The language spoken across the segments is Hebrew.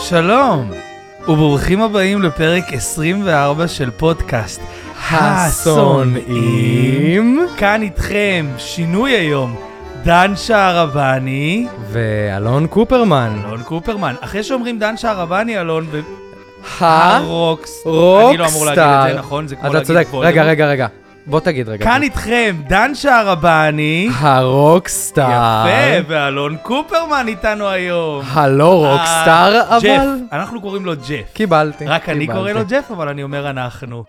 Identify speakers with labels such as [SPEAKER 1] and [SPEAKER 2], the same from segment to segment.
[SPEAKER 1] שלום, וברוכים הבאים לפרק 24 של פודקאסט
[SPEAKER 2] השונאים.
[SPEAKER 1] כאן איתכם, שינוי היום, דן שערבני,
[SPEAKER 2] ואלון קופרמן.
[SPEAKER 1] אלון קופרמן. אחרי שאומרים דן שערבני, אלון, ו... אה, הרוקס- אני לא אמור להגיד את זה,
[SPEAKER 2] הרוקסטאר.
[SPEAKER 1] נכון? זה כמו
[SPEAKER 2] אה? אתה
[SPEAKER 1] להגיד
[SPEAKER 2] צודק,
[SPEAKER 1] וולדמורט.
[SPEAKER 2] רגע, רגע, רגע. בוא תגיד רגע.
[SPEAKER 1] כאן איתכם, דן שערבני,
[SPEAKER 2] הרוקסטאר.
[SPEAKER 1] יפה, ואלון קופרמן איתנו היום.
[SPEAKER 2] הלא רוקסטאר,
[SPEAKER 1] אה,
[SPEAKER 2] אבל...
[SPEAKER 1] ג'ף, אנחנו קוראים לו ג'ף.
[SPEAKER 2] קיבלתי.
[SPEAKER 1] רק אני
[SPEAKER 2] קיבלתי.
[SPEAKER 1] קורא לו ג'ף, אבל אני אומר אנחנו.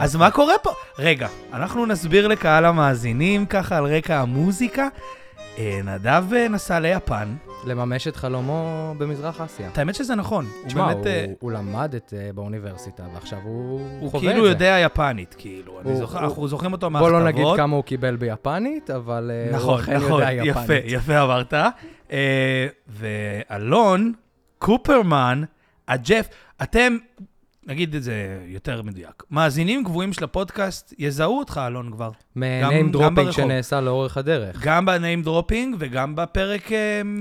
[SPEAKER 1] אז מה קורה פה? רגע, אנחנו נסביר לקהל המאזינים, ככה על רקע המוזיקה. אה, נדב אה, נסע ליפן,
[SPEAKER 2] לממש את חלומו במזרח אסיה.
[SPEAKER 1] את האמת שזה נכון.
[SPEAKER 2] תשמע,
[SPEAKER 1] הוא באמת, אה,
[SPEAKER 2] הוא- הוא למד את זה באוניברסיטה, ועכשיו הוא
[SPEAKER 1] הוא
[SPEAKER 2] חווה את
[SPEAKER 1] כאילו
[SPEAKER 2] זה.
[SPEAKER 1] יודע יפנית, כאילו. אני
[SPEAKER 2] הוא-
[SPEAKER 1] זוכר-
[SPEAKER 2] הוא-
[SPEAKER 1] אנחנו זוכרים אותו
[SPEAKER 2] בוא
[SPEAKER 1] מהכתבות.
[SPEAKER 2] לא נגיד כמה הוא קיבל ביפנית, אבל אה, הוא
[SPEAKER 1] נכון,
[SPEAKER 2] אכן
[SPEAKER 1] נכון,
[SPEAKER 2] יודע יפנית.
[SPEAKER 1] יפה, יפה אמרת. אה, ואלון, קופרמן, הג'ף, אתם, נגיד את זה יותר מדויק, מאזינים קבועים של הפודקאסט, יזהו אותך, אלון, כבר. גם- גם
[SPEAKER 2] מ-name dropping
[SPEAKER 1] ברחוב.
[SPEAKER 2] שנעשה לאורך הדרך.
[SPEAKER 1] גם בניים דרופינג וגם בפרק אה,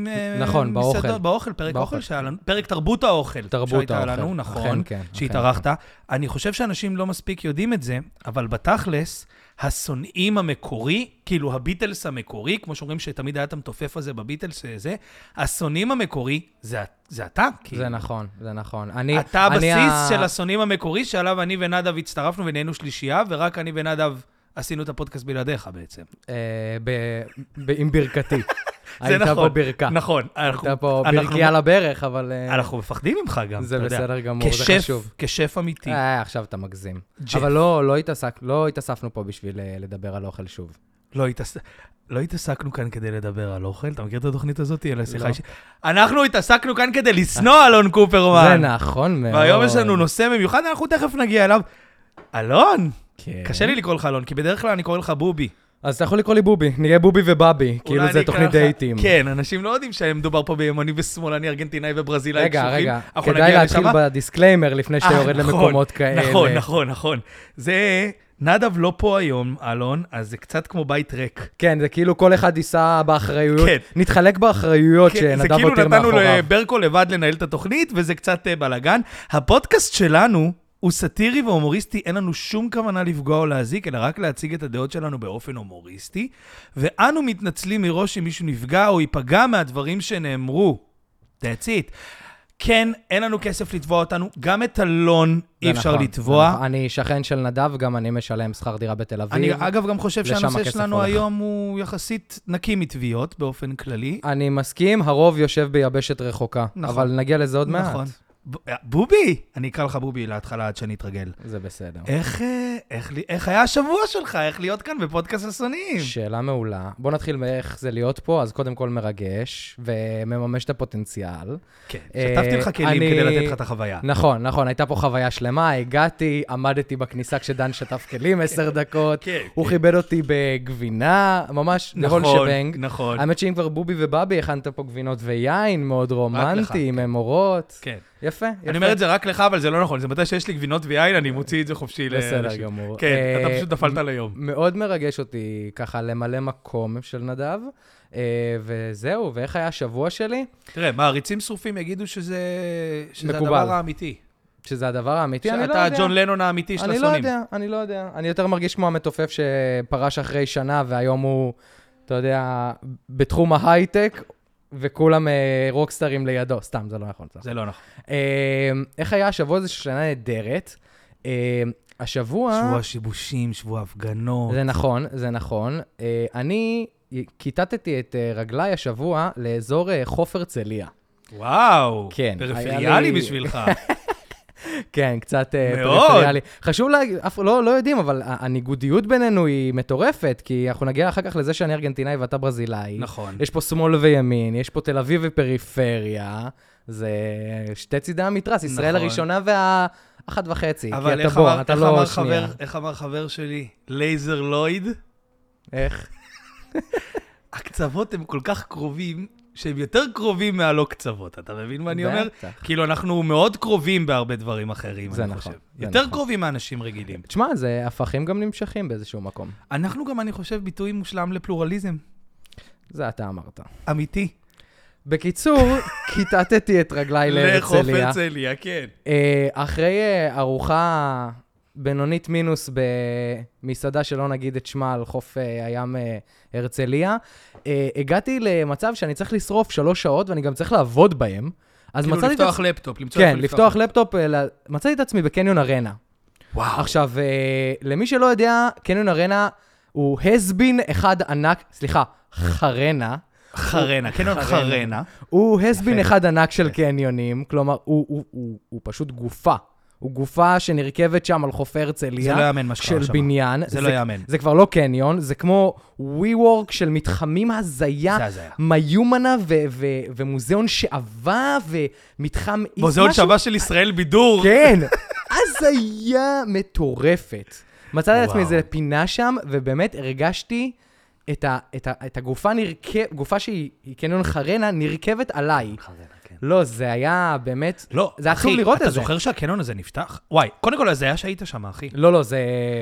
[SPEAKER 1] אה,
[SPEAKER 2] נכון, באוכל.
[SPEAKER 1] מסעדות, באוכל, פרק
[SPEAKER 2] באוכל.
[SPEAKER 1] אוכל שהיה לנו, פרק תרבות האוכל.
[SPEAKER 2] תרבות
[SPEAKER 1] שהייתה
[SPEAKER 2] האוכל,
[SPEAKER 1] לנו,
[SPEAKER 2] אכן
[SPEAKER 1] נכון,
[SPEAKER 2] כן, אכן כן.
[SPEAKER 1] שהתארחת. אני חושב שאנשים לא מספיק יודעים את זה, אבל בתכלס, השונאים המקורי, כאילו הביטלס המקורי, כמו שאומרים שתמיד היה את המתופף הזה בביטלס, אה, זה, השונאים המקורי, זה, זה אתה, כאילו.
[SPEAKER 2] זה נכון, זה נכון. אני,
[SPEAKER 1] אתה
[SPEAKER 2] אני
[SPEAKER 1] הבסיס
[SPEAKER 2] ה-
[SPEAKER 1] של השונאים המקורי, שעליו אני ונדב הצטרפנו ונהיינו שלישייה, ורק אני ונדב עשינו את הפודקאסט בלעדיך בעצם.
[SPEAKER 2] אה, ב- ב- עם ברכתי.
[SPEAKER 1] זה
[SPEAKER 2] הייתה פה
[SPEAKER 1] נכון,
[SPEAKER 2] ברכה.
[SPEAKER 1] נכון. אנחנו-
[SPEAKER 2] הייתה פה
[SPEAKER 1] אנחנו-
[SPEAKER 2] ברכי על הברך, אבל... אה,
[SPEAKER 1] אנחנו מפחדים ממך גם,
[SPEAKER 2] זה
[SPEAKER 1] אתה יודע.
[SPEAKER 2] בסדר גמור, זה
[SPEAKER 1] כשף,
[SPEAKER 2] חשוב.
[SPEAKER 1] כשף אמיתי.
[SPEAKER 2] אה, עכשיו אתה מגזים.
[SPEAKER 1] ג'ף.
[SPEAKER 2] אבל לא, לא, התעסק, לא התאספנו פה בשביל אה, לדבר על אוכל שוב.
[SPEAKER 1] לא התעס- לא התעסקנו כאן כדי לדבר על אוכל, אתה מכיר את התוכנית הזאת? על השיחה
[SPEAKER 2] לא.
[SPEAKER 1] אישית. אנחנו התעסקנו כאן כדי לשנוא, אלון
[SPEAKER 2] זה
[SPEAKER 1] קופרמן.
[SPEAKER 2] נכון מאוד.
[SPEAKER 1] והיום יש לנו נושא במיוחד, אנחנו תכף נגיע אליו. אלון,
[SPEAKER 2] כן.
[SPEAKER 1] קשה לי לקרוא לך אלון, כי בדרך כלל אני קורא לך בובי.
[SPEAKER 2] אז אתה יכול לקרוא לי בובי, נהיה בובי ובאבי, כאילו
[SPEAKER 1] אולי
[SPEAKER 2] זה
[SPEAKER 1] אני
[SPEAKER 2] תוכנית
[SPEAKER 1] אקרא לך-
[SPEAKER 2] דייטים.
[SPEAKER 1] כן, אנשים לא יודעים שמדובר פה בימני ושמאלני, ארגנטינאי וברזילאי.
[SPEAKER 2] רגע,
[SPEAKER 1] קשוחים.
[SPEAKER 2] רגע,
[SPEAKER 1] אנחנו
[SPEAKER 2] כדאי
[SPEAKER 1] נגיע
[SPEAKER 2] להתחיל
[SPEAKER 1] לשם.
[SPEAKER 2] בדיסקליימר לפני שאתה
[SPEAKER 1] אה,
[SPEAKER 2] יורד
[SPEAKER 1] נכון,
[SPEAKER 2] למקומות כאלה.
[SPEAKER 1] נכון, נכון, נכון. זה, נדב לא פה היום, אלון, אז זה קצת כמו בית ריק.
[SPEAKER 2] כן, זה כאילו כל אחד ייסע באחריויות,
[SPEAKER 1] כן.
[SPEAKER 2] נתחלק באחריויות
[SPEAKER 1] כן, זה
[SPEAKER 2] שנדב
[SPEAKER 1] כאילו
[SPEAKER 2] הותיר
[SPEAKER 1] נתנו
[SPEAKER 2] מאחוריו.
[SPEAKER 1] לברקו לבד לנהל את התוכנית, וזה קצת אה, בלאגן. הפודקאסט שלנו הוא סאטירי והומוריסטי, אין לנו שום כוונה לפגוע או להזיק, אלא רק להציג את הדעות שלנו באופן הומוריסטי, ואנו מתנצלים מראש אם מישהו נפגע או ייפגע מהדברים שנאמרו. That's it. כן, אין לנו כסף לתבוע אותנו, גם את אלון אי
[SPEAKER 2] זה
[SPEAKER 1] אפשר
[SPEAKER 2] נכון,
[SPEAKER 1] לתבוע.
[SPEAKER 2] זה נכון. אני שכן של נדב, גם אני משלם שכר דירה בתל
[SPEAKER 1] אני
[SPEAKER 2] אביב.
[SPEAKER 1] אגב גם חושב
[SPEAKER 2] לשם
[SPEAKER 1] שהנושא
[SPEAKER 2] הכסף
[SPEAKER 1] שלנו
[SPEAKER 2] הולך.
[SPEAKER 1] היום הוא יחסית נקי מתביעות באופן כללי.
[SPEAKER 2] אני מסכים, הרוב יושב ביבשת רחוקה.
[SPEAKER 1] נכון.
[SPEAKER 2] אבל נגיע לזה עוד מעט.
[SPEAKER 1] נכון. ב- בובי, אני אקרא לך בובי להתחלה עד שאני אתרגל.
[SPEAKER 2] זה בסדר.
[SPEAKER 1] איך, אה, איך, לי- איך היה השבוע שלך? איך להיות כאן בפודקאסט השונאים?
[SPEAKER 2] שאלה מעולה. בוא נתחיל מאיך זה להיות פה, אז קודם כל מרגש ומממש את הפוטנציאל.
[SPEAKER 1] כן,
[SPEAKER 2] אה,
[SPEAKER 1] שתפתי לך כלים
[SPEAKER 2] אני-
[SPEAKER 1] כדי לתת לך את החוויה.
[SPEAKER 2] נכון, נכון, הייתה פה חוויה שלמה, הגעתי, עמדתי בכניסה כשדן שטף כלים עשר דקות,
[SPEAKER 1] כן,
[SPEAKER 2] הוא
[SPEAKER 1] כן.
[SPEAKER 2] כיבד אותי בגבינה, ממש נכון,
[SPEAKER 1] נכון,
[SPEAKER 2] שבנג.
[SPEAKER 1] נכון.
[SPEAKER 2] האמת שאם כבר בובי ובאבי, הכנת פה גבינות ויין, מאוד רומנטי, עם אמורות.
[SPEAKER 1] כן.
[SPEAKER 2] יפה, יפה.
[SPEAKER 1] אני אומר את זה רק לך, אבל זה לא נכון. זה מתי שיש לי גבינות ויין, אני מוציא את זה חופשי לאנשים.
[SPEAKER 2] בסדר גמור.
[SPEAKER 1] כן, אתה
[SPEAKER 2] אה,
[SPEAKER 1] פשוט נפלת ליום.
[SPEAKER 2] מאוד מרגש אותי ככה למלא מקום של נדב, אה, וזהו, ואיך היה השבוע שלי?
[SPEAKER 1] תראה, מעריצים שרופים יגידו שזה שזה
[SPEAKER 2] מקובל.
[SPEAKER 1] הדבר האמיתי.
[SPEAKER 2] שזה הדבר האמיתי, אני לא
[SPEAKER 1] שאתה
[SPEAKER 2] יודע.
[SPEAKER 1] הג'ון לנון האמיתי של
[SPEAKER 2] אני לא
[SPEAKER 1] השונאים.
[SPEAKER 2] יודע, אני לא יודע. אני יותר מרגיש כמו המתופף שפרש אחרי שנה, והיום הוא, אתה יודע, בתחום ההייטק, וכולם אה, רוקסטרים לידו. סתם, זה לא נכון. סתם.
[SPEAKER 1] זה לא נכון.
[SPEAKER 2] אה, איך היה השבוע? זו שנה נהדרת. אה, השבוע...
[SPEAKER 1] שבוע שיבושים, שבוע הפגנות.
[SPEAKER 2] זה נכון, זה נכון. אה, אני כיתתתי את אה, רגליי השבוע לאזור אה, חוף הרצליה.
[SPEAKER 1] וואו,
[SPEAKER 2] כן, היה
[SPEAKER 1] פריפריאלי
[SPEAKER 2] לי-
[SPEAKER 1] בשבילך.
[SPEAKER 2] כן, קצת אה,
[SPEAKER 1] מאוד.
[SPEAKER 2] פריפריאלי. חשוב להגיד, אף לא, לא יודעים, אבל ה- הניגודיות בינינו היא מטורפת, כי אנחנו נגיע אחר כך לזה שאני ארגנטינאי ואתה ברזילאי.
[SPEAKER 1] נכון.
[SPEAKER 2] יש פה שמאל וימין, יש פה תל אביב ופריפריה, זה שתי צידי המתרס, ישראל
[SPEAKER 1] נכון.
[SPEAKER 2] הראשונה והאחת וחצי.
[SPEAKER 1] אבל
[SPEAKER 2] כי אתה
[SPEAKER 1] איך
[SPEAKER 2] בור,
[SPEAKER 1] אמר-
[SPEAKER 2] אתה
[SPEAKER 1] איך
[SPEAKER 2] לא
[SPEAKER 1] אמר
[SPEAKER 2] שנייה.
[SPEAKER 1] חבר- איך אמר חבר שלי, לייזר לויד?
[SPEAKER 2] איך?
[SPEAKER 1] הקצוות הם כל כך קרובים, שהם יותר קרובים מהלא קצוות, אתה מבין מה אני אומר?
[SPEAKER 2] בטח.
[SPEAKER 1] כאילו, אנחנו מאוד קרובים בהרבה דברים אחרים,
[SPEAKER 2] זה
[SPEAKER 1] אני
[SPEAKER 2] נכון,
[SPEAKER 1] חושב.
[SPEAKER 2] זה
[SPEAKER 1] יותר
[SPEAKER 2] נכון.
[SPEAKER 1] קרובים מאנשים רגילים.
[SPEAKER 2] תשמע, זה הפכים גם נמשכים באיזשהו מקום.
[SPEAKER 1] אנחנו גם, אני חושב, ביטוי מושלם לפלורליזם.
[SPEAKER 2] זה אתה אמרת.
[SPEAKER 1] אמיתי.
[SPEAKER 2] בקיצור, כיתתתי את רגליי
[SPEAKER 1] לחוף
[SPEAKER 2] להרצליה.
[SPEAKER 1] הרצליה, כן.
[SPEAKER 2] אה, אחרי אה, ארוחה בינונית מינוס במסעדה שלא נגיד את שמה על חוף אה, הים אה, הרצליה, אה, הגעתי למצב שאני צריך לשרוף שלוש שעות ואני גם צריך לעבוד בהם. אז
[SPEAKER 1] כאילו
[SPEAKER 2] מצאתי את
[SPEAKER 1] לפתוח
[SPEAKER 2] עצמי...
[SPEAKER 1] לפטופ, למצוא
[SPEAKER 2] כן,
[SPEAKER 1] איפה
[SPEAKER 2] לפתוח לפטופ, אה, ל- מצאתי את עצמי בקניון ארנה.
[SPEAKER 1] וואו.
[SPEAKER 2] עכשיו, אה, למי שלא יודע, קניון ארנה הוא הסבין אחד ענק, סליחה, חרנה.
[SPEAKER 1] חרנה, כן, עוד חרנה.
[SPEAKER 2] הוא הסבין אחד ענק של
[SPEAKER 1] כן.
[SPEAKER 2] קניונים, כלומר, הוא, הוא, הוא, הוא פשוט גופה. הוא גופה שנרכבת שם על חוף הרצליה.
[SPEAKER 1] זה לא יאמן מה שקרה
[SPEAKER 2] של
[SPEAKER 1] שם.
[SPEAKER 2] בניין.
[SPEAKER 1] זה לא יאמן.
[SPEAKER 2] זה כבר לא קניון, זה כמו ווי וורק של מתחמים הזיה.
[SPEAKER 1] זה הזיה.
[SPEAKER 2] מיומנה ו- ו- ומוזיאון שעבה ומתחם... איס-
[SPEAKER 1] מוזיאון
[SPEAKER 2] משהו-
[SPEAKER 1] שווה של ישראל בידור.
[SPEAKER 2] כן, הזיה מטורפת. מצאתי את עצמי
[SPEAKER 1] וואו.
[SPEAKER 2] איזה פינה שם, ובאמת הרגשתי את, ה, את, ה, את הגופה נרכב, גופה שהיא היא קניון חרנה, נרכבת עליי. לא, זה היה באמת...
[SPEAKER 1] לא,
[SPEAKER 2] זה עצוב
[SPEAKER 1] אחי,
[SPEAKER 2] לראות את
[SPEAKER 1] אתה
[SPEAKER 2] זה.
[SPEAKER 1] זוכר שהקנון הזה נפתח? וואי, קודם כל הזיה שהיית שם, אחי.
[SPEAKER 2] לא, לא, זה...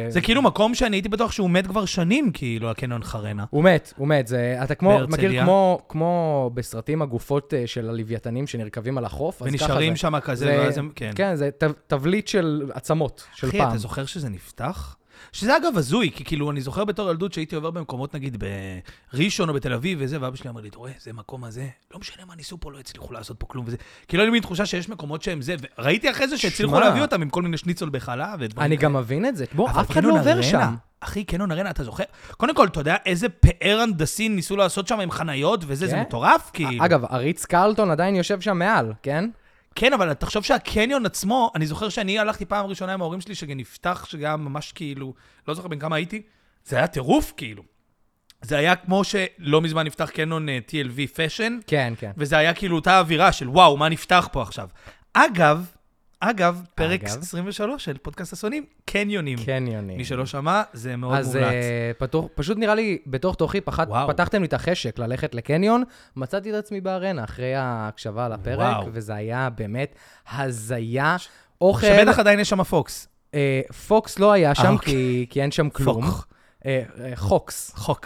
[SPEAKER 1] זה כאילו מקום שאני הייתי בטוח שהוא מת כבר שנים, כאילו, הקנון חרנה.
[SPEAKER 2] הוא מת, הוא מת. זה, אתה כמו,
[SPEAKER 1] בהרצליה.
[SPEAKER 2] מכיר כמו, כמו בסרטים הגופות אה, של הלוויתנים שנרקבים על החוף, אז ככה זה.
[SPEAKER 1] ונשארים שם כזה, ואז הם- כן.
[SPEAKER 2] כן, זה תב, תבליט של עצמות, של
[SPEAKER 1] אחי,
[SPEAKER 2] פעם.
[SPEAKER 1] אתה זוכר שזה נפתח? שזה אגב הזוי, כי כאילו, אני זוכר בתור ילדות שהייתי עובר במקומות, נגיד, בראשון או בתל אביב וזה, ואבא שלי אמר לי, אתה רואה, זה מקום הזה, לא משנה מה ניסו פה, לא הצליחו לעשות פה כלום וזה. כאילו, היה לי מין תחושה שיש מקומות שהם זה, וראיתי אחרי זה שהצליחו
[SPEAKER 2] שמע.
[SPEAKER 1] להביא אותם עם כל מיני שניצול בחלב ודברים
[SPEAKER 2] אני גם מבין את זה. בוא, אף אחד לא עובר שם.
[SPEAKER 1] אחי, קניון ארנה, אתה זוכר? קודם כל, אתה יודע איזה פאר הנדסי ניסו לעשות שם עם חניות וזה, זה
[SPEAKER 2] כן.
[SPEAKER 1] מטורף, כאילו.
[SPEAKER 2] אגב, הריץ קרלטון עדיין יושב שם מעל, כן?
[SPEAKER 1] כן, אבל תחשוב שהקניון עצמו, אני זוכר שאני הלכתי פעם ראשונה עם ההורים שלי, שנפתח, שהיה ממש כאילו, לא זוכר בן כמה הייתי, זה היה טירוף, כאילו. זה היה כמו שלא מזמן נפתח קניון אה, TLV פאשן,
[SPEAKER 2] כן, כן.
[SPEAKER 1] וזה היה כאילו אותה אווירה של וואו, מה נפתח פה עכשיו. אגב, אגב, פרק
[SPEAKER 2] אגב.
[SPEAKER 1] 23 של פודקאסט השונאים, קניונים.
[SPEAKER 2] קניונים.
[SPEAKER 1] מי שלא שמע, זה מאוד
[SPEAKER 2] כן, אז
[SPEAKER 1] מומלץ.
[SPEAKER 2] אה, פתוח- פשוט נראה לי, בתוך תוכי פחת-
[SPEAKER 1] וואו.
[SPEAKER 2] פתחתם לי את החשק ללכת לקניון, מצאתי את עצמי בארנה אחרי ההקשבה לפרק,
[SPEAKER 1] וואו.
[SPEAKER 2] וזה היה באמת הזיה. אוכל,
[SPEAKER 1] שבטח עדיין יש שם פוקס.
[SPEAKER 2] אה, פוקס לא היה שם,
[SPEAKER 1] אוקיי.
[SPEAKER 2] כי- כי אין שם כלום.
[SPEAKER 1] פוק.
[SPEAKER 2] אה, אה, חוקס.
[SPEAKER 1] חוק.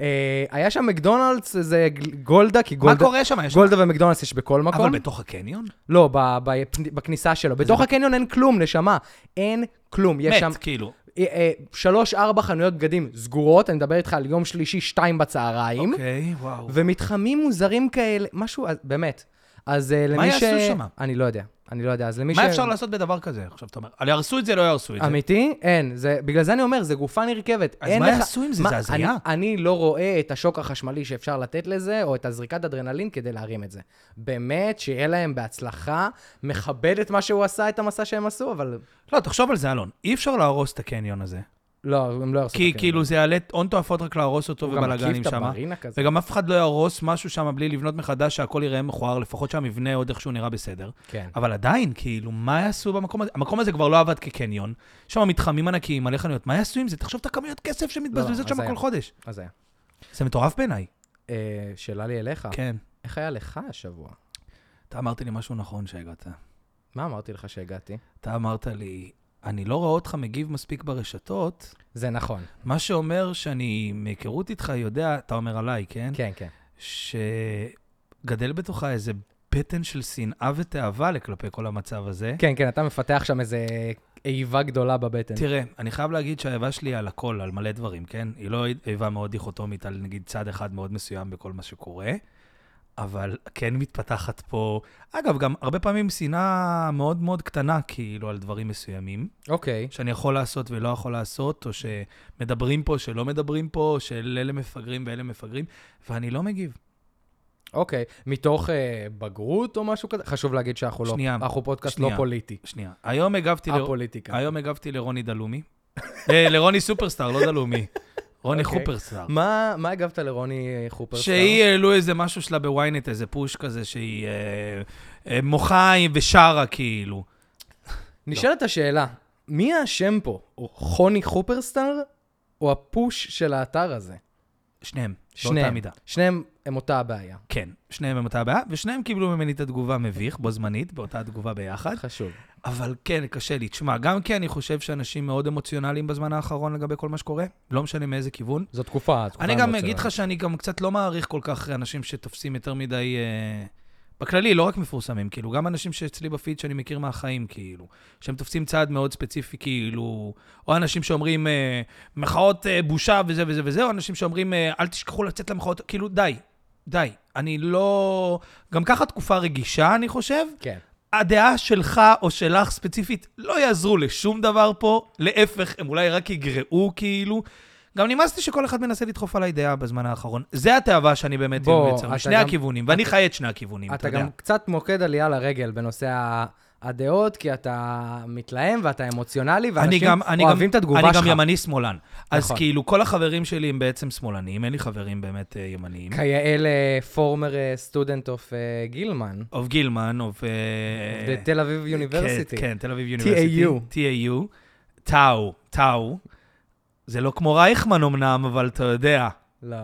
[SPEAKER 2] אה, היה שם מקדונלדס, זה גל- גולדה, כי
[SPEAKER 1] מה
[SPEAKER 2] גולדה...
[SPEAKER 1] קורה שם? יש שם-
[SPEAKER 2] גולדה ומקדונלדס יש בכל מקום.
[SPEAKER 1] אבל בתוך הקניון?
[SPEAKER 2] לא, ב- ב- בכניסה שלו. בתוך הקניון אין כלום, נשמה. אין כלום. יש שם
[SPEAKER 1] מת, כאילו.
[SPEAKER 2] אה, אה, שלוש, ארבע חנויות בגדים סגורות, אני מדבר איתך על יום שלישי, שתיים בצהריים,
[SPEAKER 1] אוקיי, וואו.
[SPEAKER 2] ומתחמים מוזרים כאלה, משהו, אז- באמת. אז אה, למי ש...
[SPEAKER 1] יעשו שמה?
[SPEAKER 2] אני לא יודע, אני לא יודע. אז למי ש...
[SPEAKER 1] מה אפשר לעשות בדבר כזה? עכשיו אתה אומר, "אל יהרסו את זה, לא יהרסו את זה.
[SPEAKER 2] אמיתי? אין. זה, בגלל זה אני אומר, זה גופה נרכבת.
[SPEAKER 1] אז
[SPEAKER 2] אין
[SPEAKER 1] מה
[SPEAKER 2] לך-
[SPEAKER 1] יעשו עם זה?
[SPEAKER 2] מה-
[SPEAKER 1] זה הזיה.
[SPEAKER 2] אני, אני לא רואה את השוק החשמלי שאפשר לתת לזה, או את הזריקת אדרנלין כדי להרים את זה. באמת, שיהיה להם בהצלחה. מכבד את מה שהוא עשה, את המסע שהם עשו, אבל...
[SPEAKER 1] לא, תחשוב על זה, אלון. אי אפשר להרוס את הקניון הזה.
[SPEAKER 2] לא, הם לא ירסו את
[SPEAKER 1] כי
[SPEAKER 2] הקניון.
[SPEAKER 1] כאילו זה יעלה הון תועפות רק להרוס אותו
[SPEAKER 2] הוא גם
[SPEAKER 1] ובלאגנים
[SPEAKER 2] מקיף את
[SPEAKER 1] שם.
[SPEAKER 2] הברינה כזה.
[SPEAKER 1] וגם אף אחד לא יהרוס משהו שם בלי לבנות מחדש שהכל ייראה מכוער, לפחות שהמבנה עוד איכשהו נראה בסדר.
[SPEAKER 2] כן.
[SPEAKER 1] אבל עדיין, כאילו, מה יעשו במקום הזה? המקום הזה כבר לא עבד כקניון. יש שם מתחמים ענקיים, מלא חנויות. מה יעשו עם זה? תחשוב את הכמויות כסף שמתבזבזות שם
[SPEAKER 2] הזיה.
[SPEAKER 1] כל חודש.
[SPEAKER 2] לא, אז היה.
[SPEAKER 1] זה מטורף בעיניי.
[SPEAKER 2] אה, שאלה לי אליך.
[SPEAKER 1] כן.
[SPEAKER 2] איך היה לך השבוע?
[SPEAKER 1] אתה אמרת לי משהו נכון שהגעת.
[SPEAKER 2] מה אמרתי לך שהגעתי?
[SPEAKER 1] אתה אמרת לי, אני לא רואה אותך מגיב מספיק ברשתות,
[SPEAKER 2] זה נכון.
[SPEAKER 1] מה שאומר שאני, מהיכרות איתך, יודע, אתה אומר עליי, כן?
[SPEAKER 2] כן, כן.
[SPEAKER 1] שגדל בתוכה איזה בטן של שנאה ותאווה לכלפי כל המצב הזה.
[SPEAKER 2] כן, כן, אתה מפתח שם איזה איבה גדולה בבטן.
[SPEAKER 1] תראה, אני חייב להגיד שהאיבה שלי היא על הכל, על מלא דברים, כן? היא לא איבה מאוד דיכוטומית על נגיד צד אחד מאוד מסוים בכל מה שקורה, אבל כן מתפתחת פה, אגב, גם הרבה פעמים שנאה מאוד מאוד קטנה, כאילו, על דברים מסוימים.
[SPEAKER 2] אוקיי.
[SPEAKER 1] שאני יכול לעשות ולא יכול לעשות, או שמדברים פה, שלא מדברים פה, או של אלה מפגרים ואלה מפגרים, ואני לא מגיב.
[SPEAKER 2] אוקיי. מתוך אה, בגרות או משהו כזה? חשוב להגיד שאנחנו לא...
[SPEAKER 1] שנייה.
[SPEAKER 2] אנחנו פודקאסט לא
[SPEAKER 1] שנייה.
[SPEAKER 2] פוליטי.
[SPEAKER 1] שנייה. היום הגבתי, ל...
[SPEAKER 2] הפוליטיקה.
[SPEAKER 1] היום הגבתי לרוני דלומי. אה, לרוני סופרסטאר, לא דלומי. רוני
[SPEAKER 2] אוקיי.
[SPEAKER 1] חופרסטאר.
[SPEAKER 2] מה מה הגבת לרוני חופרסטאר?
[SPEAKER 1] שהיא העלו איזה משהו שלה בוויינט, איזה פוש כזה שהיא אה, אה, מוחה ושרה כאילו.
[SPEAKER 2] נשאלת השאלה, מי האשם פה? הוא חוני חופרסטאר או הפוש של האתר הזה?
[SPEAKER 1] שניהם.
[SPEAKER 2] שניהם.
[SPEAKER 1] מידה.
[SPEAKER 2] שניהם הם אותה הבעיה.
[SPEAKER 1] כן, שניהם הם אותה הבעיה, ושניהם קיבלו ממני את התגובה מביך, בו זמנית, באותה התגובה ביחד.
[SPEAKER 2] חשוב.
[SPEAKER 1] אבל כן, קשה לי. תשמע, גם כי אני חושב שאנשים מאוד אמוציונליים בזמן האחרון לגבי כל מה שקורה, לא משנה מאיזה כיוון.
[SPEAKER 2] זו תקופה, תקופה
[SPEAKER 1] אני גם
[SPEAKER 2] מאוד
[SPEAKER 1] אגיד
[SPEAKER 2] שלנו.
[SPEAKER 1] לך שאני גם קצת לא מעריך כל כך אנשים שתופסים יותר מדי... אה, בכללי, לא רק מפורסמים, כאילו, גם אנשים שאצלי בפיד שאני מכיר מהחיים, כאילו, שהם תופסים צעד מאוד ספציפי, כאילו, או אנשים שאומרים, אה, מחאות אה, בושה וזה וזה וזה, או אנשים שאומרים, אה, אל תשכחו לצאת למחאות, כאילו, די, די. אני לא... גם ככה תקופה רגישה, אני חושב,
[SPEAKER 2] כן.
[SPEAKER 1] הדעה שלך או שלך ספציפית לא יעזרו לשום דבר פה, להפך, הם אולי רק יגרעו כאילו. גם נמאס לי שכל אחד מנסה לדחוף עליי דעה בזמן האחרון. זה התאווה שאני באמת
[SPEAKER 2] בוא,
[SPEAKER 1] יוצר,
[SPEAKER 2] אתה
[SPEAKER 1] משני
[SPEAKER 2] גם-
[SPEAKER 1] הכיוונים, ואני חי את שני הכיוונים, אתה
[SPEAKER 2] אתה
[SPEAKER 1] יודע.
[SPEAKER 2] גם קצת מוקד עלייה לרגל בנושא ה- הדעות, כי אתה מתלהם ואתה אמוציונלי,
[SPEAKER 1] אני
[SPEAKER 2] ואנשים
[SPEAKER 1] גם, אני גם,
[SPEAKER 2] אוהבים את התגובה
[SPEAKER 1] אני
[SPEAKER 2] שלך.
[SPEAKER 1] גם ימני שמאלן. אז
[SPEAKER 2] נכון.
[SPEAKER 1] כאילו, כל החברים שלי הם בעצם שמאלנים, אין לי חברים באמת אה, ימניים.
[SPEAKER 2] כיעל פורמר סטודנט אוף גילמן,
[SPEAKER 1] אוב גילמן, אוב... אה,
[SPEAKER 2] בתל אביב יוניברסיטי.
[SPEAKER 1] כן, כן, תל אביב
[SPEAKER 2] TAU.
[SPEAKER 1] יוניברסיטי. TAU. טאו, טאו. זה לא כמו רייכמן אמנם, אבל אתה יודע.
[SPEAKER 2] לא.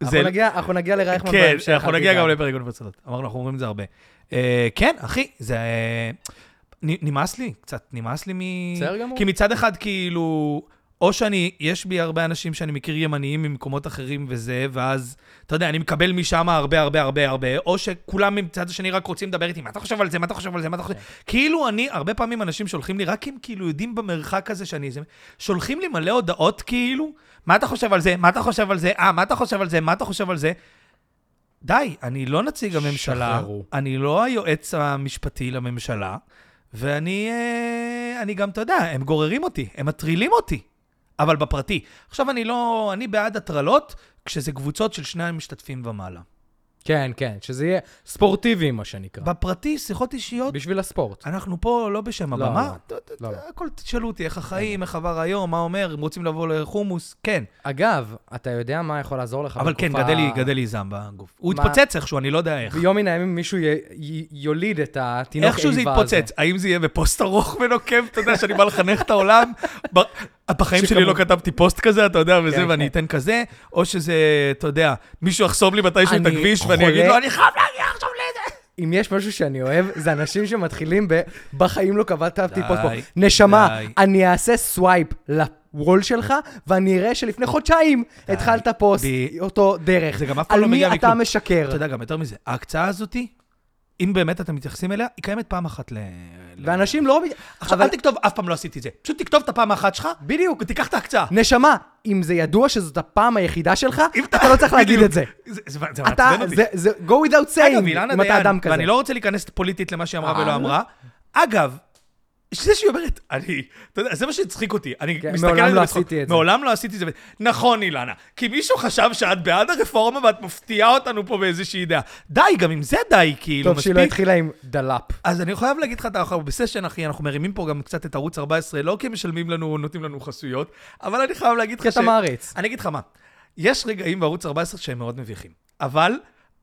[SPEAKER 1] זה-
[SPEAKER 2] אנחנו נגיע- אנחנו נגיע לרייכמן
[SPEAKER 1] כן,
[SPEAKER 2] בהמשך,
[SPEAKER 1] אנחנו
[SPEAKER 2] אל
[SPEAKER 1] נגיע
[SPEAKER 2] תדאג.
[SPEAKER 1] גם לפרק אוניברסיטאות. אמרנו, אנחנו אומרים את זה הרבה. אה, כן, אחי, זה... אה, נ- נמאס לי, קצת נמאס לי מ...
[SPEAKER 2] בסדר גמור.
[SPEAKER 1] כי מצד אחד, כאילו, או שאני, יש בי הרבה אנשים שאני מכיר ימניים ממקומות אחרים וזה, ואז, אתה יודע, אני מקבל משם הרבה הרבה הרבה הרבה, או שכולם מצד השני רק רוצים לדבר איתי, מה אתה חושב על זה, מה אתה חושב על זה, מה אתה חושב... כאילו אני, הרבה פעמים אנשים שולחים לי, רק אם כאילו יודעים במרחק הזה שאני... זה- שולחים לי מלא הודעות כאילו, מה אתה חושב על זה, מה אתה חושב על זה, אה, מה אתה חושב על זה, מה אתה חושב על זה. די, אני לא נציג הממשלה,
[SPEAKER 2] שחררו.
[SPEAKER 1] אני לא היועץ המשפטי לממשלה, ואני, אה, אני גם, אתה יודע, הם גוררים אותי, הם מטרילים אותי, אבל בפרטי. עכשיו, אני לא, אני בעד הטרלות כשזה קבוצות של שניים משתתפים ומעלה.
[SPEAKER 2] כן, כן, שזה יהיה ספורטיבי, מה שנקרא.
[SPEAKER 1] בפרטי, שיחות אישיות,
[SPEAKER 2] בשביל הספורט.
[SPEAKER 1] אנחנו פה לא בשם
[SPEAKER 2] לא,
[SPEAKER 1] הבמה.
[SPEAKER 2] לא,
[SPEAKER 1] אתה- אתה-
[SPEAKER 2] לא, אה. לא.
[SPEAKER 1] הכל תשאלו אותי, איך החיים, איך עבר היום, מה אומר, אם רוצים לבוא לחומוס, כן.
[SPEAKER 2] אגב, אתה יודע מה יכול לעזור לך
[SPEAKER 1] אבל כן,
[SPEAKER 2] בתקופה-
[SPEAKER 1] גדל לי- גדל לי זעם בגוף. הוא
[SPEAKER 2] מה-
[SPEAKER 1] התפוצץ איכשהו, אני לא יודע איך.
[SPEAKER 2] ביום מן הימים מישהו י- י- יוליד את התינוק
[SPEAKER 1] איכשהו זה
[SPEAKER 2] איבה הזה.
[SPEAKER 1] יתפוצץ. האם זה יהיה בפוסט ארוך ונוקב, אתה יודע, שאני בא לחנך את העולם? ב- בחיים שלי לא
[SPEAKER 2] שכמובן-
[SPEAKER 1] כתבתי פוסט כזה, אתה יודע,
[SPEAKER 2] כן,
[SPEAKER 1] וזה,
[SPEAKER 2] כן.
[SPEAKER 1] ואני אתן כזה, או שזה, אתה יודע, מישהו יחסום לי מתישהו את
[SPEAKER 2] אני
[SPEAKER 1] הכביש, ואני
[SPEAKER 2] חולה-
[SPEAKER 1] אגיד לו, אני חייב להגיע עכשיו לזה.
[SPEAKER 2] אם יש משהו שאני אוהב, זה אנשים שמתחילים ב... בחיים לא קבלתי
[SPEAKER 1] די,
[SPEAKER 2] פוסט פה. נשמה,
[SPEAKER 1] די.
[SPEAKER 2] אני אעשה סווייפ לוול שלך, ואני אראה שלפני חודשיים התחלת פוסט
[SPEAKER 1] ב-
[SPEAKER 2] אותו דרך.
[SPEAKER 1] זה גם אף פעם לא מגיע
[SPEAKER 2] על מי אתה
[SPEAKER 1] מכלום.
[SPEAKER 2] משקר?
[SPEAKER 1] אתה יודע, גם יותר מזה, ההקצאה הזאתי, אם באמת אתם מתייחסים אליה, היא קיימת פעם אחת ל... ל-
[SPEAKER 2] ואנשים לא...
[SPEAKER 1] עכשיו,
[SPEAKER 2] אבל-
[SPEAKER 1] אל תכתוב, אף פעם לא עשיתי את זה. פשוט תכתוב את הפעם האחת שלך,
[SPEAKER 2] בדיוק.
[SPEAKER 1] ותיקח את ההקצאה.
[SPEAKER 2] נשמה, אם זה ידוע שזאת הפעם היחידה שלך,
[SPEAKER 1] אם
[SPEAKER 2] אתה לא צריך להגיד
[SPEAKER 1] בדיוק.
[SPEAKER 2] את זה.
[SPEAKER 1] זה זה- זה
[SPEAKER 2] אתה,
[SPEAKER 1] מעצבן אותי.
[SPEAKER 2] זה, זה go without
[SPEAKER 1] אגב,
[SPEAKER 2] saying,
[SPEAKER 1] אילנה
[SPEAKER 2] אוקיי, אם אתה
[SPEAKER 1] דיין,
[SPEAKER 2] אדם כזה.
[SPEAKER 1] ואני לא רוצה להיכנס פוליטית למה שהיא אמרה
[SPEAKER 2] אה,
[SPEAKER 1] ולא
[SPEAKER 2] לא.
[SPEAKER 1] אמרה. אגב, זה שהיא אומרת, אני, אתה יודע, זה מה שהצחיק אותי. אני
[SPEAKER 2] כן,
[SPEAKER 1] מסתכל
[SPEAKER 2] מעולם
[SPEAKER 1] על זה
[SPEAKER 2] לא
[SPEAKER 1] בצחוק.
[SPEAKER 2] עשיתי את זה.
[SPEAKER 1] מעולם לא עשיתי את זה. נכון, אילנה, כי מישהו חשב שאת בעד הרפורמה ואת מפתיעה אותנו פה באיזושהי דעה. די, גם עם זה די, כאילו,
[SPEAKER 2] טוב, שהיא לא
[SPEAKER 1] מספיק.
[SPEAKER 2] התחילה עם דלאפ.
[SPEAKER 1] אז אני חייב להגיד לך, אנחנו בסשן, אחי, אנחנו מרימים פה גם קצת את ערוץ 14, לא כי הם משלמים לנו, נותנים לנו חסויות, אבל אני חייב להגיד לך
[SPEAKER 2] כי אתה מעריץ.
[SPEAKER 1] אני אגיד לך מה, יש רגעים בערוץ 14 שהם מאוד מביכים, אבל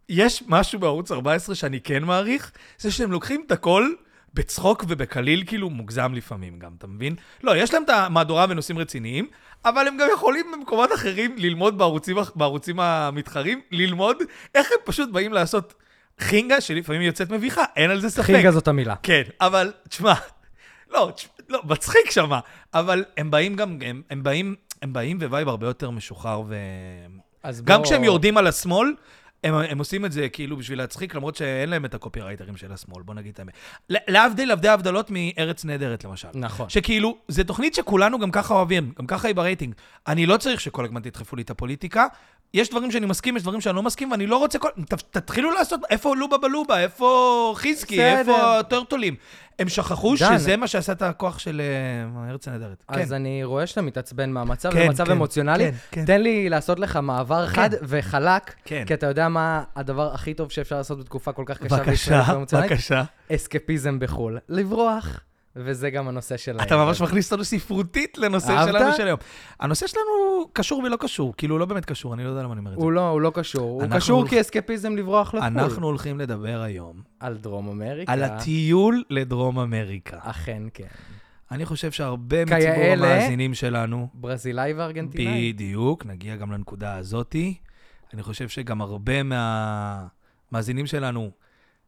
[SPEAKER 1] יש משהו בערוץ 14 שאני כן מעריך, זה שהם לוקחים את הכל בצחוק ובקליל, כאילו מוגזם לפעמים גם, אתה מבין? לא, יש להם את המהדורה ונושאים רציניים, אבל הם גם יכולים במקומות אחרים ללמוד בערוצים, בערוצים המתחרים, ללמוד איך הם פשוט באים לעשות חינגה, שלפעמים יוצאת מביכה, אין על זה ספק.
[SPEAKER 2] חינגה זאת המילה.
[SPEAKER 1] כן, אבל, תשמע, לא, תש- לא, מצחיק שמה, אבל הם באים גם, הם, הם באים, הם באים בווייב הרבה יותר משוחרר ו...
[SPEAKER 2] אז
[SPEAKER 1] גם
[SPEAKER 2] בוא-
[SPEAKER 1] כשהם יורדים על השמאל, הם, הם עושים את זה כאילו בשביל להצחיק, למרות שאין להם את הקופירייטרים של השמאל, בוא נגיד את האמת. ל- להבדיל הבדל הבדלות מארץ נהדרת, למשל.
[SPEAKER 2] נכון.
[SPEAKER 1] שכאילו, זו תוכנית שכולנו גם ככה אוהבים, גם ככה היא ברייטינג. אני לא צריך שכל הזמן תדחפו לי את הפוליטיקה. יש דברים שאני מסכים, יש דברים שאני לא מסכים, ואני לא רוצה כל... ת, תתחילו לעשות, איפה לובה בלובה, איפה חיזקי,
[SPEAKER 2] בסדר.
[SPEAKER 1] איפה הטורטולים. הם שכחו
[SPEAKER 2] דן.
[SPEAKER 1] שזה מה שעשה את הכוח של אה, ארץ נהדרת.
[SPEAKER 2] אז
[SPEAKER 1] כן.
[SPEAKER 2] אני רואה שאתה מתעצבן מהמצב,
[SPEAKER 1] כן,
[SPEAKER 2] זה מצב
[SPEAKER 1] כן,
[SPEAKER 2] אמוציונלי.
[SPEAKER 1] כן, כן.
[SPEAKER 2] תן לי לעשות לך מעבר חד וחלק,
[SPEAKER 1] כן.
[SPEAKER 2] כי אתה יודע מה הדבר הכי טוב שאפשר לעשות בתקופה כל כך קשה
[SPEAKER 1] בבקשה,
[SPEAKER 2] בישראל ואמוציונלית?
[SPEAKER 1] בבקשה.
[SPEAKER 2] אסקפיזם בחו"ל. לברוח, וזה גם הנושא של
[SPEAKER 1] אתה
[SPEAKER 2] הערב.
[SPEAKER 1] ממש מכניס אותנו ספרותית לנושא
[SPEAKER 2] אוקיי. אהבת?
[SPEAKER 1] שלנו של היום. הנושא שלנו קשור ולא קשור, כאילו, הוא לא באמת קשור, אני לא יודע למה אני אומר את זה.
[SPEAKER 2] הוא לא, הוא לא קשור. הוא
[SPEAKER 1] אנחנו
[SPEAKER 2] קשור
[SPEAKER 1] הולכים-
[SPEAKER 2] כי אסקפיזם לברוח לחו"ל.
[SPEAKER 1] אנחנו הולכים לדבר היום
[SPEAKER 2] על דרום אמריקה.
[SPEAKER 1] על הטיול לדרום אמריקה.
[SPEAKER 2] אכן כן.
[SPEAKER 1] אני חושב שהרבה
[SPEAKER 2] כיאה
[SPEAKER 1] מציבור
[SPEAKER 2] ל-
[SPEAKER 1] המאזינים שלנו,
[SPEAKER 2] ברזילאי וארגנטינאי.
[SPEAKER 1] בדיוק, נגיע גם לנקודה הזאתי. אני חושב שגם הרבה מהמאזינים שלנו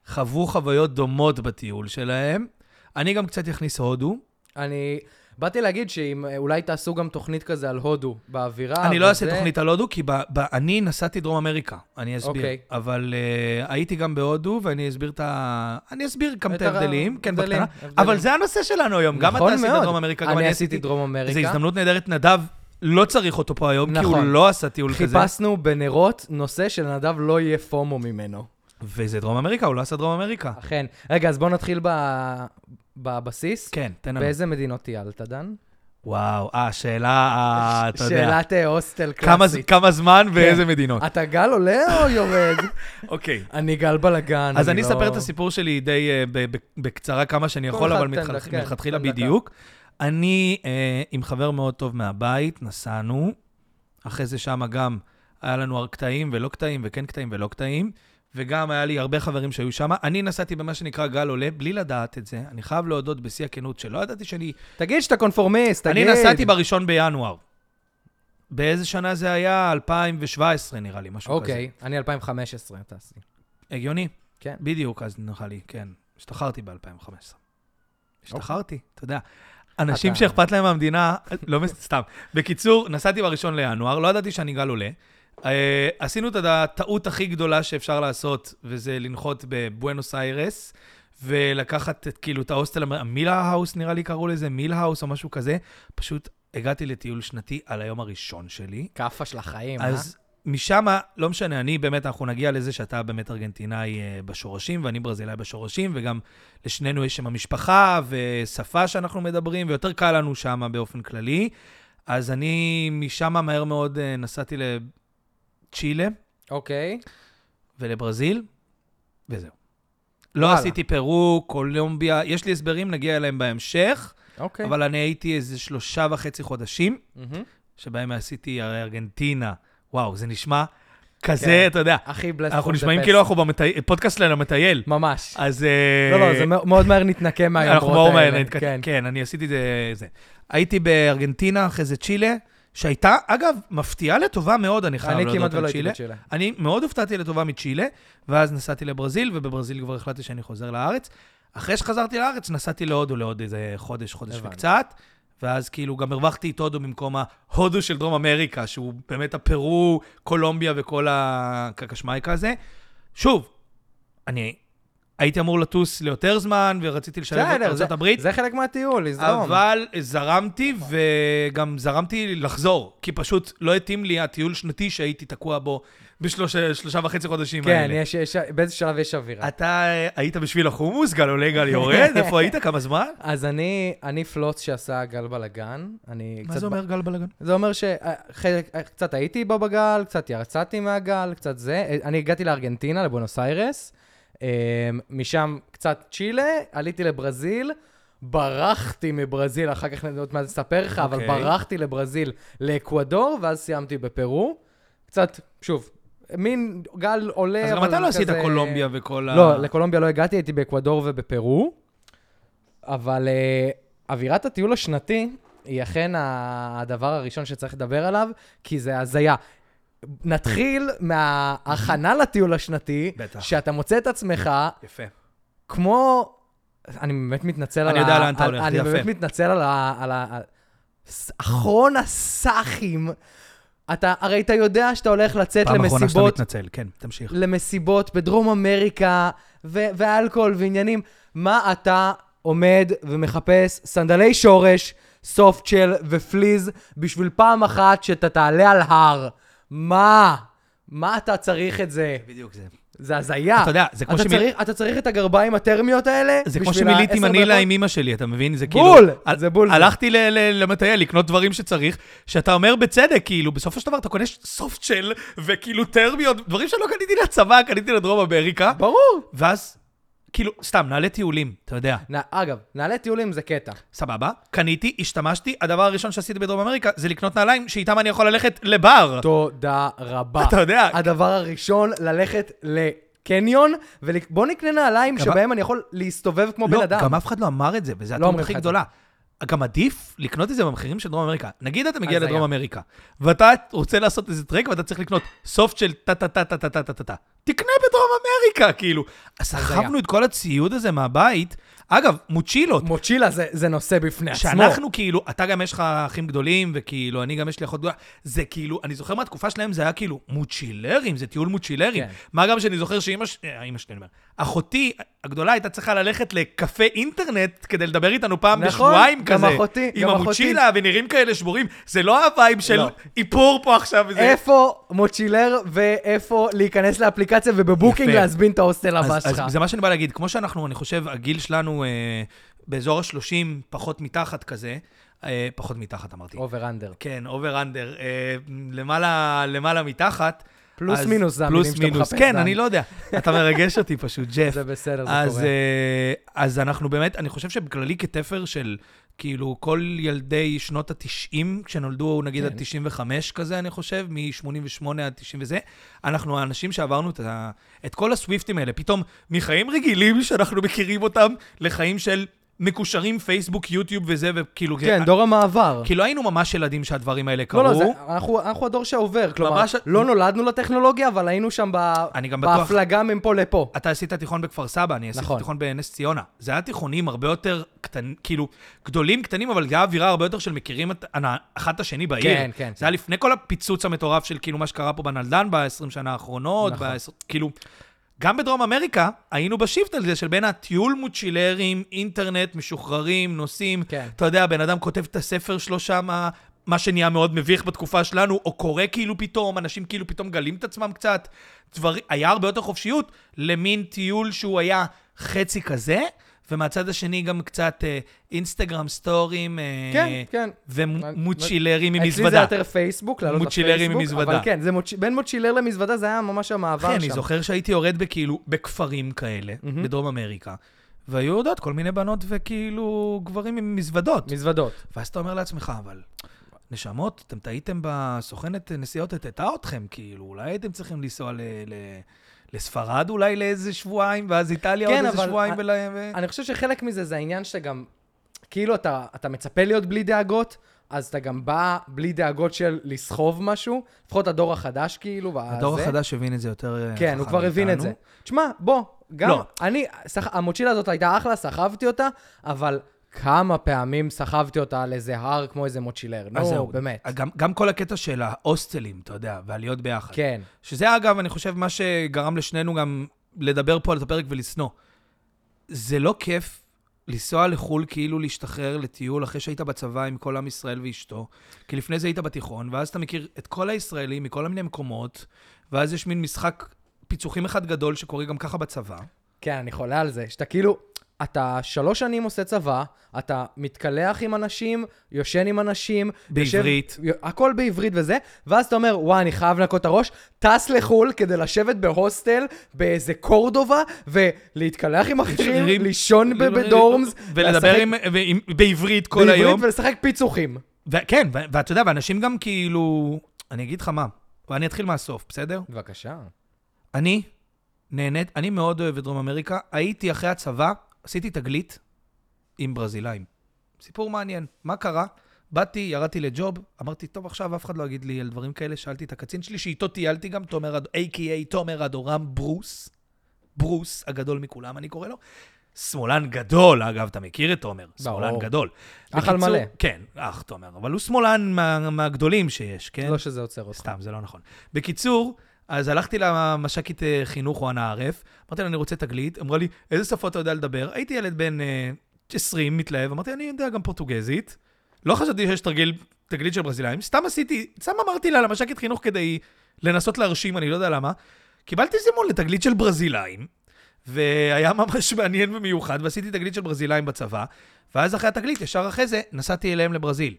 [SPEAKER 1] חוו חוויות דומות בטיול שלהם. אני גם קצת אכניס הודו.
[SPEAKER 2] אני באתי להגיד שאם אה, אולי תעשו גם תוכנית כזה על הודו באווירה.
[SPEAKER 1] אני לא
[SPEAKER 2] אה, אבל
[SPEAKER 1] אעשה
[SPEAKER 2] זה-
[SPEAKER 1] תוכנית על הודו, כי ב- ב- אני נסעתי דרום אמריקה, אני אסביר.
[SPEAKER 2] אוקיי.
[SPEAKER 1] אבל אה, הייתי גם בהודו, ואני אסביר את ה... אני אסביר גם את
[SPEAKER 2] את הר-
[SPEAKER 1] ההבדלים, כן,
[SPEAKER 2] הבדלים,
[SPEAKER 1] בקטנה.
[SPEAKER 2] הבדלים.
[SPEAKER 1] אבל זה הנושא שלנו היום, גם
[SPEAKER 2] נכון
[SPEAKER 1] אתה עשית
[SPEAKER 2] מאוד.
[SPEAKER 1] דרום אמריקה, גם
[SPEAKER 2] אני עשיתי דרום אמריקה.
[SPEAKER 1] זו הזדמנות נהדרת, נדב, לא צריך אותו פה היום, כי הוא
[SPEAKER 2] נכון.
[SPEAKER 1] לא עשה טיול כזה.
[SPEAKER 2] חיפשנו בנרות נושא שלנדב לא יהיה פומו ממנו.
[SPEAKER 1] וזה דרום אמריקה, הוא לא עשה דרום אמריקה.
[SPEAKER 2] אכן. רגע, אז בואו נתחיל ב- בבסיס.
[SPEAKER 1] כן, תן לנו.
[SPEAKER 2] באיזה מדינות טיילת, דן?
[SPEAKER 1] וואו, אה, שאלה, אה, אתה יודע.
[SPEAKER 2] שאלת אה, הוסטל
[SPEAKER 1] כמה ז-
[SPEAKER 2] קלאסית. כן. אה,
[SPEAKER 1] כמה זמן ואיזה מדינות.
[SPEAKER 2] אתה גל עולה או יורד?
[SPEAKER 1] אוקיי.
[SPEAKER 2] אני לא- גל בלאגן.
[SPEAKER 1] אז אני אספר את הסיפור שלי די אה, ב- ב- בקצרה כמה שאני
[SPEAKER 2] כל
[SPEAKER 1] יכול,
[SPEAKER 2] אחד
[SPEAKER 1] אבל
[SPEAKER 2] תן
[SPEAKER 1] מתחל-
[SPEAKER 2] דקה, כן,
[SPEAKER 1] מלכתחילה
[SPEAKER 2] תן דקה.
[SPEAKER 1] בדיוק. אני אה, עם חבר מאוד טוב מהבית, נסענו, אחרי זה שמה גם היה לנו קטעים ולא קטעים, וכן קטעים ולא קטעים, וגם היה לי הרבה חברים שהיו שם. אני נסעתי במה שנקרא גל עולה, בלי לדעת את זה. אני חייב להודות בשיא הכנות שלא ידעתי שאני...
[SPEAKER 2] תגיד שאתה קונפורמיסט, תגיד.
[SPEAKER 1] אני נסעתי בראשון בינואר. באיזה שנה זה היה? 2017 נראה לי, משהו כזה.
[SPEAKER 2] אוקיי, אני 2015 טסתי.
[SPEAKER 1] הגיוני.
[SPEAKER 2] כן.
[SPEAKER 1] בדיוק, אז נראה לי, כן. השתחררתי ב-2015. השתחררתי, אתה יודע. אנשים
[SPEAKER 2] אוקיי. אתה-
[SPEAKER 1] שאכפת להם מהמדינה, לא מס- סתם. בקיצור, נסעתי בראשון לינואר, לא ידעתי שאני גל עולה. אה, עשינו את הטעות הכי גדולה שאפשר לעשות, וזה לנחות בבואנוס איירס, ולקחת את, כאילו את ההוסטל, המ- המילה האוס נראה לי קראו לזה, מיל האוס או משהו כזה. פשוט הגעתי לטיול שנתי על היום הראשון שלי,
[SPEAKER 2] כאפה של החיים, אה?
[SPEAKER 1] אז משם, לא משנה, אני באמת, אנחנו נגיע לזה שאתה באמת ארגנטינאי אה, בשורשים, ואני ברזילאי בשורשים, וגם לשנינו יש שם משפחה ושפה שאנחנו מדברים, ויותר קל לנו שם באופן כללי. אז אני משם מהר מאוד אה, נסעתי לצ'ילה
[SPEAKER 2] אוקיי.
[SPEAKER 1] ולברזיל, וזהו. לא
[SPEAKER 2] וואלה.
[SPEAKER 1] עשיתי פרו, קולומביה, יש לי הסברים, נגיע אליהם בהמשך,
[SPEAKER 2] אוקיי.
[SPEAKER 1] אבל אני הייתי איזה שלושה וחצי חודשים.
[SPEAKER 2] מהמם.
[SPEAKER 1] שבהם עשיתי הרי ארגנטינה. וואו, זה נשמע כזה,
[SPEAKER 2] כן.
[SPEAKER 1] אתה יודע,
[SPEAKER 2] הכי בלסט.
[SPEAKER 1] אנחנו נשמעים כאילו אנחנו במטי- פודקאסט שלנו מטייל.
[SPEAKER 2] ממש.
[SPEAKER 1] אז... אה,
[SPEAKER 2] לא, לא, זה מאו- מאוד מהר נתנקם מהיומרות
[SPEAKER 1] אנחנו
[SPEAKER 2] האלה.
[SPEAKER 1] מאוד מעניינים.
[SPEAKER 2] כן.
[SPEAKER 1] כן, אני עשיתי את זה- זה. הייתי בארגנטינה, אחרי זה צ'ילה, שהייתה, אגב, מפתיעה לטובה מאוד, אני חייב
[SPEAKER 2] אני
[SPEAKER 1] להודות
[SPEAKER 2] כמעט
[SPEAKER 1] על
[SPEAKER 2] ולא הייתי
[SPEAKER 1] לא צ'ילה.
[SPEAKER 2] בצ'ילה.
[SPEAKER 1] אני מאוד הופתעתי לטובה מצ'ילה, ואז נסעתי לברזיל, ובברזיל כבר החלטתי שאני חוזר לארץ. אחרי שחזרתי לארץ, נסעתי להודו לעוד איזה חודש, חודש
[SPEAKER 2] הבנתי.
[SPEAKER 1] וקצת, ואז כאילו גם הרווחתי את הודו במקום ההודו של דרום אמריקה, שהוא באמת הפרו, קולומביה וכל הקקשמייקה הזה. שוב, אני הייתי אמור לטוס ליותר זמן, ורציתי לשלב את
[SPEAKER 2] בסדר,
[SPEAKER 1] ארצות
[SPEAKER 2] זה-
[SPEAKER 1] הברית.
[SPEAKER 2] זה חלק מהטיול, לזרום.
[SPEAKER 1] אבל זרמתי, וגם זרמתי לחזור, כי פשוט לא התאים לי הטיול שנתי שהייתי תקוע בו בשלושה שלושה וחצי חודשים
[SPEAKER 2] כן,
[SPEAKER 1] האלה.
[SPEAKER 2] יש, יש, באיזה שלב יש אווירה.
[SPEAKER 1] אתה אה, היית בשביל החומוס, גל עולה, גל יורד, איפה היית? כמה זמן?
[SPEAKER 2] אז אני, אני פלוץ שעשה גל בלאגן. אני
[SPEAKER 1] מה
[SPEAKER 2] קצת
[SPEAKER 1] זה אומר גל בלגן?
[SPEAKER 2] זה אומר אה, שקצת הייתי בו בגל, קצת יצאתי מהגל, קצת זה. אה, אני הגעתי לארגנטינה, לבואנוס איירס, אמ, משם קצת צ'ילה, עליתי לברזיל, ברחתי מברזיל, אחר כך נדע עוד מה זה לספר לך, אבל
[SPEAKER 1] אוקיי.
[SPEAKER 2] ברחתי לברזיל, לאקוודור, ואז סיימתי בפרו. קצת, שוב, מין גל עולה,
[SPEAKER 1] אז גם
[SPEAKER 2] אה, אבל
[SPEAKER 1] אתה לא עשית
[SPEAKER 2] כזה-
[SPEAKER 1] קולומביה וכל ה...
[SPEAKER 2] לא, לקולומביה לא הגעתי, הייתי באקוודור ובפרו, אבל אה, אווירת הטיול השנתי היא אכן ה- הדבר הראשון שצריך לדבר עליו, כי זה הזיה. נתחיל מההכנה לטיול השנתי,
[SPEAKER 1] בטח.
[SPEAKER 2] שאתה מוצא את עצמך
[SPEAKER 1] יפה.
[SPEAKER 2] כמו... אני באמת מתנצל על
[SPEAKER 1] אני יודע לאן אתה
[SPEAKER 2] על-
[SPEAKER 1] הולך, זה
[SPEAKER 2] אני
[SPEAKER 1] יפה.
[SPEAKER 2] באמת מתנצל על ה... על ה... על- ס- אחרון הסאחים. אתה, הרי אתה יודע שאתה הולך לצאת
[SPEAKER 1] פעם אחרונה שאתה
[SPEAKER 2] למסיבות
[SPEAKER 1] מתנצל, כן, תמשיך.
[SPEAKER 2] למסיבות בדרום אמריקה ו- ואלכוהול ועניינים. מה אתה עומד ומחפש סנדלי שורש, סופטשל ופליז בשביל פעם אחת שאתה תעלה על הר? מה? מה אתה צריך את זה?
[SPEAKER 1] בדיוק זה.
[SPEAKER 2] זה הזיה.
[SPEAKER 1] אתה יודע, זה כמו
[SPEAKER 2] אתה
[SPEAKER 1] שמי-
[SPEAKER 2] צריך, אתה צריך את הגרביים הטרמיות האלה
[SPEAKER 1] זה כמו
[SPEAKER 2] בשביל
[SPEAKER 1] שמילאתי
[SPEAKER 2] העשר
[SPEAKER 1] מנילה
[SPEAKER 2] דקות?
[SPEAKER 1] עם אימא שלי, אתה מבין? זה כאילו...
[SPEAKER 2] בול!
[SPEAKER 1] על-
[SPEAKER 2] זה בול.
[SPEAKER 1] הלכתי ל- ל- למטייל לקנות דברים שצריך, שאתה אומר בצדק, כאילו, בסופו של דבר אתה קונה סופטשל וכאילו טרמיות, דברים שלא קניתי לצבא, קניתי לדרום אמריקה,
[SPEAKER 2] ברור.
[SPEAKER 1] ואז, כאילו, סתם, נעלי טיולים, אתה יודע,
[SPEAKER 2] נ- אגב, נעלי טיולים זה קטע.
[SPEAKER 1] סבבה, קניתי, השתמשתי, הדבר הראשון שעשיתי בדרום אמריקה זה לקנות נעליים שאיתם אני יכול ללכת לבר.
[SPEAKER 2] תודה רבה.
[SPEAKER 1] אתה יודע.
[SPEAKER 2] הדבר הראשון, ללכת לקניון, ובוא נקנה נעליים
[SPEAKER 1] גם-
[SPEAKER 2] שבהם אני יכול להסתובב כמו בן
[SPEAKER 1] לא,
[SPEAKER 2] אדם.
[SPEAKER 1] גם אף אחד לא אמר את זה, וזה הטעות
[SPEAKER 2] אומרים
[SPEAKER 1] הכי
[SPEAKER 2] לך את
[SPEAKER 1] גדולה. גם עדיף לקנות את זה במחירים של דרום אמריקה. נגיד אתה מגיע
[SPEAKER 2] אז
[SPEAKER 1] לדרום
[SPEAKER 2] היה.
[SPEAKER 1] אמריקה, ואתה רוצה לעשות איזה טרק ואתה צריך לקנות סוף של טה-טה-טה-טה-טה-טה-טה. תקנה בדרום אמריקה, כאילו. אז סחבנו את כל הציוד הזה מהבית. אגב, מוצ'ילות.
[SPEAKER 2] מוצ'ילה זה, זה נושא בפני עצמו.
[SPEAKER 1] שאנחנו כאילו, אתה גם יש לך אחים גדולים, וכאילו, אני גם יש לי אחות גדולה. זה כאילו, אני זוכר מהתקופה שלהם, זה היה כאילו מוצ'ילרים, זה טיול מוצ'ילרים.
[SPEAKER 2] כן.
[SPEAKER 1] מה גם שאני זוכר שאימא ש... אה, אימא שלי, אני אומר. אחותי הגדולה הייתה צריכה ללכת לקפה אינטרנט כדי לדבר איתנו פעם
[SPEAKER 2] נכון,
[SPEAKER 1] בשבועיים
[SPEAKER 2] גם
[SPEAKER 1] כזה.
[SPEAKER 2] אחותי,
[SPEAKER 1] עם
[SPEAKER 2] גם אחותי.
[SPEAKER 1] המוצ'ילה, ונראים כאלה שבורים. זה לא הווייב של
[SPEAKER 2] לא.
[SPEAKER 1] איפור פה עכשיו. וזה-
[SPEAKER 2] איפה מוצ'ילר ואיפה להיכנס לאפליקציה ובבוקינג
[SPEAKER 1] יפה.
[SPEAKER 2] להזמין את ההוסטל הבא
[SPEAKER 1] אז,
[SPEAKER 2] שלך.
[SPEAKER 1] אז זה מה שאני בא להגיד, כמו שאנחנו, אני חושב, הגיל שלנו אה, באזור ה-30, פחות מתחת כזה, אה, פחות מתחת אמרתי,
[SPEAKER 2] אובר אנדר.
[SPEAKER 1] כן, אובר אנדר, אה, למעלה, למעלה מתחת.
[SPEAKER 2] פלוס
[SPEAKER 1] אז
[SPEAKER 2] מינוס זה
[SPEAKER 1] פלוס
[SPEAKER 2] המילים שאתה
[SPEAKER 1] מינוס.
[SPEAKER 2] מחפש,
[SPEAKER 1] כן,
[SPEAKER 2] דן.
[SPEAKER 1] אני לא יודע. אתה מרגש אותי פשוט, ג'ף.
[SPEAKER 2] זה בסדר, זה
[SPEAKER 1] אז,
[SPEAKER 2] קורה.
[SPEAKER 1] אה, אז אנחנו באמת, אני חושב שבכללי כתפר של, כאילו, כל ילדי שנות ה-90, כשנולדו, נגיד,
[SPEAKER 2] כן.
[SPEAKER 1] עד 95 כזה, אני חושב, מ-88 עד 90 וזה, אנחנו האנשים שעברנו את, ה- את כל הסוויפטים האלה, פתאום מחיים רגילים שאנחנו מכירים אותם, לחיים של מקושרים פייסבוק, יוטיוב וזה, וכאילו...
[SPEAKER 2] כן, דור המעבר.
[SPEAKER 1] כי לא היינו ממש ילדים שהדברים האלה קרו.
[SPEAKER 2] לא, לא, זה- אנחנו אנחנו הדור שעובר. כלומר,
[SPEAKER 1] ממש-
[SPEAKER 2] לא נולדנו לטכנולוגיה, אבל היינו שם ב-
[SPEAKER 1] אני גם בטוח-
[SPEAKER 2] בהפלגה מפה לפה.
[SPEAKER 1] אתה עשית תיכון בכפר סבא, אני עשיתי
[SPEAKER 2] נכון.
[SPEAKER 1] תיכון בנס ציונה. זה היה תיכונים הרבה יותר קטנים, כאילו, גדולים, קטנים, אבל זה היה אווירה הרבה יותר של מכירים את, אנ- אחד את השני בעיר.
[SPEAKER 2] כן, כן,
[SPEAKER 1] זה היה לפני כל הפיצוץ המטורף של כאילו מה שקרה פה בנלדן ב-20 שנה האחרונות,
[SPEAKER 2] נכון.
[SPEAKER 1] ב-10 כאילו... גם בדרום אמריקה היינו בשיפט על זה של בין הטיול מוצ'ילרים, אינטרנט, משוחררים, נוסעים.
[SPEAKER 2] כן.
[SPEAKER 1] אתה יודע, בן אדם כותב את הספר שלו שמה, מה שנהיה מאוד מביך בתקופה שלנו, או קורה כאילו פתאום, אנשים כאילו פתאום גלים את עצמם קצת. דבר... היה הרבה יותר חופשיות למין טיול שהוא היה חצי כזה, ומהצד השני גם קצת אה, אינסטגרם סטורים. אה,
[SPEAKER 2] כן, כן.
[SPEAKER 1] ומוצ'ילרים עם
[SPEAKER 2] אצלי זה
[SPEAKER 1] מזוודה.
[SPEAKER 2] יותר פייסבוק, לעלות לפייסבוק.
[SPEAKER 1] מוצ'ילרים עם מזוודה.
[SPEAKER 2] אבל כן, זה מוצ'- בין מוצ'ילר למזוודה זה היה ממש המעבר
[SPEAKER 1] אחי,
[SPEAKER 2] שם.
[SPEAKER 1] אני זוכר שהייתי יורד בכאילו, בכפרים כאלה, בדרום אמריקה, והיו יורדות כל מיני בנות וכאילו גברים עם מזוודות.
[SPEAKER 2] מזוודות.
[SPEAKER 1] ואז אתה אומר לעצמך, אבל... נשמות, אתם טעיתם בסוכנת נסיעות, הטעתה אתכם, כאילו, אולי הייתם צריכים לנסוע ל... ל... לספרד אולי לאיזה שבועיים, ואז איטליה
[SPEAKER 2] כן,
[SPEAKER 1] עוד איזה
[SPEAKER 2] אבל-
[SPEAKER 1] שבועיים.
[SPEAKER 2] אה,
[SPEAKER 1] ול... ו...
[SPEAKER 2] אני חושב שחלק מזה זה העניין שאתה גם, כאילו אתה, אתה מצפה להיות בלי דאגות, אז אתה גם בא בלי דאגות של לסחוב משהו, לפחות הדור החדש כאילו, והזה.
[SPEAKER 1] הדור החדש הבין את זה יותר אה,
[SPEAKER 2] כן, הוא
[SPEAKER 1] חכם
[SPEAKER 2] כבר הבין את
[SPEAKER 1] מאיתנו.
[SPEAKER 2] זה. תשמע, בוא, גם
[SPEAKER 1] לא.
[SPEAKER 2] אני, סח- המוצ'ילה הזאת הייתה אחלה, סחבתי אותה, אבל כמה פעמים סחבתי אותה על איזה הר כמו איזה מוצ'ילר.
[SPEAKER 1] אז
[SPEAKER 2] נו,
[SPEAKER 1] זהו,
[SPEAKER 2] באמת.
[SPEAKER 1] גם, גם כל הקטע של ההוסטלים, אתה יודע, והלהיות ביחד.
[SPEAKER 2] כן.
[SPEAKER 1] שזה אגב, אני חושב, מה שגרם לשנינו גם לדבר פה על את הפרק ולשנוא. זה לא כיף לנסוע לחו"ל כאילו להשתחרר לטיול אחרי שהיית בצבא עם כל עם ישראל ואשתו, כי לפני זה היית בתיכון, ואז אתה מכיר את כל הישראלים מכל מיני מקומות, ואז יש מין משחק פיצוחים אחד גדול שקורה גם ככה בצבא.
[SPEAKER 2] כן, אני חולה על זה, שאתה כאילו, אתה שלוש שנים עושה צבא, אתה מתקלח עם אנשים, יושן עם אנשים.
[SPEAKER 1] בעברית.
[SPEAKER 2] יושב, הכל בעברית וזה, ואז אתה אומר, וואי, אני חייב לנקות את הראש, טס לחו"ל כדי לשבת בהוסטל באיזה קורדובה, ולהתקלח עם אחרים, לישון לא, ב- בדורמס,
[SPEAKER 1] ולדבר
[SPEAKER 2] לשחק
[SPEAKER 1] עם, ועם, בעברית כל
[SPEAKER 2] בעברית
[SPEAKER 1] היום.
[SPEAKER 2] ולשחק פיצוחים.
[SPEAKER 1] ו- כן, ו- ואתה יודע, ואנשים גם כאילו... אני אגיד לך מה, ואני אתחיל מהסוף, בסדר?
[SPEAKER 2] בבקשה.
[SPEAKER 1] אני נהנית, אני מאוד אוהב את דרום אמריקה. הייתי אחרי הצבא, עשיתי תגלית עם ברזילאים. סיפור מעניין, מה קרה? באתי, ירדתי לג'וב, אמרתי, טוב, עכשיו אף אחד לא יגיד לי על דברים כאלה. שאלתי את הקצין שלי, שאיתו טיילתי גם, תומר, אד- A.K.A. תומר אדורם ברוס, ברוס הגדול מכולם, אני קורא לו. שמאלן גדול, אגב, אתה מכיר את תומר, שמאלן
[SPEAKER 2] ברור.
[SPEAKER 1] גדול.
[SPEAKER 2] אח על
[SPEAKER 1] בקיצור-
[SPEAKER 2] מלא.
[SPEAKER 1] כן, אח תומר, אבל הוא שמאלן מה- מהגדולים שיש, כן?
[SPEAKER 2] לא שזה עוצר אותך.
[SPEAKER 1] סתם, זה לא נכון. בקיצור, אז הלכתי למש"קית אה, חינוך או הנערף, אמרתי לה, אני רוצה תגלית. אמרה לי, איזה שפות אתה יודע לדבר? הייתי ילד בן אה, 20, מתלהב, אמרתי, אני יודע גם פורטוגזית. לא חשבתי שיש תרגיל, תגלית של ברזילאים, סתם עשיתי, סתם אמרתי לה למש"קית חינוך כדי לנסות להרשים, אני לא יודע למה. קיבלתי זימון לתגלית של ברזילאים, והיה ממש מעניין ומיוחד, ועשיתי תגלית של ברזילאים בצבא, ואז אחרי התגלית, ישר אחרי זה, נסעתי אליהם לברזיל.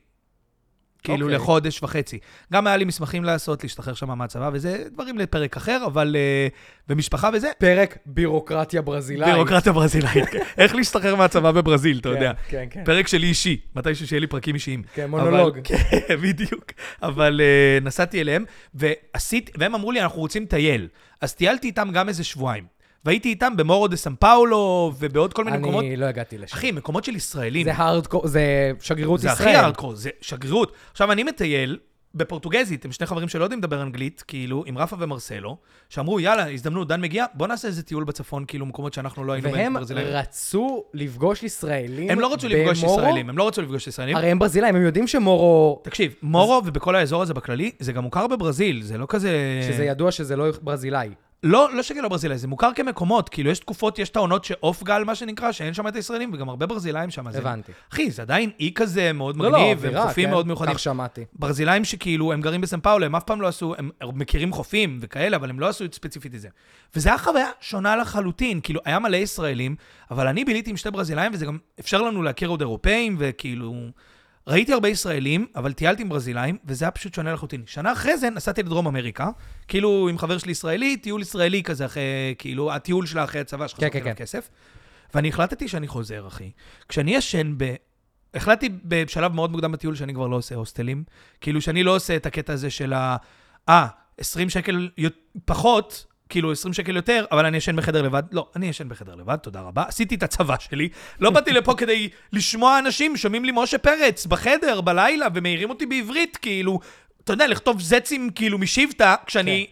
[SPEAKER 1] כאילו
[SPEAKER 2] אוקיי.
[SPEAKER 1] לחודש וחצי. גם היה לי מסמכים לעשות, להשתחרר שם מהצבא, וזה דברים לפרק אחר, אבל אה, במשפחה וזה,
[SPEAKER 2] פרק בירוקרטיה ברזילאית.
[SPEAKER 1] בירוקרטיה ברזילאית. איך להשתחרר מהצבא בברזיל, אתה
[SPEAKER 2] כן,
[SPEAKER 1] יודע.
[SPEAKER 2] כן, כן.
[SPEAKER 1] פרק שלי אישי, מתישהו שיהיה לי פרקים אישיים.
[SPEAKER 2] כן, מונולוג.
[SPEAKER 1] אבל- כן, בדיוק. אבל אה, נסעתי אליהם, ועשיתי, והם אמרו לי, אנחנו רוצים לטייל. אז טיילתי איתם גם איזה שבועיים. והייתי איתם במורו דה סן פאולו ובעוד כל מיני מקומות.
[SPEAKER 2] אני לא הגעתי לשם.
[SPEAKER 1] אחי, מקומות של ישראלים.
[SPEAKER 2] זה הארדקור, זה שגרירות
[SPEAKER 1] זה
[SPEAKER 2] ישראל.
[SPEAKER 1] הכי הארדקור, זה שגרירות. עכשיו, אני מטייל בפורטוגזית, הם שני חברים שלא יודעים לדבר אנגלית, כאילו, עם רפה ומרסלו, שאמרו, יאללה, הזדמנות, דן מגיע, בוא נעשה איזה טיול בצפון, כאילו, מקומות שאנחנו לא היינו
[SPEAKER 2] והם
[SPEAKER 1] ברזילאים."
[SPEAKER 2] רצו לפגוש ישראלים
[SPEAKER 1] הם לא רצו לפגוש
[SPEAKER 2] במורו?
[SPEAKER 1] ישראלים, הם כן. לא רצו לפגוש ישראלים.
[SPEAKER 2] הרי הם ברזילאים, הם יודעים שמורו...
[SPEAKER 1] תקשיב, מורו ובכל האזור הזה בכללי, זה גם מוכר בברזיל, זה לא כזה...
[SPEAKER 2] שזה ידוע שזה לא ברזילאי.
[SPEAKER 1] לא, לא שכאילו ברזילאי, זה מוכר כמקומות, כאילו יש תקופות, יש את העונות שאוף גל, מה שנקרא, שאין שם את הישראלים, וגם הרבה ברזילאים שם. אז הם-
[SPEAKER 2] הבנתי.
[SPEAKER 1] אחי, זה עדיין אי כזה מאוד
[SPEAKER 2] לא, לא,
[SPEAKER 1] מגניב,
[SPEAKER 2] אווירה,
[SPEAKER 1] והם חופים
[SPEAKER 2] כן,
[SPEAKER 1] מאוד מיוחדים.
[SPEAKER 2] כך שמעתי.
[SPEAKER 1] ברזילאים שכאילו, הם גרים בסן פאולו, הם אף פעם לא עשו, הם מכירים חופים וכאלה, אבל הם לא עשו את ספציפית את זה. וזו הייתה חוויה שונה לחלוטין, כאילו, היה מלא ישראלים, אבל אני ביליתי עם שתי ברזילאים, וזה גם אפשר לנו להכיר עוד אירופאים, וכאילו... ראיתי הרבה ישראלים, אבל טיילתי עם ברזילאים, וזה היה פשוט שונה לחלוטין. שנה אחרי זה נסעתי לדרום אמריקה, כאילו עם חבר שלי ישראלי, טיול ישראלי כזה אחרי, כאילו, הטיול שלה אחרי הצבא, שחשבתי
[SPEAKER 2] כן,
[SPEAKER 1] עליו
[SPEAKER 2] כן.
[SPEAKER 1] כסף. ואני החלטתי שאני חוזר, אחי. כשאני ישן ב... החלטתי בשלב מאוד מוקדם בטיול שאני כבר לא עושה הוסטלים. כאילו שאני לא עושה את הקטע הזה של ה... אה, 20 שקל יות- פחות, כאילו 20 שקל יותר, אבל אני ישן בחדר לבד. לא, אני ישן בחדר לבד, תודה רבה. עשיתי את הצבא שלי. לא באתי לפה כדי לשמוע אנשים, שומעים לי משה פרץ בחדר, בלילה, ומעירים אותי בעברית, כאילו, אתה יודע, לכתוב זצים כאילו משבטה, כשאני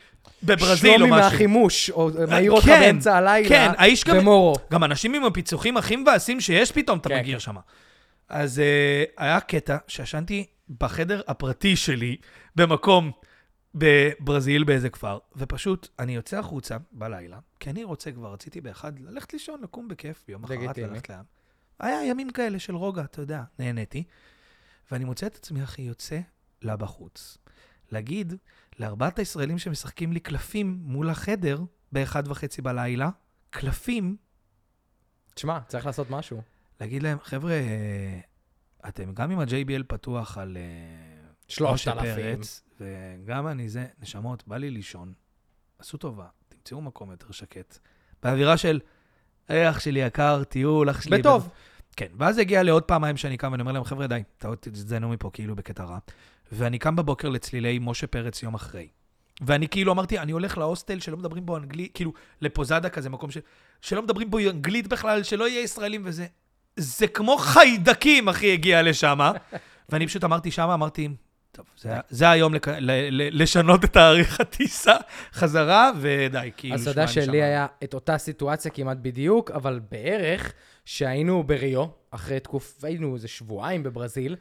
[SPEAKER 1] בברזיל או
[SPEAKER 2] שלומי
[SPEAKER 1] משהו.
[SPEAKER 2] מהחימוש, או מעיר אותך
[SPEAKER 1] כן,
[SPEAKER 2] באמצע הלילה,
[SPEAKER 1] כן, האיש גם-
[SPEAKER 2] במורו.
[SPEAKER 1] גם אנשים עם הפיצוחים הכי מבאסים שיש פתאום, אתה
[SPEAKER 2] כן,
[SPEAKER 1] מגיר
[SPEAKER 2] כן.
[SPEAKER 1] שם. אז uh, היה קטע שישנתי בחדר הפרטי שלי, במקום בברזיל, באיזה כפר, ופשוט אני יוצא החוצה בלילה, כי אני רוצה כבר, רציתי באחד ללכת לישון, לקום בכיף, ביום אחרת
[SPEAKER 2] לגיטימי.
[SPEAKER 1] ללכת לים. היה ימים כאלה של רוגע, אתה יודע, נהניתי. ואני מוצא את עצמי, אחי, יוצא לה בחוץ. להגיד לארבעת הישראלים שמשחקים לי קלפים מול החדר באחד וחצי בלילה, קלפים,
[SPEAKER 2] תשמע, צריך לעשות משהו.
[SPEAKER 1] להגיד להם, חבר'ה, אה, אתם גם עם ה-JBL פתוח על אה,
[SPEAKER 2] שלושת
[SPEAKER 1] משה
[SPEAKER 2] אלפים.
[SPEAKER 1] פרץ, וגם אני זה, נשמות, בא לי לישון, עשו טובה, תמצאו מקום יותר שקט. באווירה של, "היי, אח שלי יקר, טיול, אח שלי...
[SPEAKER 2] בטוב.
[SPEAKER 1] כן, ואז הגיע לעוד פעמיים שאני קם, ואני אומר להם, חבר'ה, די, תעוד- תזדיינו מפה, כאילו בקטע רע. ואני קם בבוקר לצלילי משה פרץ יום אחרי. ואני כאילו אמרתי, אני הולך להוסטל שלא מדברים בו אנגלית, כאילו, לפוזדה כזה, מקום ש... שלא מדברים בו אנגלית בכלל, שלא יהיה ישראלים וזה. זה כמו חיידקים, אחי, הגיע לשם. אה? ואני פשוט אמרתי שמה, אמרתי, טוב, זה, ה- זה היום לק... ל... ל... לשנות את תאריך הטיסה חזרה, ודי, כאילו,
[SPEAKER 2] הסעדה
[SPEAKER 1] שמע,
[SPEAKER 2] שלי
[SPEAKER 1] נשמה.
[SPEAKER 2] היה את אותה סיטואציה כמעט בדיוק, אבל בערך שהיינו בריו, אחרי תקוף, היינו איזה שבועיים בברזיל.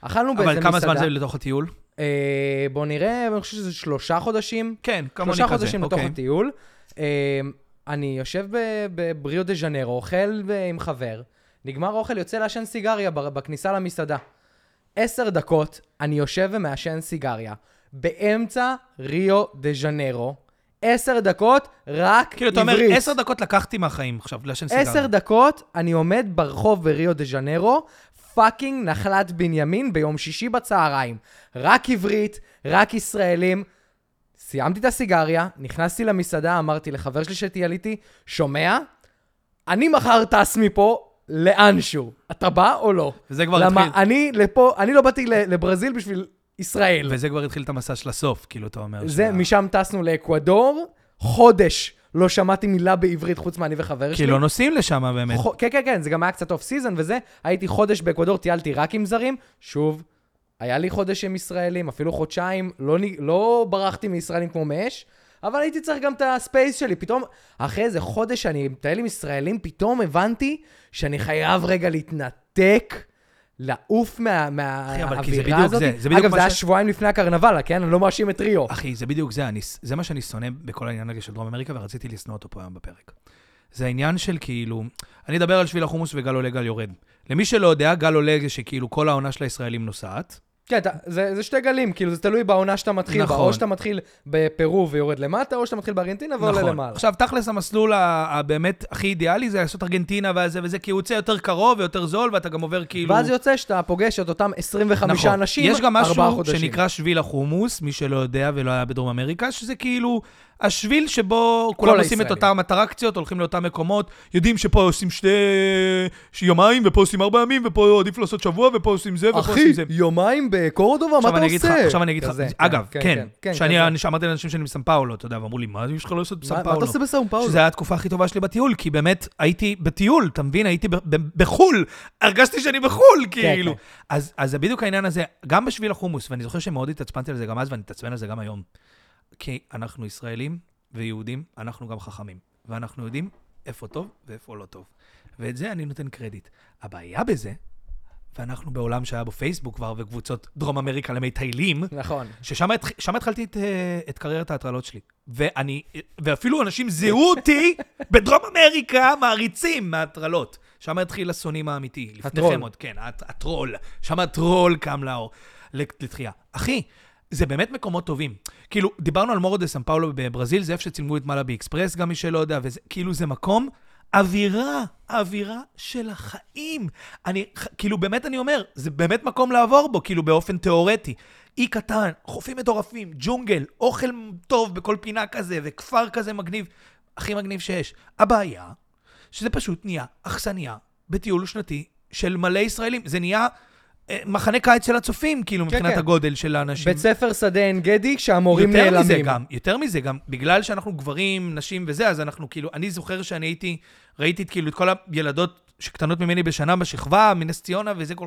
[SPEAKER 2] אכלנו באיזה
[SPEAKER 1] אבל
[SPEAKER 2] מסעדה.
[SPEAKER 1] כמה זמן זה לתוך הטיול?
[SPEAKER 2] אה, בוא נראה, אני חושב שזה שלושה חודשים.
[SPEAKER 1] כן, כמוני כזה.
[SPEAKER 2] שלושה חודשים לתוך
[SPEAKER 1] אוקיי.
[SPEAKER 2] הטיול. אה, אני יושב ב- בבריו דה ז'נרו, אוכל ב- עם חבר, נגמר האוכל, יוצא לעשן סיגריה ב- בכניסה למסעדה. עשר דקות אני יושב ומעשן סיגריה, באמצע ריו דה ז'נרו, עשר דקות, רק עברית.
[SPEAKER 1] כאילו, אתה אומר, עשר דקות לקחתי מהחיים עכשיו, לעשן סיגריה.
[SPEAKER 2] עשר דקות אני עומד ברחוב בריו דה ז'נרו, פאקינג נחלת בנימין ביום שישי בצהריים. רק עברית, רק ישראלים. סיימתי את הסיגריה, נכנסתי למסעדה, אמרתי לחבר שלי שטייל איתי, שומע? אני מחר טס מפה לאנשהו. אתה בא או לא?
[SPEAKER 1] וזה כבר
[SPEAKER 2] למה
[SPEAKER 1] התחיל.
[SPEAKER 2] אני לפה, אני לא באתי ל- לברזיל בשביל ישראל.
[SPEAKER 1] וזה כבר התחיל את המסע של הסוף, כאילו, אתה אומר.
[SPEAKER 2] זה,
[SPEAKER 1] שה-
[SPEAKER 2] משם טסנו לאקוודור, חודש לא שמעתי מילה בעברית חוץ מאני וחבר שלי.
[SPEAKER 1] כי לא נוסעים לשם באמת.
[SPEAKER 2] חו- כן, כן, כן, זה גם היה קצת אוף סיזון וזה. הייתי חודש באקוודור, טיילתי רק עם זרים. שוב, היה לי חודש עם ישראלים, אפילו חודשיים, לא, נ- לא ברחתי מישראלים כמו מאש, אבל הייתי צריך גם את הספייס שלי. פתאום, אחרי איזה חודש שאני מטייל עם ישראלים, פתאום הבנתי שאני חייב רגע להתנתק. לעוף מה,
[SPEAKER 1] אחי, אבל כי זה
[SPEAKER 2] מהאווירה
[SPEAKER 1] בדיוק
[SPEAKER 2] הזאת.
[SPEAKER 1] זה, זה בדיוק
[SPEAKER 2] אגב,
[SPEAKER 1] מה
[SPEAKER 2] זה היה
[SPEAKER 1] ש-
[SPEAKER 2] שבועיים לפני הקרנבל, כן? אני לא מאשים את ריו.
[SPEAKER 1] אחי, זה בדיוק זה, אני, זה מה שאני שונא בכל העניין הזה של דרום אמריקה, ורציתי לשנוא אותו פה היום בפרק. זה העניין של כאילו, אני אדבר על שביל החומוס וגל עולה, גל יורד. למי שלא יודע, גל עולה זה שכאילו כל העונה של הישראלים נוסעת.
[SPEAKER 2] כן, אתה, זה, זה שתי גלים, כאילו זה תלוי בעונה שאתה מתחיל, בה.
[SPEAKER 1] נכון.
[SPEAKER 2] או שאתה מתחיל בפרו ויורד למטה, או שאתה מתחיל בארגנטינה ועולה למעלה.
[SPEAKER 1] נכון. עכשיו, תכלס המסלול ה- הבאמת הכי אידיאלי זה לעשות ארגנטינה וזה וזה, כי הוא יוצא יותר קרוב ויותר זול, ואתה גם עובר כאילו...
[SPEAKER 2] ואז יוצא שאתה פוגש את אותם 25
[SPEAKER 1] נכון.
[SPEAKER 2] אנשים,
[SPEAKER 1] יש גם
[SPEAKER 2] ארבעה
[SPEAKER 1] משהו
[SPEAKER 2] חודשים.
[SPEAKER 1] שנקרא שביל החומוס, מי שלא יודע ולא היה בדרום אמריקה, שזה כאילו, השביל שבו כולם עושים את
[SPEAKER 2] הישראלים.
[SPEAKER 1] אותם אטרקציות, הולכים לאותם מקומות, יודעים שפה עושים שתי ש- יומיים, ופה עושים ארבע ימים, ופה עדיף לעשות שבוע, ופה עושים זה, ופה
[SPEAKER 2] אחי,
[SPEAKER 1] עושים זה.
[SPEAKER 2] יומיים בקורדובה, מה
[SPEAKER 1] עכשיו
[SPEAKER 2] אתה
[SPEAKER 1] אני אגיד לך,
[SPEAKER 2] עושה?
[SPEAKER 1] עכשיו אני אגיד לך,
[SPEAKER 2] כזה,
[SPEAKER 1] אגב, כן,
[SPEAKER 2] כזה.
[SPEAKER 1] שאני אני שמעתי לאנשים שאני מסאם פאולו, אתה יודע, ואמרו לי, מה יש לך לא לעשות
[SPEAKER 2] מה-
[SPEAKER 1] בסאם
[SPEAKER 2] מה אתה
[SPEAKER 1] פאולו?
[SPEAKER 2] עושה בסאו פאולו?
[SPEAKER 1] שזו הייתה התקופה הכי טובה שלי בטיול, כי באמת הייתי בטיול, אתה מבין? הייתי ב- ב- בחו"ל, הרגשתי שאני בחו"ל, כאילו.
[SPEAKER 2] כן.
[SPEAKER 1] אז אז זה בדיוק העניין הזה, גם בשביל החומוס, ואני זוכר שמאוד התעצבנתי על זה גם אז, ואני מתעצבן על זה גם היום. כי אנחנו ישראלים ויהודים, אנחנו גם חכמים, ואנחנו יודעים איפה טוב ואיפה לא טוב. ואת זה אני נותן קרדיט. הבעיה בזה, ואנחנו בעולם שהיה בו פייסבוק כבר, וקבוצות דרום אמריקה למטיילים,
[SPEAKER 2] נכון.
[SPEAKER 1] ששם התח... שם התחלתי את, אה, את קריירת ההטרלות שלי. ואני, ואפילו אנשים זיהו אותי בדרום אמריקה מעריצים מההטרלות. שם התחיל השונאים האמיתי.
[SPEAKER 2] הטרול.
[SPEAKER 1] לפניכם עוד, כן, הט- הטרול. שם הטרול קם לאור, לת- לתחייה. אחי, זה באמת מקומות טובים. כאילו, דיברנו על מורו דה סן פאולו בברזיל, זה איפה שצילמו את מלאבי אקספרס, גם מי שלא יודע, וזה, כאילו זה מקום, אווירה, אווירה של החיים. אני, ח- כאילו, באמת אני אומר, זה באמת מקום לעבור בו, כאילו, באופן תיאורטי. אי קטן, חופים מטורפים, ג'ונגל, אוכל טוב בכל פינה כזה, וכפר כזה מגניב, הכי מגניב שיש. הבעיה, שזה פשוט נהיה אכסניה בטיול שנתי של מלא ישראלים. זה נהיה אה, מחנה קיץ של הצופים, כאילו, מבחינת
[SPEAKER 2] כן.
[SPEAKER 1] הגודל של האנשים.
[SPEAKER 2] בית ספר שדה עין גדי, כשהמורים
[SPEAKER 1] יותר
[SPEAKER 2] נעלמים.
[SPEAKER 1] מזה גם, יותר מזה גם, בגלל שאנחנו גברים, נשים וזה, אז אנחנו כאילו, אני זוכר שאני הייתי, ראיתי את כאילו את כל הילדות שקטנות ממני בשנה בשכבה, מנס ציונה וזה כל...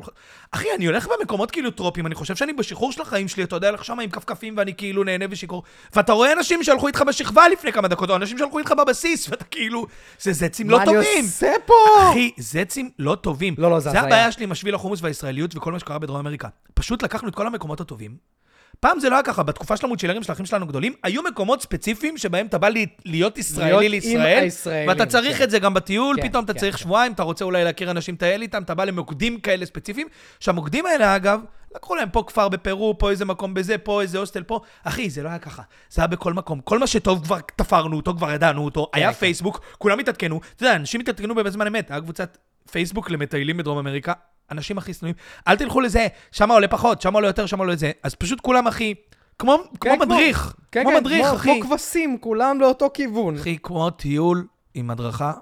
[SPEAKER 1] אחי, אני הולך במקומות כאילו טרופים, אני חושב שאני בשחרור של החיים שלי, אתה יודע, לך שמה עם כפכפים ואני כאילו נהנה ושיכור, ואתה רואה אנשים שהלכו איתך בשכבה לפני כמה דקות, או אנשים שהלכו איתך בבסיס, ואתה כאילו, זה זצים לא
[SPEAKER 2] מה אני
[SPEAKER 1] טובים.
[SPEAKER 2] עושה פה?
[SPEAKER 1] אחי, זצים לא טובים.
[SPEAKER 2] לא, לא, זה
[SPEAKER 1] זה
[SPEAKER 2] הזיה.
[SPEAKER 1] הבעיה שלי עם השביל החומוס והישראליות וכל מה שקרה בדרום אמריקה. פשוט לקחנו את כל המקומות הטובים. פעם זה לא היה ככה, בתקופה של המוצ'ילרים של האחים שלנו גדולים, היו מקומות ספציפיים שבהם אתה בא לי- להיות
[SPEAKER 2] להיות
[SPEAKER 1] ישראלי
[SPEAKER 2] עם
[SPEAKER 1] לישראל,
[SPEAKER 2] הישראלים,
[SPEAKER 1] ואתה צריך
[SPEAKER 2] כן.
[SPEAKER 1] את זה גם בטיול,
[SPEAKER 2] כן,
[SPEAKER 1] פתאום אתה
[SPEAKER 2] כן,
[SPEAKER 1] צריך
[SPEAKER 2] כן.
[SPEAKER 1] שבועיים, אתה רוצה אולי להכיר אנשים, טייל איתם, אתה בא למוקדים כאלה ספציפיים, שהמוקדים האלה, אגב, לקחו להם פה כפר בפרו, פה איזה מקום בזה, פה איזה הוסטל פה. אחי, זה לא היה ככה, זה היה בכל מקום. כל מה שטוב כבר תפרנו אותו, כבר ידענו אותו, היה
[SPEAKER 2] כן.
[SPEAKER 1] פייסבוק, כולם התעדכנו. אתה יודע, אנשים התעדכנו בזמן אמת, היה קבוצת פייסבוק למטיילים בדרום אמריקה, אנשים הכי שנואים. אל תלכו לזה, שם עולה פחות, שם עולה יותר, שם עולה זה. אז פשוט כולם הכי, כמו כמו
[SPEAKER 2] כן, כמו-
[SPEAKER 1] מדריך,
[SPEAKER 2] כן,
[SPEAKER 1] כמו
[SPEAKER 2] כן,
[SPEAKER 1] מדריך, אחי.
[SPEAKER 2] כמו כבשים, כולם לאותו כיוון.
[SPEAKER 1] אחי, כמו טיול עם הדרכה,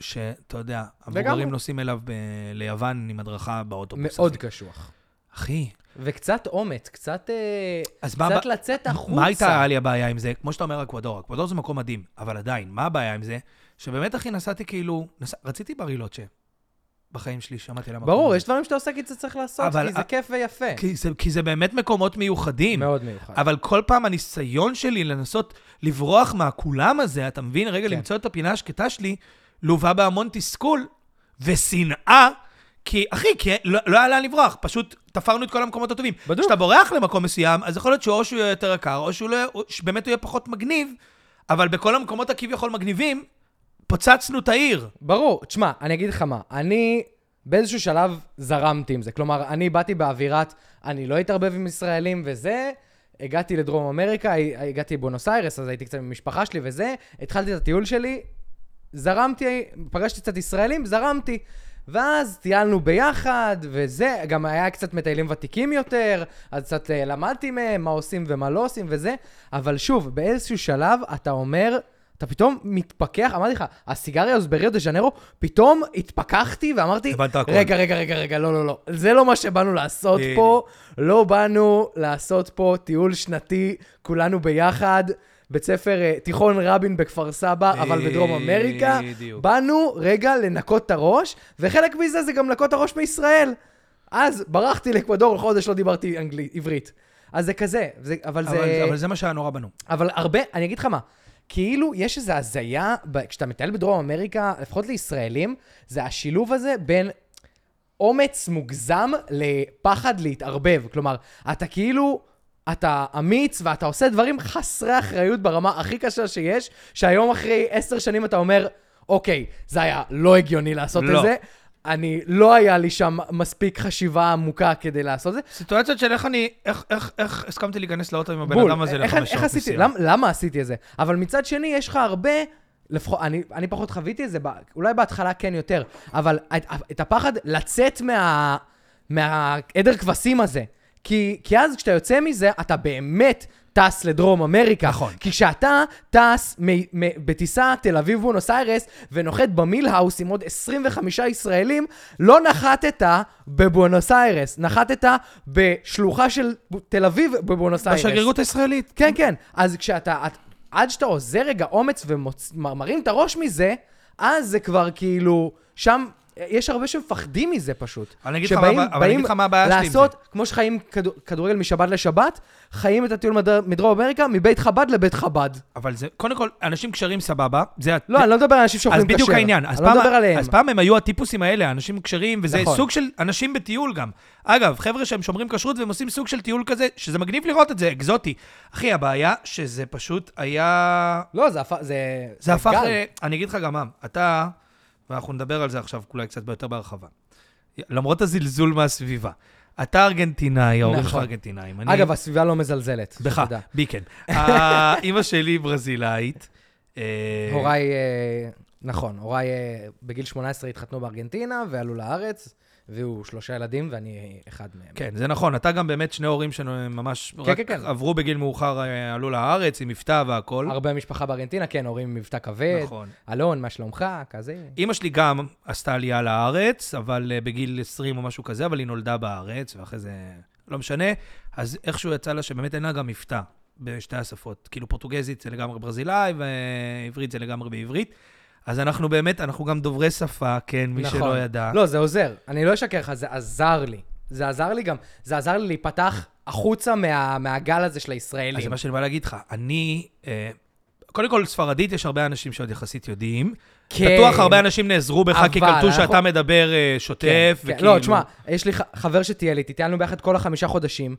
[SPEAKER 1] שאתה יודע,
[SPEAKER 2] לגמרי.
[SPEAKER 1] המבוגרים נוסעים אליו ב- ליוון עם הדרכה באוטובוס.
[SPEAKER 2] מאוד
[SPEAKER 1] אחי.
[SPEAKER 2] קשוח.
[SPEAKER 1] אחי,
[SPEAKER 2] וקצת אומץ, קצת... אה,
[SPEAKER 1] אז מה...
[SPEAKER 2] קצת
[SPEAKER 1] הבע-
[SPEAKER 2] לצאת החוצה.
[SPEAKER 1] מה הייתה לי הבעיה עם זה? כמו שאתה אומר, אקוודור. אקוודור זה מקום מדהים, אבל עדיין, מה הבעיה עם זה? שבאמת, אחי, נסעתי כאילו... נסע- רציתי בר אילוצ'ה. בחיים שלי, שמעתי על המקום.
[SPEAKER 2] ברור,
[SPEAKER 1] הזה.
[SPEAKER 2] יש דברים שאתה עושה כי אתה צריך לעשות,
[SPEAKER 1] אבל-
[SPEAKER 2] כי זה כיף ויפה.
[SPEAKER 1] כי זה- כי זה באמת מקומות מיוחדים.
[SPEAKER 2] מאוד מיוחד.
[SPEAKER 1] אבל כל פעם הניסיון שלי לנסות לברוח מהכולם הזה, אתה מבין? רגע,
[SPEAKER 2] כן.
[SPEAKER 1] למצוא את הפינה השקטה שלי, לווה בהמון תסכול ושנאה, כי, אחי, כי לא, לא היה לאן לברוח, פשוט תפרנו את כל המקומות הטובים.
[SPEAKER 2] בדיוק.
[SPEAKER 1] כשאתה בורח למקום מסוים, אז יכול להיות שאו שהוא יהיה יותר יקר, או שהוא לא, יהיה- או שבאמת הוא יהיה פחות מגניב, אבל בכל המקומות הכביכול מגניבים, פוצצנו את העיר.
[SPEAKER 2] ברור, תשמע, אני אגיד לך מה, אני באיזשהו שלב זרמתי עם זה. כלומר, אני באתי באווירת, אני לא אתערבב עם ישראלים וזה, הגעתי לדרום אמריקה, הי- הגעתי לבונוס איירס, אז הייתי קצת עם המשפחה שלי וזה, התחלתי את הטיול שלי, זרמתי, פגשתי קצת ישראלים, זרמתי. ואז טיילנו ביחד, וזה, גם היה קצת מטיילים ותיקים יותר, אז קצת אה, למדתי מהם מה עושים ומה לא עושים וזה, אבל שוב, באיזשהו שלב אתה אומר, אתה פתאום מתפכח, אמרתי לך, הסיגריה הזו בריו דה ז'נרו, פתאום התפכחתי ואמרתי,
[SPEAKER 1] הבנת הכל.
[SPEAKER 2] רגע, רגע, רגע, רגע, לא, לא, לא, זה לא מה שבאנו לעשות
[SPEAKER 1] בדיוק.
[SPEAKER 2] פה, לא באנו לעשות פה טיול שנתי, כולנו ביחד, בית ספר, אה, תיכון רבין בכפר סבא, אבל בדרום אמריקה.
[SPEAKER 1] בדיוק.
[SPEAKER 2] באנו רגע לנקות את הראש, וחלק מזה זה גם לנקות את הראש מישראל. אז ברחתי לאקוודור, חודש לא דיברתי אנגלית, עברית. אז זה כזה, זה, אבל,
[SPEAKER 1] אבל,
[SPEAKER 2] זה...
[SPEAKER 1] אבל זה מה שהיה נורא בנו.
[SPEAKER 2] אבל הרבה, אני אגיד לך מה, כאילו יש איזו הזיה, ב- כשאתה מטייל בדרום אמריקה, לפחות לישראלים, זה השילוב הזה בין אומץ מוגזם לפחד להתערבב. כלומר, אתה כאילו... אתה אמיץ ואתה עושה דברים חסרי אחריות ברמה הכי קשה שיש, שהיום אחרי עשר שנים אתה אומר, אוקיי, זה היה לא הגיוני לעשות
[SPEAKER 1] לא.
[SPEAKER 2] את זה, אני, לא היה לי שם מספיק חשיבה עמוקה כדי לעשות את זה,
[SPEAKER 1] סיטואציות של איך אני, איך, איך, איך הסכמתי להיכנס לאוטו עם הבן
[SPEAKER 2] בול.
[SPEAKER 1] אדם הזה
[SPEAKER 2] איך-
[SPEAKER 1] לחמש
[SPEAKER 2] איך
[SPEAKER 1] שעות
[SPEAKER 2] עשיתי-
[SPEAKER 1] נסיעה.
[SPEAKER 2] למ- למה עשיתי את זה? אבל מצד שני, יש לך הרבה... לפחות, אני, אני פחות חוויתי את זה, ב- אולי בהתחלה כן יותר, אבל את, את הפחד לצאת מה... מהעדר כבשים הזה. כי, כי אז כשאתה יוצא מזה, אתה באמת טס לדרום אמריקה.
[SPEAKER 1] נכון.
[SPEAKER 2] כי כשאתה טס מ- מ- בטיסה תל אביב בונוס איירס ונוחת במילהאוס עם עוד 25 ישראלים, לא נחתת בבונוס איירס, נחתת בשלוחה של ב- תל אביב בבונוס איירס.
[SPEAKER 1] בשגרירות לא, הישראלית.
[SPEAKER 2] כן, כן. אז כשאתה, את, עד שאתה אוזר רגע אומץ ומרים את הראש מזה, אז זה כבר כאילו, שם, יש הרבה שמפחדים מזה פשוט.
[SPEAKER 1] אבל אני אגיד לך מה הבע- אבל אני אגיד לך מה הבעיה שלי עם זה.
[SPEAKER 2] לעשות, כמו שחיים כדור, כדורגל משבת לשבת, חיים את הטיול מדר- מדרום אמריקה מבית חב"ד לבית חב"ד.
[SPEAKER 1] אבל זה, קודם כל, אנשים כשרים סבבה, זה...
[SPEAKER 2] לא, אני לא מדבר על אנשים
[SPEAKER 1] אז
[SPEAKER 2] שאוכלים כשר.
[SPEAKER 1] בדיוק העניין. אז
[SPEAKER 2] אני לא
[SPEAKER 1] פעם-
[SPEAKER 2] מדבר עליהם.
[SPEAKER 1] אז פעם הם היו הטיפוסים האלה, אנשים כשרים, וזה
[SPEAKER 2] נכון.
[SPEAKER 1] סוג של אנשים בטיול גם. אגב, חבר'ה שהם שומרים כשרות והם עושים סוג של טיול כזה, שזה מגניב לראות את זה, אקזוטי. אחי, הבעיה שזה פשוט היה...
[SPEAKER 2] לא, זה הפך... זה,
[SPEAKER 1] זה הפך
[SPEAKER 2] גל.
[SPEAKER 1] ל... אני אגיד לך גם מה, אתה, ואנחנו נדבר על זה עכשיו אולי קצת ביותר בהרחבה. למרות הזלזול מהסביבה. אתה ארגנטינאי, ההורים שלך
[SPEAKER 2] נכון.
[SPEAKER 1] ארגנטינאים. אני-
[SPEAKER 2] אגב, הסביבה לא מזלזלת.
[SPEAKER 1] בך,
[SPEAKER 2] שתדע.
[SPEAKER 1] בי כן. אה, אימא שלי ברזילאית. אה,
[SPEAKER 2] הוריי, אה, נכון, הוריי אה, בגיל 18 התחתנו בארגנטינה ועלו לארץ, והיו שלושה ילדים ואני אחד מהם.
[SPEAKER 1] כן, זה נכון. אתה גם באמת שני הורים שממש
[SPEAKER 2] כן,
[SPEAKER 1] רק
[SPEAKER 2] כן.
[SPEAKER 1] עברו בגיל מאוחר, אה, עלו לארץ עם מבטא והכול.
[SPEAKER 2] הרבה משפחה בארגנטינה, כן, הורים עם מבטא כבד.
[SPEAKER 1] נכון.
[SPEAKER 2] אלון, מה שלומך? כזה.
[SPEAKER 1] אימא שלי גם עשתה עלייה לארץ, אבל אה, בגיל 20 או משהו כזה, אבל היא נולדה בארץ, ואחרי זה לא משנה. אז איכשהו יצא לה שבאמת אין לה גם מבטא בשתי השפות. כאילו פורטוגזית זה לגמרי ברזילאי, ועברית זה לגמרי בעברית. אז אנחנו באמת, אנחנו גם דוברי שפה, כן, מי
[SPEAKER 2] נכון.
[SPEAKER 1] שלא ידע.
[SPEAKER 2] לא, זה עוזר. אני לא אשקר לך, זה עזר לי. זה עזר לי גם, זה עזר לי להיפתח החוצה מה, מהגל הזה של הישראלים.
[SPEAKER 1] אז אה, זה מה שאני בא להגיד לך. אני, אה, קודם כל, ספרדית, יש הרבה אנשים שעוד יחסית יודעים.
[SPEAKER 2] כן.
[SPEAKER 1] בטוח הרבה אנשים נעזרו בך, כי
[SPEAKER 2] אבל
[SPEAKER 1] קלטו
[SPEAKER 2] אנחנו-
[SPEAKER 1] שאתה מדבר אה, שוטף,
[SPEAKER 2] כן,
[SPEAKER 1] וכאילו...
[SPEAKER 2] לא, תשמע, יש לי ח- חבר שטייל איתי, טיילנו ביחד כל החמישה חודשים.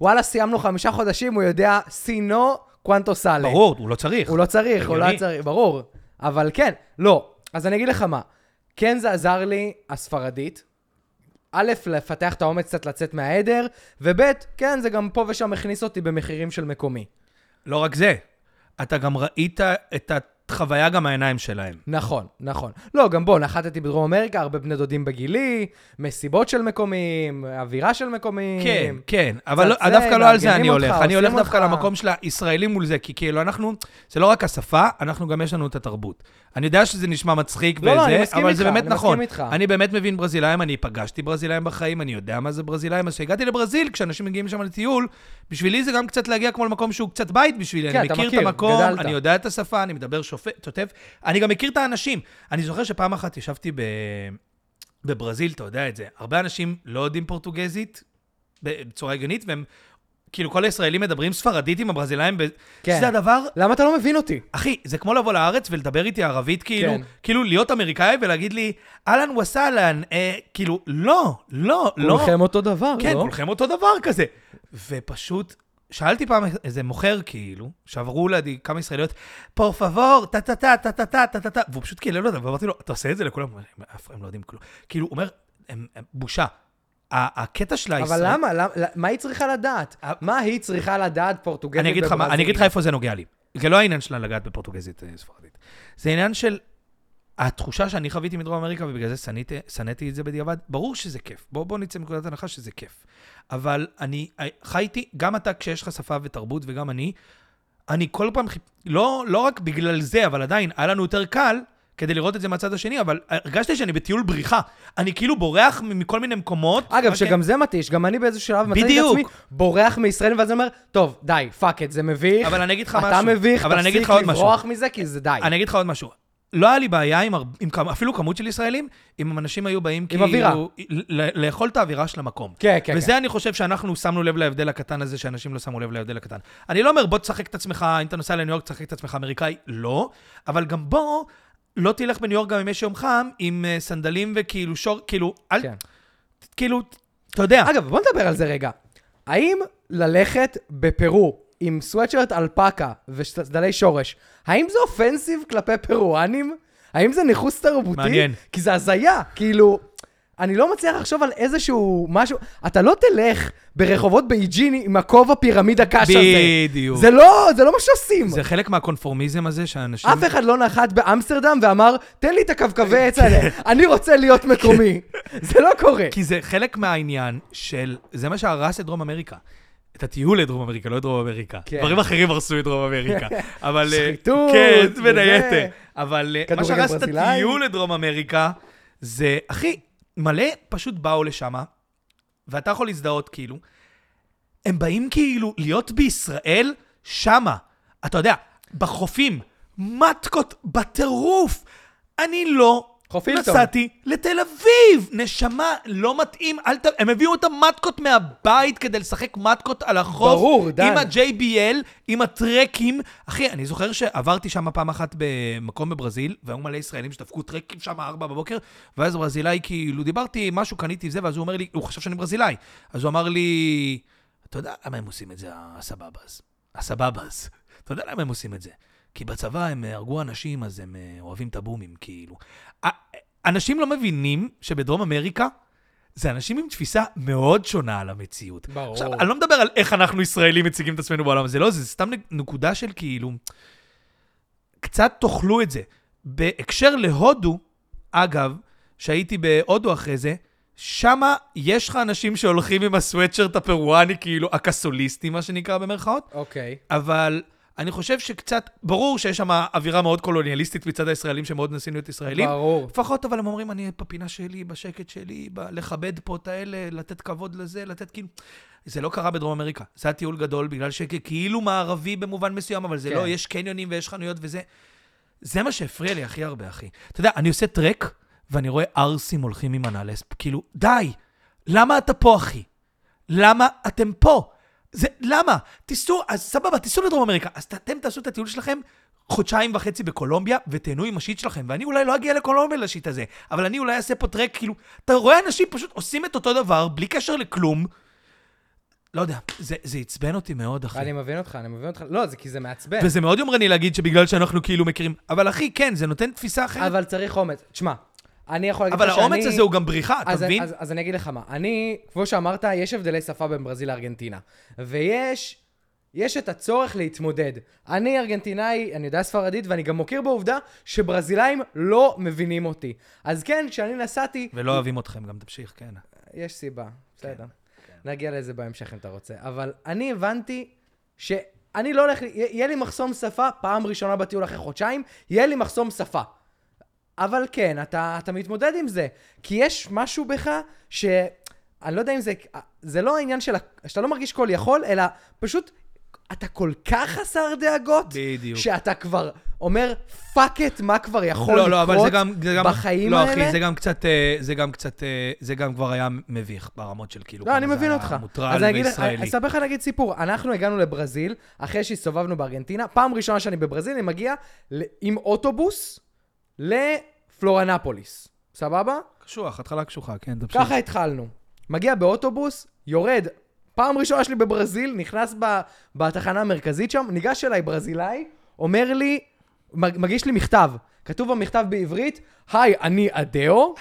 [SPEAKER 2] וואלה, סיימנו חמישה חודשים, הוא יודע סינו קוונטו סאלה.
[SPEAKER 1] ברור, הוא לא צריך.
[SPEAKER 2] הוא לא צריך, הוא לא
[SPEAKER 1] הגיוני.
[SPEAKER 2] צריך, ברור. אבל כן, לא. אז אני אגיד לך מה, כן זה עזר לי, הספרדית. א', לפתח את האומץ קצת לצאת מהעדר, וב', כן, זה גם פה ושם הכניס אותי במחירים של מקומי.
[SPEAKER 1] לא רק זה, אתה גם ראית את החוויה גם מהעיניים שלהם.
[SPEAKER 2] נכון, נכון. לא, גם בוא, נחתתי בדרום אמריקה, הרבה בני דודים בגילי, מסיבות של מקומיים, אווירה של מקומיים.
[SPEAKER 1] כן, כן, אבל לא-
[SPEAKER 2] זה,
[SPEAKER 1] דווקא לא על זה
[SPEAKER 2] מארגנים
[SPEAKER 1] אני
[SPEAKER 2] אותך,
[SPEAKER 1] הולך. אני
[SPEAKER 2] עושים
[SPEAKER 1] הולך דווקא
[SPEAKER 2] אותך.
[SPEAKER 1] למקום של הישראלים מול זה, כי כאילו אנחנו, זה לא רק השפה, אנחנו גם יש לנו את התרבות. אני יודע שזה נשמע מצחיק
[SPEAKER 2] לא, לא, אני
[SPEAKER 1] וזה,
[SPEAKER 2] מסכים
[SPEAKER 1] אבל זה
[SPEAKER 2] איתך,
[SPEAKER 1] באמת
[SPEAKER 2] אני
[SPEAKER 1] נכון.
[SPEAKER 2] מסכים איתך.
[SPEAKER 1] אני באמת מבין ברזילאים, אני פגשתי ברזילאים בחיים, אני יודע מה זה ברזילאים. אז כשהגעתי לברזיל, כשאנשים מגיעים שם לטיול, בשבילי זה גם קצת להגיע כמו למקום שהוא קצת בית בשבילי.
[SPEAKER 2] כן,
[SPEAKER 1] אני
[SPEAKER 2] אתה
[SPEAKER 1] מכיר את
[SPEAKER 2] מכיר,
[SPEAKER 1] המקום,
[SPEAKER 2] גדלת.
[SPEAKER 1] אני יודע את השפה, אני מדבר שופט- שוטף, אני גם מכיר את האנשים. אני זוכר שפעם אחת ישבתי ב... בברזיל, אתה יודע את זה, הרבה אנשים לא יודעים פורטוגזית בצורה הגיונית, והם, כאילו, כל הישראלים מדברים ספרדית עם הברזילאים, ב...
[SPEAKER 2] כן.
[SPEAKER 1] כן. שזה הדבר,
[SPEAKER 2] למה אתה לא מבין אותי?
[SPEAKER 1] אחי, זה כמו לבוא לארץ ולדבר איתי ערבית, כאילו,
[SPEAKER 2] כן.
[SPEAKER 1] כן. כאילו להיות אמריקאי ולהגיד לי, אהלן וסהלן, אה, כאילו, לא, לא, לא.
[SPEAKER 2] כולכם אותו דבר,
[SPEAKER 1] כן,
[SPEAKER 2] לא?
[SPEAKER 1] כולכם אותו דבר כזה. ופשוט, שאלתי פעם איזה מוכר, כאילו, שעברו לידי כמה ישראליות, פור פבור, טה טה טה טה טה טה טה טה טה, והוא פשוט קילל אותם, ואמרתי לו, אתה עושה את זה לכולם? הוא אומר, "אף- הם לא יודעים כלום. כאילו, הוא אומר, "הם- הם- בושה. ה- הקטע של הישראל...
[SPEAKER 2] אבל למה? למה- מה היא צריכה לדעת?
[SPEAKER 1] אה,
[SPEAKER 2] מה היא צריכה לדעת פורטוגזית
[SPEAKER 1] אני אגיד לך מה-
[SPEAKER 2] בברזיל?
[SPEAKER 1] אני אגיד לך איפה זה נוגע לי. זה לא העניין שלה לגעת בפורטוגזית אה, ספרדית. זה עניין של התחושה שאני חוויתי מדרום אמריקה, ובגלל זה שנאתי- שנאתי את זה בדיעבד. ברור שזה כיף. בואו בוא נצא מנקודת הנחה שזה כיף. אבל אני אה, חייתי, גם אתה, כשיש לך שפה ותרבות, וגם אני, אני כל פעם, חיפ- לא, לא רק בגלל זה, אבל עדיין, היה לנו יותר קל. כדי לראות את זה מהצד השני, אבל הרגשתי שאני בטיול בריחה. אני כאילו בורח מכל מיני מקומות.
[SPEAKER 2] אגב,
[SPEAKER 1] רק-
[SPEAKER 2] שגם זה מתיש, גם אני באיזשהו שלב מצאתי את
[SPEAKER 1] אוקיי. בדיוק.
[SPEAKER 2] עצמי בורח מישראל, ואז אני אומר, טוב, די, פאק את, זה מביך.
[SPEAKER 1] אבל אני אגיד לך
[SPEAKER 2] אתה
[SPEAKER 1] משהו.
[SPEAKER 2] מביך,
[SPEAKER 1] אבל אני אגיד
[SPEAKER 2] תפסיק
[SPEAKER 1] לך עוד משהו.
[SPEAKER 2] לברוח מזה, כי זה די.
[SPEAKER 1] אני אגיד לך עוד משהו. לא היה לי בעיה עם, הר... עם כמה, אפילו כמות של ישראלים, אם אנשים היו באים כאילו...
[SPEAKER 2] אווירה.
[SPEAKER 1] ל- לאכול את האווירה של המקום.
[SPEAKER 2] כן, כן,
[SPEAKER 1] וזה אני חושב שאנחנו שמנו לב להבדל הקטן הזה, שאנשים לא שמו לב להבדל הקטן. אני לא אומר, בוא תשחק את עצמך, אם אתה נוסע לניו יורק, תשחק את עצמך אמריקאי, לא. אבל גם בוא, לא תלך בניו יורק גם אם יש יום חם, עם אה, סנדלים וכאילו שור, כאילו, אל...
[SPEAKER 2] כן.
[SPEAKER 1] כן. כאילו, אתה יודע.
[SPEAKER 2] אגב, בוא נדבר על זה רגע. האם ללכת בפרו עם סוואטשרט אלפקה וסדלי שורש, האם זה אופנסיב כלפי פרואנים? האם זה ניכוס תרבותי?
[SPEAKER 1] מעניין.
[SPEAKER 2] כי זה הזיה, כאילו... אני לא מצליח לחשוב על איזשהו משהו... אתה לא תלך ברחובות בייג'ין עם הכובע פירמידה קש הזה.
[SPEAKER 1] בדיוק.
[SPEAKER 2] זה לא, זה לא מה שעושים.
[SPEAKER 1] זה חלק מהקונפורמיזם הזה שאנשים...
[SPEAKER 2] אף אחד לא נחת באמסטרדם ואמר, תן לי את הקווקווי עץ האלה, אני רוצה להיות
[SPEAKER 1] כן.
[SPEAKER 2] מקומי. זה לא קורה.
[SPEAKER 1] כי זה חלק מהעניין של, זה מה שהרס את דרום אמריקה. את הטיול לדרום אמריקה, לא את דרום אמריקה.
[SPEAKER 2] כן.
[SPEAKER 1] דברים אחרים הרסו את דרום אמריקה. אבל... אה,
[SPEAKER 2] שחיתות,
[SPEAKER 1] כן, בין
[SPEAKER 2] וזה.
[SPEAKER 1] היתר. אבל אה, מה
[SPEAKER 2] כדורגל
[SPEAKER 1] שהרס את
[SPEAKER 2] ברזילאי.
[SPEAKER 1] הטיול לדרום אמריקה, זה, אחי, מלא פשוט באו לשם, ואתה יכול להזדהות כאילו, הם באים כאילו להיות בישראל שמה. אתה יודע, בחופים, מתקות בטירוף. אני לא
[SPEAKER 2] חופילטון.
[SPEAKER 1] נסעתי לתל אביב. נשמה, לא מתאים. אל ת... הם הביאו את המטקות מהבית כדי לשחק מתקות על החוף.
[SPEAKER 2] ברור, דן.
[SPEAKER 1] עם ה-JBL, עם הטרקים. אחי, אני זוכר שעברתי שם פעם אחת במקום בברזיל, והיו מלא ישראלים שדפקו טרקים שם ארבע בבוקר, ואז ברזילאי כאילו, דיברתי, משהו, קניתי זה, ואז הוא אומר לי, הוא חשב שאני ברזילאי. אז הוא אמר לי, אתה יודע למה הם עושים את זה, הסבבאז? הסבבאז. אתה יודע למה הם עושים את זה? כי בצבא הם אה, הרגו אנשים, אז הם אה, אוהבים את הבומים, כאילו. א- אנשים לא מבינים שבדרום אמריקה זה אנשים עם תפיסה מאוד שונה על המציאות.
[SPEAKER 2] ברור.
[SPEAKER 1] עכשיו, אני לא מדבר על איך אנחנו ישראלים מציגים את עצמנו בעולם הזה, לא, זה סתם נק- נקודה של כאילו... קצת תאכלו את זה. בהקשר להודו, אגב, שהייתי בהודו אחרי זה, שמה יש לך אנשים שהולכים עם הסוואטשרט הפרואני, כאילו הקסוליסטי, מה שנקרא במרכאות,
[SPEAKER 2] אוקיי.
[SPEAKER 1] אבל אני חושב שקצת, ברור שיש שם אווירה מאוד קולוניאליסטית מצד הישראלים שמאוד מנסים להיות ישראלים.
[SPEAKER 2] ברור.
[SPEAKER 1] לפחות, אבל הם אומרים, אני בפינה שלי, בשקט שלי, ב- לכבד פה את האלה, לתת כבוד לזה, לתת כאילו... זה לא קרה בדרום אמריקה. זה היה טיול גדול, בגלל שכאילו מערבי במובן מסוים, אבל זה
[SPEAKER 2] כן.
[SPEAKER 1] לא, יש קניונים ויש חנויות וזה. זה מה שהפריע לי הכי הרבה, אחי. אתה יודע, אני עושה טרק, ואני רואה ערסים הולכים עם הנעלס, כאילו, די, למה אתה פה, אחי? למה אתם פה? זה, למה? תיסעו, אז סבבה, תיסעו לדרום אמריקה. אז ת- אתם תעשו את הטיול שלכם חודשיים וחצי בקולומביה, ותהנו עם השיט שלכם. ואני אולי לא אגיע לקולומביה לשיט הזה, אבל אני אולי אעשה פה טרק, כאילו, אתה רואה אנשים פשוט עושים את אותו דבר, בלי קשר לכלום. לא יודע, זה, זה עצבן אותי מאוד, אחי.
[SPEAKER 2] אני מבין אותך, אני מבין אותך. לא, זה כי זה מעצבן.
[SPEAKER 1] וזה מאוד יומרני להגיד שבגלל שאנחנו כאילו מכירים, אבל אחי, כן, זה נותן תפיסה אחרת.
[SPEAKER 2] אבל צריך אומץ. תשמע, אני יכול להגיד לך
[SPEAKER 1] אבל
[SPEAKER 2] שאני...
[SPEAKER 1] האומץ הזה הוא גם בריחה, אתה
[SPEAKER 2] אז,
[SPEAKER 1] מבין?
[SPEAKER 2] אז, אז אני אגיד לך מה, אני, כמו שאמרת, יש הבדלי שפה בין ברזיל לארגנטינה. ויש יש את הצורך להתמודד. אני ארגנטינאי, אני יודע ספרדית, ואני גם מכיר בעובדה שברזילאים לא מבינים אותי. אז כן, כשאני נסעתי,
[SPEAKER 1] ולא אוהבים אתכם, גם תמשיך, כן.
[SPEAKER 2] יש סיבה, בסדר. נגיע לזה בהמשך אם אתה רוצה. אבל אני הבנתי שאני לא הולך, ל- יהיה לי מחסום שפה, פעם ראשונה בטיול אחרי חודשיים, יהיה לי מחסום שפה. אבל כן, אתה, אתה מתמודד עם זה. כי יש משהו בך ש... אני לא יודע אם זה... זה לא העניין של... ה- שאתה לא מרגיש כל יכול, אלא פשוט... אתה כל כך חסר דאגות,
[SPEAKER 1] בדיוק.
[SPEAKER 2] שאתה כבר אומר, פאק את, מה כבר יכול
[SPEAKER 1] לא,
[SPEAKER 2] לקרות
[SPEAKER 1] לא, אבל זה גם, זה גם,
[SPEAKER 2] בחיים
[SPEAKER 1] לא,
[SPEAKER 2] האלה?
[SPEAKER 1] לא, אחי, זה גם קצת, אה, זה גם קצת, אה, זה גם כבר היה מביך ברמות של כאילו...
[SPEAKER 2] לא,
[SPEAKER 1] כמה
[SPEAKER 2] אני
[SPEAKER 1] זה
[SPEAKER 2] מבין
[SPEAKER 1] היה
[SPEAKER 2] אותך. אז
[SPEAKER 1] מוטרל
[SPEAKER 2] אני אגיד- אה, אני
[SPEAKER 1] וישראלי.
[SPEAKER 2] אספר לך נגיד סיפור. אנחנו הגענו לברזיל, אחרי שהסתובבנו בארגנטינה, פעם ראשונה שאני בברזיל, אני מגיע ל- עם אוטובוס לפלורנפוליס. סבבה?
[SPEAKER 1] קשוח, התחלה קשוחה, כן, תמשיך.
[SPEAKER 2] ככה התחלנו. מגיע באוטובוס, יורד. פעם ראשונה שלי בברזיל, נכנס ב, בתחנה המרכזית שם, ניגש אליי ברזילאי, אומר לי, מג- מגיש לי מכתב. כתוב במכתב בעברית, היי, אני אדאו,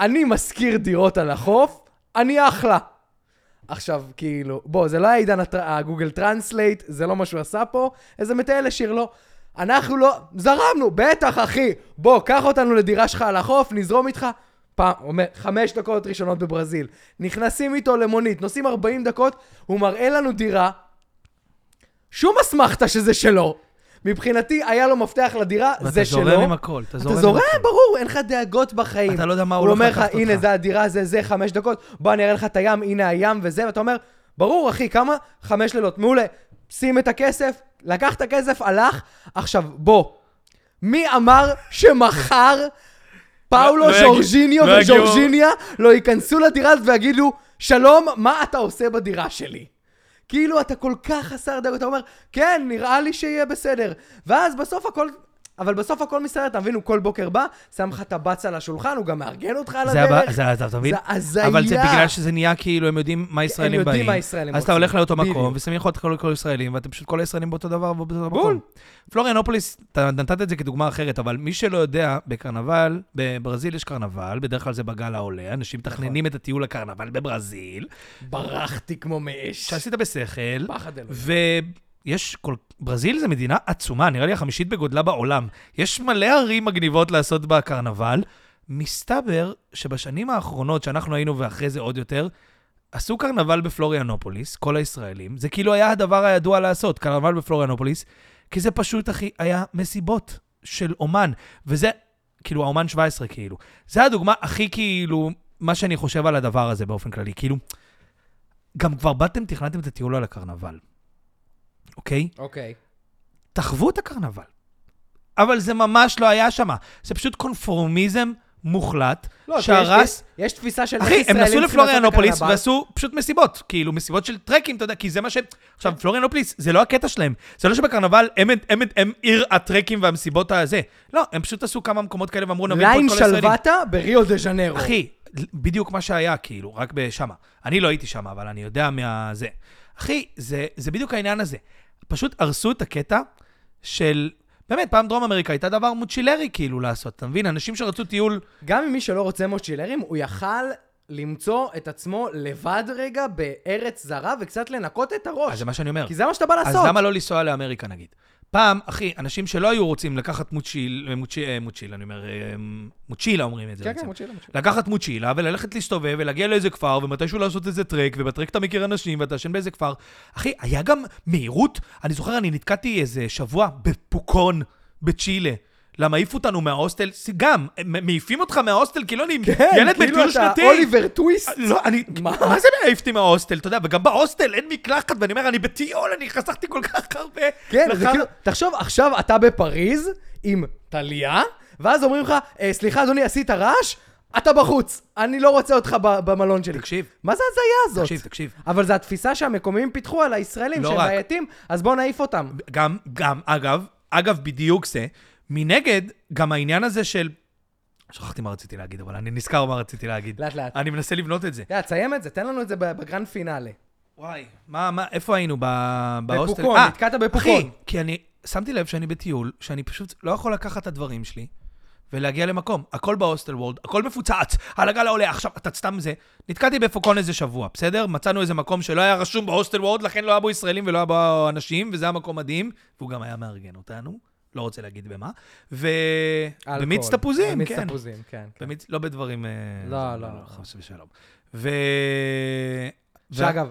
[SPEAKER 2] אני משכיר דירות על החוף, אני אחלה. עכשיו, כאילו, בוא, זה לא היה עידן הטר- הגוגל טרנסלייט, זה לא מה שהוא עשה פה, איזה מטייל השאיר לו. אנחנו לא, זרמנו, בטח, אחי. בוא, קח אותנו לדירה שלך על החוף, נזרום איתך. פעם, אומר, חמש דקות ראשונות בברזיל. נכנסים איתו למונית, נוסעים 40 דקות, הוא מראה לנו דירה, שום אסמכתה שזה שלו. מבחינתי, היה לו מפתח לדירה,
[SPEAKER 1] ואתה
[SPEAKER 2] זה שלו.
[SPEAKER 1] זורם עם הכל, אתה זורם עם הכל.
[SPEAKER 2] ברור, אין לך דאגות בחיים.
[SPEAKER 1] אתה לא יודע מה הוא
[SPEAKER 2] הוא
[SPEAKER 1] הולך
[SPEAKER 2] אומר לך,
[SPEAKER 1] לקחת
[SPEAKER 2] הנה,
[SPEAKER 1] אותך."
[SPEAKER 2] זה הדירה, זה זה, חמש דקות, בוא אני אראה לך את הים, הנה הים וזה, ואתה אומר, ברור, אחי, כמה? חמש לילות, מעולה. שים את הכסף, לקח את הכסף, הלך. עכשיו, בוא, מי אמר שמחר
[SPEAKER 1] לא
[SPEAKER 2] פאולו,
[SPEAKER 1] יגיע-
[SPEAKER 2] ז'ורג'יניו
[SPEAKER 1] לא יגיעו-
[SPEAKER 2] וז'ורג'יניה לא ייכנסו לדירה הזאת ויגידו, שלום, מה אתה עושה בדירה שלי? כאילו, אתה כל כך חסר דאגות, אתה אומר, כן, נראה לי שיהיה בסדר. ואז בסוף הכל... אבל בסוף הכל מסתדר, אתה מבין, הוא כל בוקר בא, שם לך את הבץ על השולחן, הוא גם מארגן אותך על
[SPEAKER 1] זה הבא,
[SPEAKER 2] הדרך.
[SPEAKER 1] זה, אתה אתה מבין?
[SPEAKER 2] זה הזיה.
[SPEAKER 1] אבל זה בגלל שזה נהיה כאילו, הם יודעים מה ישראלים באים.
[SPEAKER 2] יודעים מה הישראלים
[SPEAKER 1] אז אתה
[SPEAKER 2] רוצים.
[SPEAKER 1] הולך לאותו מקום,
[SPEAKER 2] בדיוק.
[SPEAKER 1] ושמים לך את כל כל הישראלים, ואתם פשוט כל הישראלים באותו דבר ובאותו מקום.
[SPEAKER 2] בול.
[SPEAKER 1] פלוריאנופוליס, אתה נתת את זה כדוגמה אחרת, אבל מי שלא יודע, בקרנבל, בברזיל יש קרנבל, בדרך כלל זה בגל העולה, אנשים
[SPEAKER 2] נכון.
[SPEAKER 1] מתכננים את הטיול לקרנבל בברזיל,
[SPEAKER 2] ברחתי כמו מאש.
[SPEAKER 1] שעשית בשכל,
[SPEAKER 2] פחד אלוהים.
[SPEAKER 1] ויש כל... ברזיל זו מדינה עצומה, נראה לי החמישית בגודלה בעולם. יש מלא ערים מגניבות לעשות בקרנבל. מסתבר שבשנים האחרונות, שאנחנו היינו ואחרי זה עוד יותר, עשו קרנבל בפלוריאנופוליס, כל הישראלים, זה כאילו היה הדבר הידוע לעשות, קרנבל בפלוריאנופוליס, כי זה פשוט, אחי, היה מסיבות של אומן, וזה, כאילו, האומן 17, כאילו. זה הדוגמה הכי, כאילו, מה שאני חושב על הדבר הזה באופן כללי, כאילו, גם כבר באתם, תכננתם את הטיול על הקרנבל, אוקיי?
[SPEAKER 2] אוקיי.
[SPEAKER 1] תחוו את הקרנבל. אבל זה ממש לא היה שם. זה פשוט קונפורמיזם מוחלט,
[SPEAKER 2] לא, כי יש-
[SPEAKER 1] שהרס...
[SPEAKER 2] יש- יש תפיסה של... איך
[SPEAKER 1] אחי, הם
[SPEAKER 2] ישראלים
[SPEAKER 1] נסעו
[SPEAKER 2] צריכים
[SPEAKER 1] לפלוריאנופוליס
[SPEAKER 2] לעשות את
[SPEAKER 1] ועשו פשוט מסיבות, כאילו מסיבות של טרקים, אתה יודע, כי זה מה ש...
[SPEAKER 2] כן.
[SPEAKER 1] עכשיו, פלוריאנופוליס, זה לא הקטע שלהם. זה לא שבקרנבל הם, הם, הם, הם עיר הטרקים והמסיבות הזה. לא, הם פשוט עשו כמה מקומות כאלה ואמרו,
[SPEAKER 2] הקרנבל.
[SPEAKER 1] נביא פה את כל
[SPEAKER 2] ליין
[SPEAKER 1] הישראלים.
[SPEAKER 2] שלוותה בריו דה ז'נרו.
[SPEAKER 1] אחי, בדיוק מה שהיה, כאילו, רק שמה. אני לא הייתי שמה, אבל אני יודע מה זה. אחי, זה, זה בדיוק העניין הזה. פשוט הרסו את הקטע של... באמת, פעם דרום אמריקה הייתה דבר מוצ'ילרי כאילו לעשות, אתה מבין? אנשים שרצו טיול...
[SPEAKER 2] גם אם מי שלא רוצה מוצ'ילרים, הוא יכל למצוא את עצמו לבד רגע בארץ זרה וקצת לנקות את
[SPEAKER 1] אז
[SPEAKER 2] הראש.
[SPEAKER 1] זה מה שאני אומר.
[SPEAKER 2] כי זה מה שאתה בא
[SPEAKER 1] אז
[SPEAKER 2] לעשות.
[SPEAKER 1] למה לא לנסוע לאמריקה נגיד? פעם, אחי, אנשים שלא היו רוצים לקחת מוצ'יל, מוצ'יל, אה, מוצ'יל, אני אומר, אה, מוצ'ילה אומרים את זה
[SPEAKER 2] כן,
[SPEAKER 1] בעצם.
[SPEAKER 2] כן, מוצ'ילה, מוצ'ילה.
[SPEAKER 1] לקחת מוצ'ילה וללכת להסתובב ולהגיע לאיזה כפר, ומתישהו לעשות איזה טרק, ובטרק אתה מכיר אנשים ואתה ישן באיזה כפר. אחי, היה גם מהירות. אני זוכר, אני נתקעתי איזה שבוע בפוקון, בצ'ילה. למה העיפו אותנו מההוסטל? גם, מ- מעיפים אותך מההוסטל, כאילו אני ילד בטיול
[SPEAKER 2] כאילו אתה
[SPEAKER 1] שנתי.
[SPEAKER 2] אוליבר טוויסט.
[SPEAKER 1] לא, אני...
[SPEAKER 2] מה?
[SPEAKER 1] מה? מה זה מעיף אותי מההוסטל? אתה יודע, וגם בהוסטל אין מקלחת, ואני אומר, אני בטיול, אני חסכתי כל כך הרבה.
[SPEAKER 2] כן, זה
[SPEAKER 1] לחר-
[SPEAKER 2] כאילו, תחשוב, עכשיו אתה בפריז עם טליה, ואז אומרים לך, "אה, סליחה, אדוני, עשית רעש? אתה בחוץ, אני לא רוצה אותך ב- במלון שלי.
[SPEAKER 1] תקשיב.
[SPEAKER 2] מה זה הזיה הזאת?
[SPEAKER 1] תקשיב, תקשיב.
[SPEAKER 2] אבל זו התפיסה שהמקומיים פיתחו על הישראלים,
[SPEAKER 1] לא
[SPEAKER 2] שהם
[SPEAKER 1] רק.
[SPEAKER 2] בעייתים, אז בואו נעיף אותם.
[SPEAKER 1] גם, גם, אגב, אגב, בדיוק זה. מנגד, גם העניין הזה של... שכחתי מה רציתי להגיד, אבל אני נזכר מה רציתי להגיד.
[SPEAKER 2] לאט, לאט.
[SPEAKER 1] אני מנסה לבנות את זה.
[SPEAKER 2] יאללה, תסיים את זה, תן לנו את זה ב- בגרנד פינאלה.
[SPEAKER 1] וואי, מה, מה, איפה היינו? ב... בהוסטל?
[SPEAKER 2] בפוקון,
[SPEAKER 1] אה,
[SPEAKER 2] נתקעת בפוקון.
[SPEAKER 1] אחי, כי אני שמתי לב שאני בטיול, שאני פשוט לא יכול לקחת את הדברים שלי ולהגיע למקום. הכל בהוסטל וורד, הכל מפוצץ, על הגל העולה, עכשיו, אתה סתם זה. נתקעתי בפוקון איזה שבוע, בסדר? מצאנו איזה מקום שלא היה רשום בהוסטל וורד, לכן לא היה בו ישראלים ולא היה בו אנשים, וזה היה מקום מדהים, והוא גם היה מארגן אותנו, לא רוצה להגיד במה. ו...
[SPEAKER 2] אלכוהול.
[SPEAKER 1] במיץ תפוזים,
[SPEAKER 2] במיץ
[SPEAKER 1] כן.
[SPEAKER 2] תפוזים, כן. כן.
[SPEAKER 1] במיץ, לא בדברים... אה,
[SPEAKER 2] לא,
[SPEAKER 1] זה,
[SPEAKER 2] לא, לא.
[SPEAKER 1] חס ושלום. ו...
[SPEAKER 2] שאגב,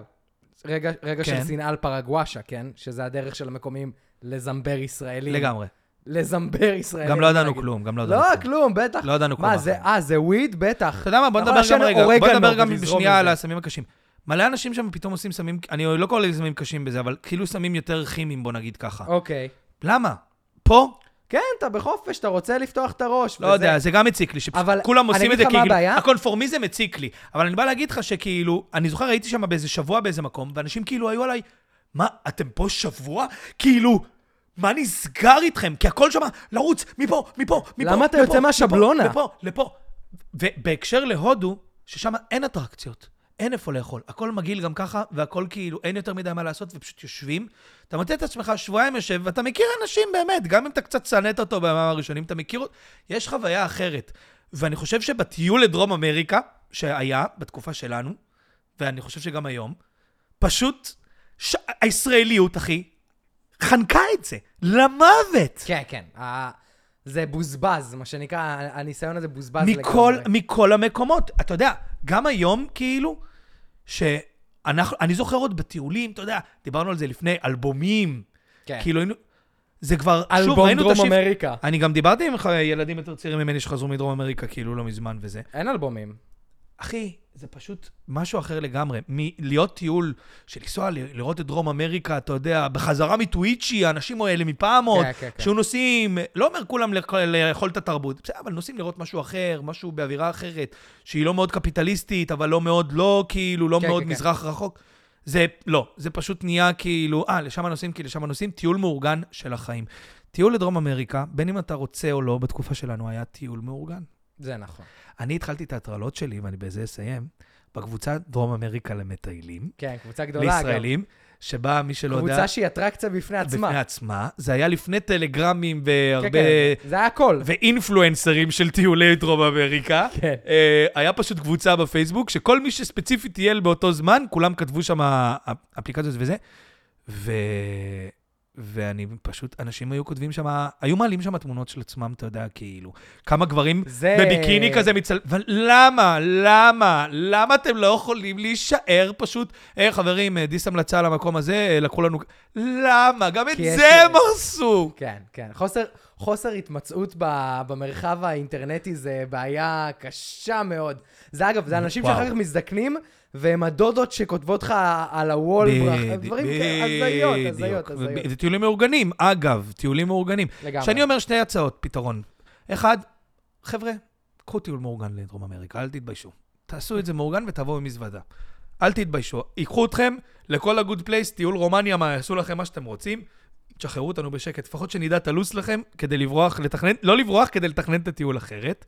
[SPEAKER 2] רגע, רגע
[SPEAKER 1] כן.
[SPEAKER 2] של שנאה על פרגוואשה, כן? שזה הדרך של המקומיים לזמבר ישראלים.
[SPEAKER 1] לגמרי.
[SPEAKER 2] לזמבר ישראלים.
[SPEAKER 1] גם לא ידענו
[SPEAKER 2] אה, נגיד.
[SPEAKER 1] כלום, גם לא ידענו
[SPEAKER 2] לא,
[SPEAKER 1] כלום.
[SPEAKER 2] כלום, בטח.
[SPEAKER 1] לא ידענו כלום
[SPEAKER 2] מה, זה,
[SPEAKER 1] בחיים.
[SPEAKER 2] אה, זה וויד? בטח.
[SPEAKER 1] אתה יודע מה, בוא
[SPEAKER 2] אתה
[SPEAKER 1] נדבר
[SPEAKER 2] יכול
[SPEAKER 1] גם
[SPEAKER 2] לעשן
[SPEAKER 1] רגע, בוא
[SPEAKER 2] אורגנו
[SPEAKER 1] נדבר גם
[SPEAKER 2] ולזרום
[SPEAKER 1] בשנייה
[SPEAKER 2] מזה.
[SPEAKER 1] על הסמים הקשים. מלא אנשים שם פתאום עושים סמים, אני לא קורא לזה סמים קשים בזה, אבל כאילו סמים יותר כימיים, בוא נגיד ככה.
[SPEAKER 2] אוקיי.
[SPEAKER 1] למה? פה?
[SPEAKER 2] כן, אתה בחופש, אתה רוצה לפתוח את הראש.
[SPEAKER 1] לא
[SPEAKER 2] וזה-
[SPEAKER 1] יודע, זה גם הציק לי,
[SPEAKER 2] אבל
[SPEAKER 1] שכולם
[SPEAKER 2] אני
[SPEAKER 1] עושים את
[SPEAKER 2] אגיד
[SPEAKER 1] זה
[SPEAKER 2] לך מה
[SPEAKER 1] כאילו,
[SPEAKER 2] הבעיה?
[SPEAKER 1] הקונפורמיזם הציק לי. אבל אני בא להגיד לך שכאילו, אני זוכר הייתי שם באיזה שבוע באיזה מקום, ואנשים כאילו היו עליי, מה, אתם פה שבוע? כאילו, מה נסגר איתכם? כי הכל שם, לרוץ, מפה, מפה, מפה,
[SPEAKER 2] למה אתה
[SPEAKER 1] לפה,
[SPEAKER 2] יוצא
[SPEAKER 1] לפה,
[SPEAKER 2] מהשבלונה?
[SPEAKER 1] לפה, לפה. ובהקשר להודו, ששם אין אטרקציות. אין איפה לאכול, הכל מגעיל גם ככה, והכל כאילו, אין יותר מדי מה לעשות, ופשוט יושבים. אתה מוצא את עצמך שבועיים יושב, ואתה מכיר אנשים באמת, גם אם אתה קצת שנאת אותו בימים הראשונים, אתה מכיר... אותו. יש חוויה אחרת. ואני חושב שבטיול לדרום אמריקה, שהיה בתקופה שלנו, ואני חושב שגם היום, פשוט ש... הישראליות, אחי, חנקה את זה למוות.
[SPEAKER 2] כן, כן. ה- זה בוזבז, מה שנקרא, ה- הניסיון הזה בוזבז כן.
[SPEAKER 1] מכל, מכל המקומות. אתה יודע, גם היום, כאילו, שאנחנו, אני זוכר עוד בטיולים, אתה יודע, דיברנו על זה לפני, אלבומים.
[SPEAKER 2] כן.
[SPEAKER 1] כאילו, היינו- זה כבר, שוב,
[SPEAKER 2] אלבום
[SPEAKER 1] ראינו את
[SPEAKER 2] דרום
[SPEAKER 1] השיפ...
[SPEAKER 2] אמריקה.
[SPEAKER 1] אני גם דיברתי עם ח- ילדים יותר צעירים ממני שחזרו מדרום אמריקה, כאילו, לא מזמן וזה.
[SPEAKER 2] אין אלבומים.
[SPEAKER 1] אחי, זה פשוט משהו אחר לגמרי. מלהיות טיול, של לנסוע ל- לראות את דרום אמריקה, אתה יודע, בחזרה מטוויצ'י, האנשים האלה מפעם עוד,
[SPEAKER 2] כן, כן.
[SPEAKER 1] שהיו נוסעים, לא אומר כולם לכ- לאכול את התרבות, בסדר, אבל נוסעים לראות משהו אחר, משהו באווירה אחרת, שהיא לא מאוד קפיטליסטית, אבל לא מאוד לא, כאילו, לא
[SPEAKER 2] כן,
[SPEAKER 1] מאוד
[SPEAKER 2] כן, כן.
[SPEAKER 1] מזרח רחוק. זה, לא, זה פשוט נהיה כאילו, אה, לשם הנוסעים, כי לשם הנוסעים, טיול מאורגן של החיים. טיול לדרום אמריקה, בין אם אתה רוצה או לא, בתקופה שלנו היה טיול מאורגן.
[SPEAKER 2] זה נכון.
[SPEAKER 1] אני התחלתי את ההטרלות שלי, ואני בזה אסיים, בקבוצה דרום אמריקה למטיילים,
[SPEAKER 2] כן, קבוצה גדולה. אגב.
[SPEAKER 1] לישראלים, שבה מי שלא יודע...
[SPEAKER 2] קבוצה שהיא אטרקציה בפני עצמה.
[SPEAKER 1] בפני עצמה. זה היה לפני טלגרמים
[SPEAKER 2] כן,
[SPEAKER 1] והרבה...
[SPEAKER 2] כן, זה היה הכל.
[SPEAKER 1] ואינפלואנסרים של טיולי דרום אמריקה.
[SPEAKER 2] כן.
[SPEAKER 1] אה, היה פשוט קבוצה בפייסבוק, שכל מי שספציפית טייל באותו זמן, כולם כתבו שם אפליקציות וזה. ו... ואני פשוט, אנשים היו כותבים שם, היו מעלים שם תמונות של עצמם, אתה יודע, כאילו. כמה גברים
[SPEAKER 2] זה- אה.
[SPEAKER 1] בביקיני כזה מצל... אבל למה? למה? למה אתם לא יכולים להישאר פשוט? היי, חברים, אה, דיס המלצה על המקום הזה, אה, לקחו לנו... למה? גם את
[SPEAKER 2] כי יש-
[SPEAKER 1] זה הם הרסו!
[SPEAKER 2] כן, כן. חוסר, חוסר התמצאות ב, במרחב האינטרנטי זה בעיה קשה מאוד. זה אגב, זה אנשים
[SPEAKER 1] וואו.
[SPEAKER 2] שאחר כך מזדקנים, והם הדודות שכותבות לך על הוול, ברח-
[SPEAKER 1] בדיוק,
[SPEAKER 2] דברים כאלה, הזיות, הזיות,
[SPEAKER 1] בדיוק.
[SPEAKER 2] הזיות.
[SPEAKER 1] זה טיולים מאורגנים, אגב, טיולים מאורגנים.
[SPEAKER 2] לגמרי.
[SPEAKER 1] שאני אומר שתי הצעות פתרון. אחד, חבר'ה, קחו טיול מאורגן לדרום אמריקה, אל תתביישו. תעשו את זה מאורגן ותבואו עם מזוודה. אל תתביישו. ייקחו אתכם לכל הגוד פלייס, טיול רומניה, מה, יעשו לכם מה שאתם רוצים. תשחררו אותנו בשקט, לפחות שנדע תלוס לכם כדי לברוח, לתכנן, לא לברוח, כדי לתכנן את הטיול אחרת.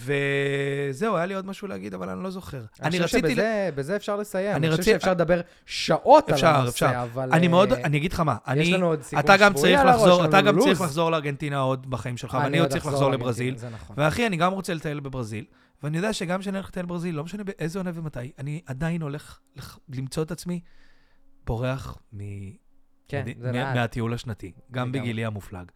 [SPEAKER 1] וזהו, היה לי עוד משהו להגיד, אבל אני לא זוכר.
[SPEAKER 2] אני חושב שבזה בזה אפשר לסיים.
[SPEAKER 1] אני
[SPEAKER 2] אני חושב
[SPEAKER 1] רציתי-
[SPEAKER 2] שאפשר לדבר שעות על
[SPEAKER 1] אפשר,
[SPEAKER 2] הנושא,
[SPEAKER 1] אפשר.
[SPEAKER 2] אבל...
[SPEAKER 1] אני
[SPEAKER 2] אה,
[SPEAKER 1] מאוד, אני אגיד לך מה, אני...
[SPEAKER 2] לנו עוד סיכום
[SPEAKER 1] אתה גם
[SPEAKER 2] שבועי
[SPEAKER 1] צריך
[SPEAKER 2] על הראש,
[SPEAKER 1] לחזור,
[SPEAKER 2] אבל
[SPEAKER 1] אתה גם
[SPEAKER 2] לוז.
[SPEAKER 1] צריך לחזור לארגנטינה עוד בחיים שלך,
[SPEAKER 2] אני
[SPEAKER 1] ואני עוד
[SPEAKER 2] עוד
[SPEAKER 1] צריך
[SPEAKER 2] אחזור
[SPEAKER 1] לחזור
[SPEAKER 2] לארגנטינה,
[SPEAKER 1] ברזיל.
[SPEAKER 2] זה נכון.
[SPEAKER 1] ואחי, אני גם רוצה לטייל בברזיל, ואני יודע שגם כשאני הולך לטייל בברזיל, לא משנה באיזה עונה ומתי, אני עדיין הולך לח- למצוא את עצמי בורח מ...
[SPEAKER 2] כן,
[SPEAKER 1] מד-
[SPEAKER 2] זה
[SPEAKER 1] מה-
[SPEAKER 2] לאט.
[SPEAKER 1] מהטיול השנתי, גם
[SPEAKER 2] לגמרי.
[SPEAKER 1] בגילי המופלג.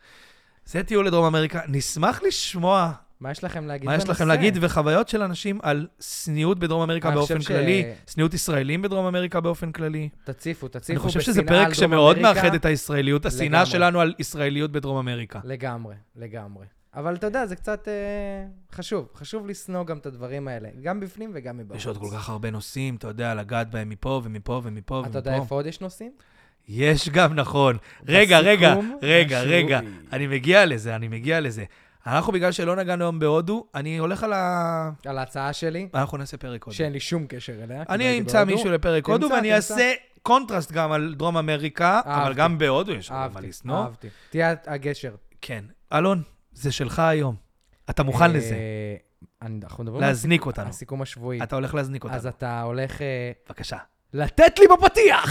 [SPEAKER 1] זה טיול לדרום אמריקה. נשמח לשמוע
[SPEAKER 2] מה יש לכם להגיד
[SPEAKER 1] מה יש לכם
[SPEAKER 2] בנושא?
[SPEAKER 1] להגיד, וחוויות של אנשים על צניעות בדרום אמריקה
[SPEAKER 2] אני
[SPEAKER 1] באופן
[SPEAKER 2] חושב ש-
[SPEAKER 1] כללי, צניעות ישראלים בדרום אמריקה באופן כללי.
[SPEAKER 2] תציפו, תציפו
[SPEAKER 1] אני
[SPEAKER 2] בשנאה
[SPEAKER 1] חושב
[SPEAKER 2] על
[SPEAKER 1] שזה פרק
[SPEAKER 2] דרום
[SPEAKER 1] שמאוד
[SPEAKER 2] אמריקה.
[SPEAKER 1] מאחד את הישראליות, השנאה
[SPEAKER 2] לגמרי.
[SPEAKER 1] שלנו על ישראליות בדרום אמריקה.
[SPEAKER 2] לגמרי, לגמרי. אבל אתה יודע, זה קצת אה, חשוב. חשוב לשנוא גם את הדברים האלה, גם בפנים וגם מבחוץ.
[SPEAKER 1] יש עוד כל כך הרבה נושאים, אתה יודע, לגעת בהם מפה ומפה ומפה
[SPEAKER 2] אתה יודע
[SPEAKER 1] ומפה.
[SPEAKER 2] איפה עוד יש נושאים?
[SPEAKER 1] יש גם, נכון. רגע, רגע,
[SPEAKER 2] בסיכום
[SPEAKER 1] רגע,
[SPEAKER 2] השבועי.
[SPEAKER 1] רגע, אני מגיע לזה, אני מגיע לזה. אנחנו, בגלל שלא נגענו היום בהודו, אני הולך על ה...
[SPEAKER 2] על ההצעה שלי,
[SPEAKER 1] אנחנו נעשה פרק הודו.
[SPEAKER 2] שאין לי שום קשר אליה. כי לא
[SPEAKER 1] אה, לא. אני
[SPEAKER 2] הייתי
[SPEAKER 1] אמצא
[SPEAKER 2] בהודו.
[SPEAKER 1] מישהו לפרק
[SPEAKER 2] תמצא,
[SPEAKER 1] הודו, ואני
[SPEAKER 2] תמצא.
[SPEAKER 1] אעשה קונטרסט גם על דרום אמריקה, אבל
[SPEAKER 2] אהבתי.
[SPEAKER 1] גם בהודו יש הרבה מה
[SPEAKER 2] אהבתי,
[SPEAKER 1] לשנוא.
[SPEAKER 2] אהבתי. תהיה הגשר.
[SPEAKER 1] כן. אלון, זה שלך היום. אתה מוכן
[SPEAKER 2] אה,
[SPEAKER 1] לזה,
[SPEAKER 2] אני- אנחנו מדברים על
[SPEAKER 1] להזניק אותנו.
[SPEAKER 2] הסיכום השבועי.
[SPEAKER 1] אתה הולך להזניק אותנו.
[SPEAKER 2] אז אתה הולך אה,
[SPEAKER 1] בבקשה.
[SPEAKER 2] לתת לי בפתיח!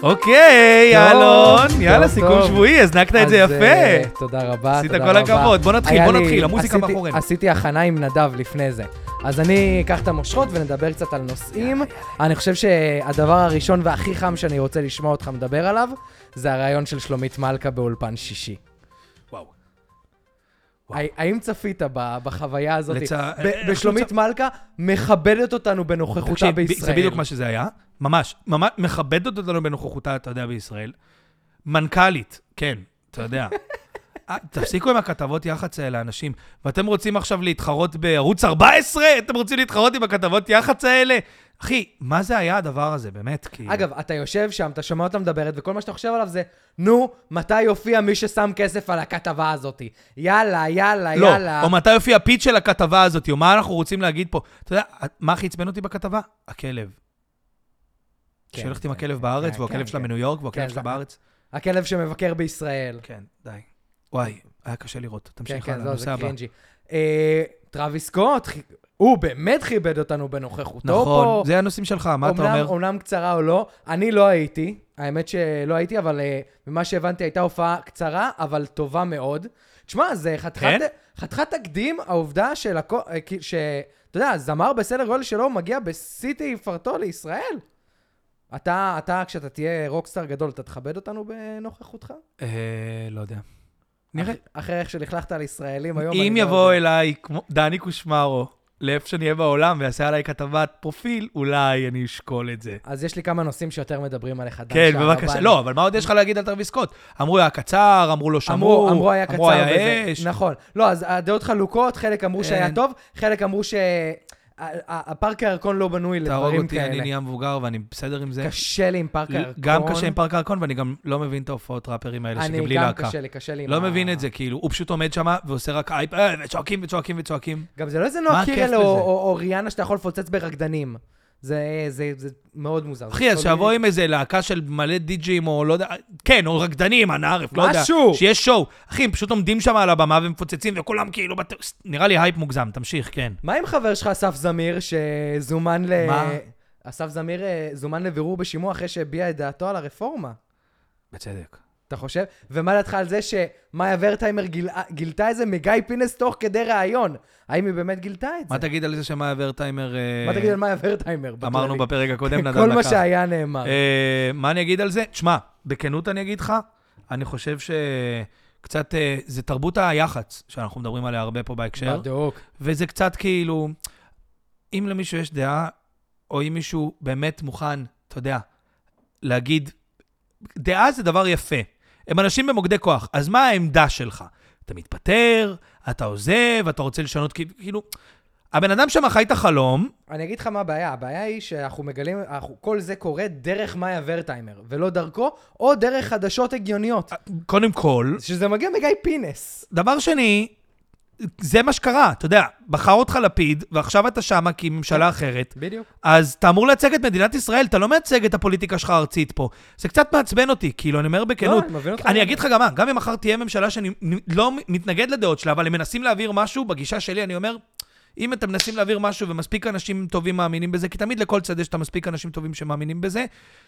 [SPEAKER 1] אוקיי,
[SPEAKER 2] טוב,
[SPEAKER 1] אוקיי, אלון,
[SPEAKER 2] טוב,
[SPEAKER 1] יאללה,
[SPEAKER 2] טוב.
[SPEAKER 1] סיכום שבועי, הזנקת את זה
[SPEAKER 2] אז, אה,
[SPEAKER 1] יפה.
[SPEAKER 2] תודה רבה,
[SPEAKER 1] עשית
[SPEAKER 2] תודה רבה.
[SPEAKER 1] כל הכבוד. בוא נתחיל,
[SPEAKER 2] היה
[SPEAKER 1] בוא
[SPEAKER 2] לי-
[SPEAKER 1] נתחיל, המוזיקה
[SPEAKER 2] עשיתי-
[SPEAKER 1] מאחורינו.
[SPEAKER 2] עשיתי הכנה עם נדב לפני זה. אז אני אקח את המושכות ונדבר קצת על נושאים. אני חושב שהדבר הראשון והכי חם שאני רוצה לשמוע אותך מדבר עליו, זה הרעיון של שלומית מלכה באולפן שישי.
[SPEAKER 1] וואו. וואו.
[SPEAKER 2] הא- האם צפית ב- בחוויה הזאת?
[SPEAKER 1] לצ-
[SPEAKER 2] ב-
[SPEAKER 1] אה,
[SPEAKER 2] בשלומית מלכה מכבדת אותנו בנוכחותה
[SPEAKER 1] תקשיב, ב-
[SPEAKER 2] בישראל.
[SPEAKER 1] זה בדיוק מה שזה היה. ממש, ממש מכבדת אותנו בנוכחותה, אתה יודע, בישראל. מנכ"לית, כן, אתה יודע. אה, תפסיקו עם הכתבות יח"צ האלה, אנשים. ואתם רוצים עכשיו להתחרות בערוץ 14? אתם רוצים להתחרות עם הכתבות יח"צ האלה? אחי, מה זה היה הדבר הזה, באמת? כאילו.
[SPEAKER 2] אגב, אתה יושב שם, אתה שומע אותה מדברת, וכל מה שאתה חושב עליו זה, נו, מתי יופיע מי ששם כסף על הכתבה הזאת? יאללה, יאללה,
[SPEAKER 1] לא,
[SPEAKER 2] יאללה.
[SPEAKER 1] או מתי יופיע הפיץ של הכתבה הזאת, או מה אנחנו רוצים להגיד פה. אתה יודע, מה הכי עצבן אותי בכתבה? הכלב.
[SPEAKER 2] כן,
[SPEAKER 1] כשהיא הולכת עם
[SPEAKER 2] כן,
[SPEAKER 1] הכלב
[SPEAKER 2] כן,
[SPEAKER 1] בארץ,
[SPEAKER 2] כן,
[SPEAKER 1] והוא הכלב
[SPEAKER 2] כן,
[SPEAKER 1] שלה
[SPEAKER 2] כן.
[SPEAKER 1] מניו יורק, והוא
[SPEAKER 2] כן,
[SPEAKER 1] הכלב
[SPEAKER 2] זה-
[SPEAKER 1] שלה בארץ.
[SPEAKER 2] הכלב שמבקר בישראל.
[SPEAKER 1] כן, די. וואי, היה קשה לראות.
[SPEAKER 2] כן,
[SPEAKER 1] תמשיך
[SPEAKER 2] כן,
[SPEAKER 1] הלאה,
[SPEAKER 2] לא,
[SPEAKER 1] הנושא
[SPEAKER 2] זה
[SPEAKER 1] הבא.
[SPEAKER 2] קרינג'י. אה, טרוויס סקוט, חי- הוא באמת כיבד אותנו בנוכחותו פה.
[SPEAKER 1] נכון, זה הנושאים שלך, מה אתה
[SPEAKER 2] אומנם-
[SPEAKER 1] אומר?
[SPEAKER 2] אומנם קצרה או לא, אני לא הייתי, האמת שלא הייתי, אבל אה, ממה שהבנתי הייתה הופעה קצרה, אבל טובה מאוד. תשמע, זה חתיכת
[SPEAKER 1] כן?
[SPEAKER 2] חתיכת תקדים, העובדה של הכו... אה, כי- ש... אתה יודע, זמר בסדר גודל שלו מגיע בשיא תפארתו לישראל. אתה, אתה, כשאתה תהיה רוקסטאר גדול, אתה תכבד אותנו בנוכחותך?
[SPEAKER 1] אה, לא יודע. נראה.
[SPEAKER 2] אח- אחרי איך שלכלכת על ישראלים היום.
[SPEAKER 1] אם
[SPEAKER 2] אני לא
[SPEAKER 1] יבוא
[SPEAKER 2] יודע.
[SPEAKER 1] אליי כמו דני קושמרו, לאיפה שאני אהיה בעולם, ויעשה עליי כתבת פרופיל, אולי אני אשקול את זה.
[SPEAKER 2] אז יש לי כמה נושאים שיותר מדברים עליך. דן
[SPEAKER 1] כן,
[SPEAKER 2] שהרבן-
[SPEAKER 1] בבקשה. לא, אבל מה עוד יש לך להגיד על טרוויס סקוט? אמרו היה קצר, אמרו לא שמעו,
[SPEAKER 2] אמרו היה קצר.
[SPEAKER 1] אמרו היה
[SPEAKER 2] וזה-
[SPEAKER 1] אש.
[SPEAKER 2] נכון. לא, אז הדעות חלוקות, חלק אמרו
[SPEAKER 1] כן.
[SPEAKER 2] שהיה טוב, חלק אמרו ש... ה- ה- הפארק הירקון לא בנוי
[SPEAKER 1] תהרוג
[SPEAKER 2] לדברים
[SPEAKER 1] אותי, אני
[SPEAKER 2] כאלה.
[SPEAKER 1] נהיה מבוגר ואני בסדר עם זה.
[SPEAKER 2] קשה לי עם פארק הירקון.
[SPEAKER 1] גם קשה עם פארק הירקון, ואני גם לא מבין את ההופעות ראפרים האלה, שגם
[SPEAKER 2] אני
[SPEAKER 1] בלי
[SPEAKER 2] גם
[SPEAKER 1] להקה.
[SPEAKER 2] קשה לי, קשה לי עם
[SPEAKER 1] לא
[SPEAKER 2] ה-
[SPEAKER 1] מבין את זה, כאילו, הוא פשוט עומד שם ועושה רק אייפ, אה, וצועקים וצועקים וצועקים.
[SPEAKER 2] גם זה לא איזה
[SPEAKER 1] מה
[SPEAKER 2] נועה
[SPEAKER 1] הכיף
[SPEAKER 2] קירל
[SPEAKER 1] בזה?
[SPEAKER 2] או- או או ריאנה שאתה יכול לפוצץ ברקדנים. זה- זה זה מאוד מוזר.
[SPEAKER 1] אחי, אז
[SPEAKER 2] כל
[SPEAKER 1] שיבוא
[SPEAKER 2] מיני-
[SPEAKER 1] עם איזה להקה של מלא די-ג'ים, או לא יודע, כן, או רקדנים, אנא ערף, לא יודע.
[SPEAKER 2] משהו.
[SPEAKER 1] שיהיה שואו. אחי, הם פשוט עומדים שם על הבמה ומפוצצים, וכולם כאילו, בת- נראה לי הייפ מוגזם, תמשיך, כן.
[SPEAKER 2] מה עם חבר שלך, אסף זמיר, שזומן ל...
[SPEAKER 1] מה?
[SPEAKER 2] אסף זמיר אה, זומן לבירור בשימוע אחרי שהביע את דעתו על הרפורמה.
[SPEAKER 1] בצדק.
[SPEAKER 2] אתה חושב? ומה דעתך על זה שמאיה ורטהיימר גילה- גילתה את זה מגיא פינס תוך כדי ראיון? האם היא באמת גילתה את זה?
[SPEAKER 1] מה תגיד על זה שמאיה ורטהיימר... אה,
[SPEAKER 2] מה תגיד על מאיה ורטהיימר?
[SPEAKER 1] אמרנו
[SPEAKER 2] בכללי?
[SPEAKER 1] בפרק הקודם, נדב לקח.
[SPEAKER 2] כל מה שהיה נאמר.
[SPEAKER 1] אה, מה אני אגיד על זה? תשמע, בכנות אני אגיד לך, אני חושב שקצת, אה, זה תרבות היח"צ, שאנחנו מדברים עליה הרבה פה בהקשר,
[SPEAKER 2] בדיוק.
[SPEAKER 1] וזה קצת כאילו, אם למישהו יש דעה, או אם מישהו באמת מוכן, אתה יודע, להגיד, דעה זה דבר יפה. הם אנשים במוקדי כוח, אז מה העמדה שלך? אתה מתפטר, אתה עוזב, אתה רוצה לשנות, כי- כאילו... הבן אדם שם חי את החלום,
[SPEAKER 2] אני אגיד לך מה הבעיה, הבעיה היא שאנחנו מגלים, אנחנו, כל זה קורה דרך מאיה ורטהיימר, ולא דרכו, או דרך חדשות
[SPEAKER 1] אה,
[SPEAKER 2] הגיוניות.
[SPEAKER 1] קודם כל,
[SPEAKER 2] שזה מגיע מגיא פינס.
[SPEAKER 1] דבר שני, זה מה שקרה, אתה יודע, בחר אותך לפיד, ועכשיו אתה שמה כי ממשלה אחרת,
[SPEAKER 2] בדיוק.
[SPEAKER 1] אז אתה אמור לייצג את מדינת ישראל, אתה לא מייצג את הפוליטיקה שלך הארצית פה. זה קצת מעצבן אותי, כאילו, אני אומר בכנות.
[SPEAKER 2] לא, אני מבין אותך.
[SPEAKER 1] אני אגיד לך גם מה, גם אם מחר תהיה ממשלה שאני לא מתנגד לדעות שלה, אבל הם מנסים להעביר משהו, בגישה שלי אני אומר, אם אתם מנסים להעביר משהו ומספיק אנשים טובים מאמינים בזה, כי תמיד לכל צד יש את המספיק אנשים טובים שמאמינים בזה,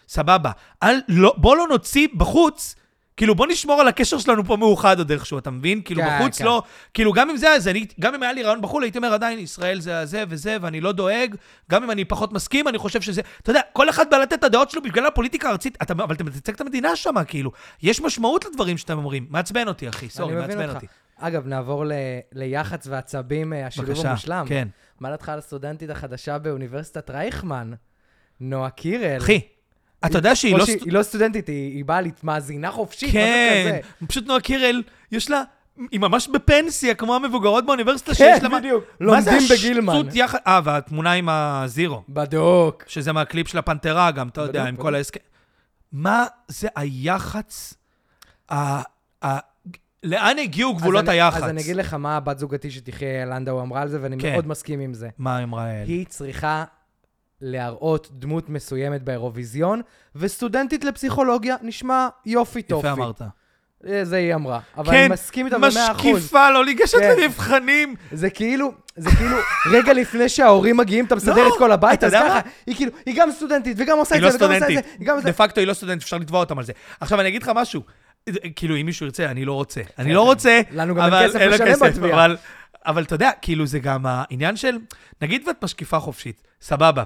[SPEAKER 1] סבבה. אל, לא, בוא לא נוציא בחוץ, כאילו בוא נשמור על הקשר שלנו פה מאוחד עוד איכשהו, אתה מבין? כאילו
[SPEAKER 2] כן,
[SPEAKER 1] בחוץ
[SPEAKER 2] כן.
[SPEAKER 1] לא, כאילו גם אם זה, אז אני, גם אם היה לי רעיון בחו"ל, הייתי אומר עדיין, ישראל זה הזה וזה, ואני לא דואג, גם אם אני פחות מסכים, אני חושב שזה, אתה יודע, כל אחד בא לתת את הדעות שלו בגלל הפוליטיקה הארצית, אתה, אבל אתה מייצג את המדינה שם, כאילו. יש משמעות לדברים שאתם אומרים. מעצבן אותי, אחי, סורי,
[SPEAKER 2] אני מבין
[SPEAKER 1] מעצבן
[SPEAKER 2] אותך.
[SPEAKER 1] אותי.
[SPEAKER 2] אגב, נעבור ל- ליח"צ ועצבים, אה, השילוב
[SPEAKER 1] בבקשה,
[SPEAKER 2] המושלם.
[SPEAKER 1] כן.
[SPEAKER 2] מה דעתך על הסטודנטית החדשה באוניברסיטת רייכמן, נועה קירל?
[SPEAKER 1] אחי, אתה יודע שהיא
[SPEAKER 2] או
[SPEAKER 1] לא...
[SPEAKER 2] שהיא-
[SPEAKER 1] סט-
[SPEAKER 2] היא לא סטודנטית, היא היא באה לת- מאזינה חופשית, משהו
[SPEAKER 1] כן,
[SPEAKER 2] כזה.
[SPEAKER 1] פשוט נועה קירל, יש לה... היא ממש בפנסיה, כמו המבוגרות באוניברסיטה
[SPEAKER 2] כן,
[SPEAKER 1] שיש לה... מה-
[SPEAKER 2] בדיוק.
[SPEAKER 1] מה זה
[SPEAKER 2] לומדים בגילמן.
[SPEAKER 1] השטות יחד... אה, והתמונה עם הזירו,
[SPEAKER 2] בדיוק.
[SPEAKER 1] שזה מהקליפ של הפנתרה גם, אתה יודע,
[SPEAKER 2] בדיוק,
[SPEAKER 1] עם
[SPEAKER 2] בדיוק.
[SPEAKER 1] כל ההסכם. מה זה היח"צ? ה- ה- לאן הגיעו גבולות
[SPEAKER 2] אז אני-
[SPEAKER 1] היח"צ?
[SPEAKER 2] אז אני אגיד לך מה הבת זוגתי שתחיה לנדאו אמרה על זה, ואני
[SPEAKER 1] כן.
[SPEAKER 2] מאוד מסכים עם זה.
[SPEAKER 1] מה היא אמרה אל?
[SPEAKER 2] היא צריכה להראות דמות מסוימת באירוויזיון, וסטודנטית לפסיכולוגיה נשמע יופי טופי.
[SPEAKER 1] יפה אמרת.
[SPEAKER 2] אה, זה היא אמרה. אבל
[SPEAKER 1] כן,
[SPEAKER 2] אני מסכים איתה במאה אחוז.
[SPEAKER 1] משקיפה, לא ניגשת
[SPEAKER 2] כן.
[SPEAKER 1] למבחנים.
[SPEAKER 2] זה כאילו, זה כאילו, רגע לפני שההורים מגיעים, אתה מסדר
[SPEAKER 1] לא,
[SPEAKER 2] את כל הבית,
[SPEAKER 1] אתה
[SPEAKER 2] אז
[SPEAKER 1] יודע
[SPEAKER 2] ככה,
[SPEAKER 1] מה?
[SPEAKER 2] היא כאילו, היא גם סטודנטית, וגם עושה
[SPEAKER 1] היא
[SPEAKER 2] את
[SPEAKER 1] לא
[SPEAKER 2] זה, וגם עושה את זה,
[SPEAKER 1] סטודנטית.
[SPEAKER 2] היא גם עושה...
[SPEAKER 1] דה פקטו היא לא סטודנטית, אפשר לתבוע אותם על זה. עכשיו, אני אגיד לך משהו. כאילו, אם מישהו ירצה, אני לא רוצה. אני לא רוצה,
[SPEAKER 2] כן, לנו גם אין
[SPEAKER 1] אבל
[SPEAKER 2] כסף
[SPEAKER 1] לו
[SPEAKER 2] לשלם
[SPEAKER 1] כסף,
[SPEAKER 2] בתביעה.
[SPEAKER 1] אבל- אבל אתה יודע, כאילו, זה גם העניין של... נגיד ואת משקיפה חופשית, סבבה.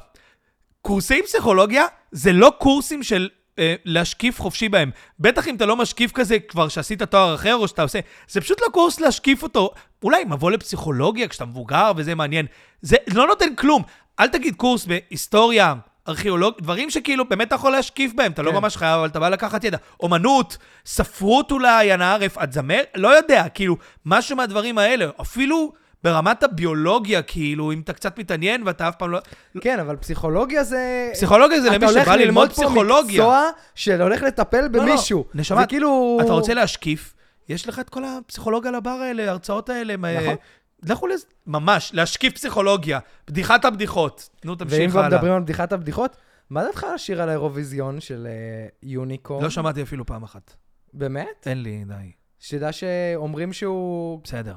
[SPEAKER 1] קורסי פסיכולוגיה זה לא קורסים של אה, להשקיף חופשי בהם. בטח אם אתה לא משקיף כזה כבר שעשית תואר אחר או שאתה עושה, זה פשוט לא קורס להשקיף אותו. אולי מבוא לפסיכולוגיה כשאתה מבוגר וזה מעניין. זה לא נותן כלום. אל תגיד קורס בהיסטוריה, ארכיאולוג, דברים שכאילו באמת אתה יכול להשקיף בהם, אתה
[SPEAKER 2] כן.
[SPEAKER 1] לא ממש חייב, אבל אתה בא לקחת ידע. אומנות, ספרות אולי, אנא ערף, את זמר, לא יודע, כאילו, משהו מהדברים האלה. אפילו ברמת הביולוגיה, כאילו, אם אתה קצת מתעניין ואתה אף פעם לא...
[SPEAKER 2] כן, אבל פסיכולוגיה זה...
[SPEAKER 1] פסיכולוגיה זה
[SPEAKER 2] אתה
[SPEAKER 1] למי
[SPEAKER 2] הולך
[SPEAKER 1] שבא ללמוד
[SPEAKER 2] פה
[SPEAKER 1] פסיכולוגיה.
[SPEAKER 2] מקצוע של הולך לטפל
[SPEAKER 1] לא, לא.
[SPEAKER 2] במישהו.
[SPEAKER 1] נשמה,
[SPEAKER 2] זה כאילו...
[SPEAKER 1] אתה רוצה להשקיף, יש לך את כל הפסיכולוגיה לבר האלה, ההרצאות האלה. מה-
[SPEAKER 2] נכון.
[SPEAKER 1] לכו לזה, ממש, להשקיף פסיכולוגיה, בדיחת הבדיחות. נו,
[SPEAKER 2] ואם
[SPEAKER 1] תמשיך
[SPEAKER 2] כבר
[SPEAKER 1] הלאה.
[SPEAKER 2] מדברים על בדיחת הבדיחות, מה דעתך על השיר על האירוויזיון של אה, יוניקורן?
[SPEAKER 1] לא שמעתי אפילו פעם אחת.
[SPEAKER 2] באמת?
[SPEAKER 1] אין לי, די.
[SPEAKER 2] שתדע שאומרים שהוא...
[SPEAKER 1] בסדר.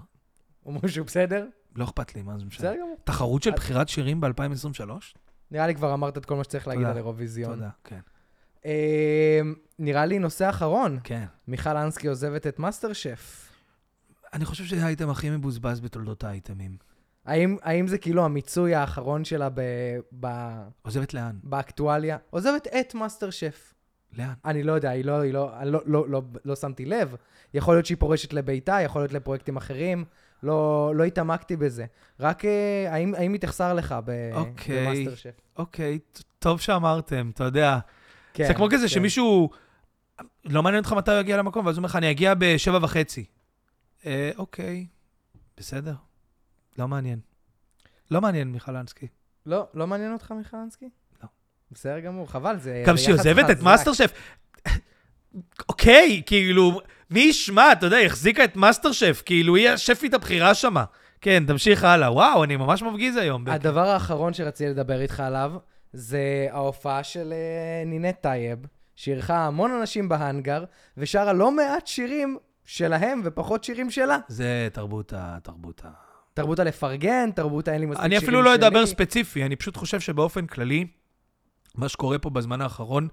[SPEAKER 2] אומרים שהוא בסדר?
[SPEAKER 1] לא אכפת לי, מה זה משנה.
[SPEAKER 2] בסדר גמור.
[SPEAKER 1] תחרות של
[SPEAKER 2] את-
[SPEAKER 1] בחירת שירים ב-2023?
[SPEAKER 2] נראה לי כבר אמרת את כל מה שצריך להגיד
[SPEAKER 1] תודה.
[SPEAKER 2] על אירוויזיון.
[SPEAKER 1] תודה, כן.
[SPEAKER 2] אה, נראה לי נושא אחרון,
[SPEAKER 1] כן.
[SPEAKER 2] מיכל אנסקי עוזבת את מאסטר שף.
[SPEAKER 1] אני חושב שזה האייטם הכי מבוזבז בתולדות האייטמים.
[SPEAKER 2] האם, האם זה כאילו המיצוי האחרון שלה ב, ב,
[SPEAKER 1] עוזבת לאן?
[SPEAKER 2] באקטואליה? עוזבת את מאסטר שף.
[SPEAKER 1] לאן?
[SPEAKER 2] אני לא יודע, היא לא, היא לא, אני לא, לא, לא, לא שמתי לב. יכול להיות שהיא פורשת לביתה, יכול להיות לפרויקטים אחרים. לא, לא התעמקתי בזה. רק אה, האם, האם התאכסר לך ב,
[SPEAKER 1] אוקיי.
[SPEAKER 2] במאסטר שף?
[SPEAKER 1] אוקיי, ט- טוב שאמרתם, אתה יודע.
[SPEAKER 2] כן,
[SPEAKER 1] זה כמו כזה
[SPEAKER 2] כן.
[SPEAKER 1] שמישהו, לא מעניין אותך מתי הוא יגיע למקום, ואז הוא אומר לך, אני אגיע בשבע וחצי. אה, אוקיי, בסדר. לא מעניין. לא מעניין, מיכל אנסקי.
[SPEAKER 2] לא, לא מעניין אותך מיכל אנסקי?
[SPEAKER 1] לא.
[SPEAKER 2] בסדר גמור, חבל, זה...
[SPEAKER 1] גם
[SPEAKER 2] זה
[SPEAKER 1] שהיא
[SPEAKER 2] יחס
[SPEAKER 1] עוזבת את
[SPEAKER 2] חזק.
[SPEAKER 1] מאסטר שף. אוקיי, כאילו, מי ישמע, אתה יודע, היא החזיקה את מאסטר שף, כאילו, היא השפית הבכירה שמה. כן, תמשיך הלאה. וואו, אני ממש מפגיז היום.
[SPEAKER 2] הדבר האחרון שרציתי לדבר איתך עליו, זה ההופעה של אה, נינת טייב, שאירחה המון אנשים בהאנגר, ושרה לא מעט שירים שלהם ופחות שירים שלה.
[SPEAKER 1] זה תרבות ה... תרבות ה...
[SPEAKER 2] תרבות הלפרגן, תרבות האין לי מספיק שירים
[SPEAKER 1] אני
[SPEAKER 2] שלי.
[SPEAKER 1] אפילו לא אדבר ספציפי, אני פשוט חושב שבאופן כללי, מה שקורה פה בזמן האחרון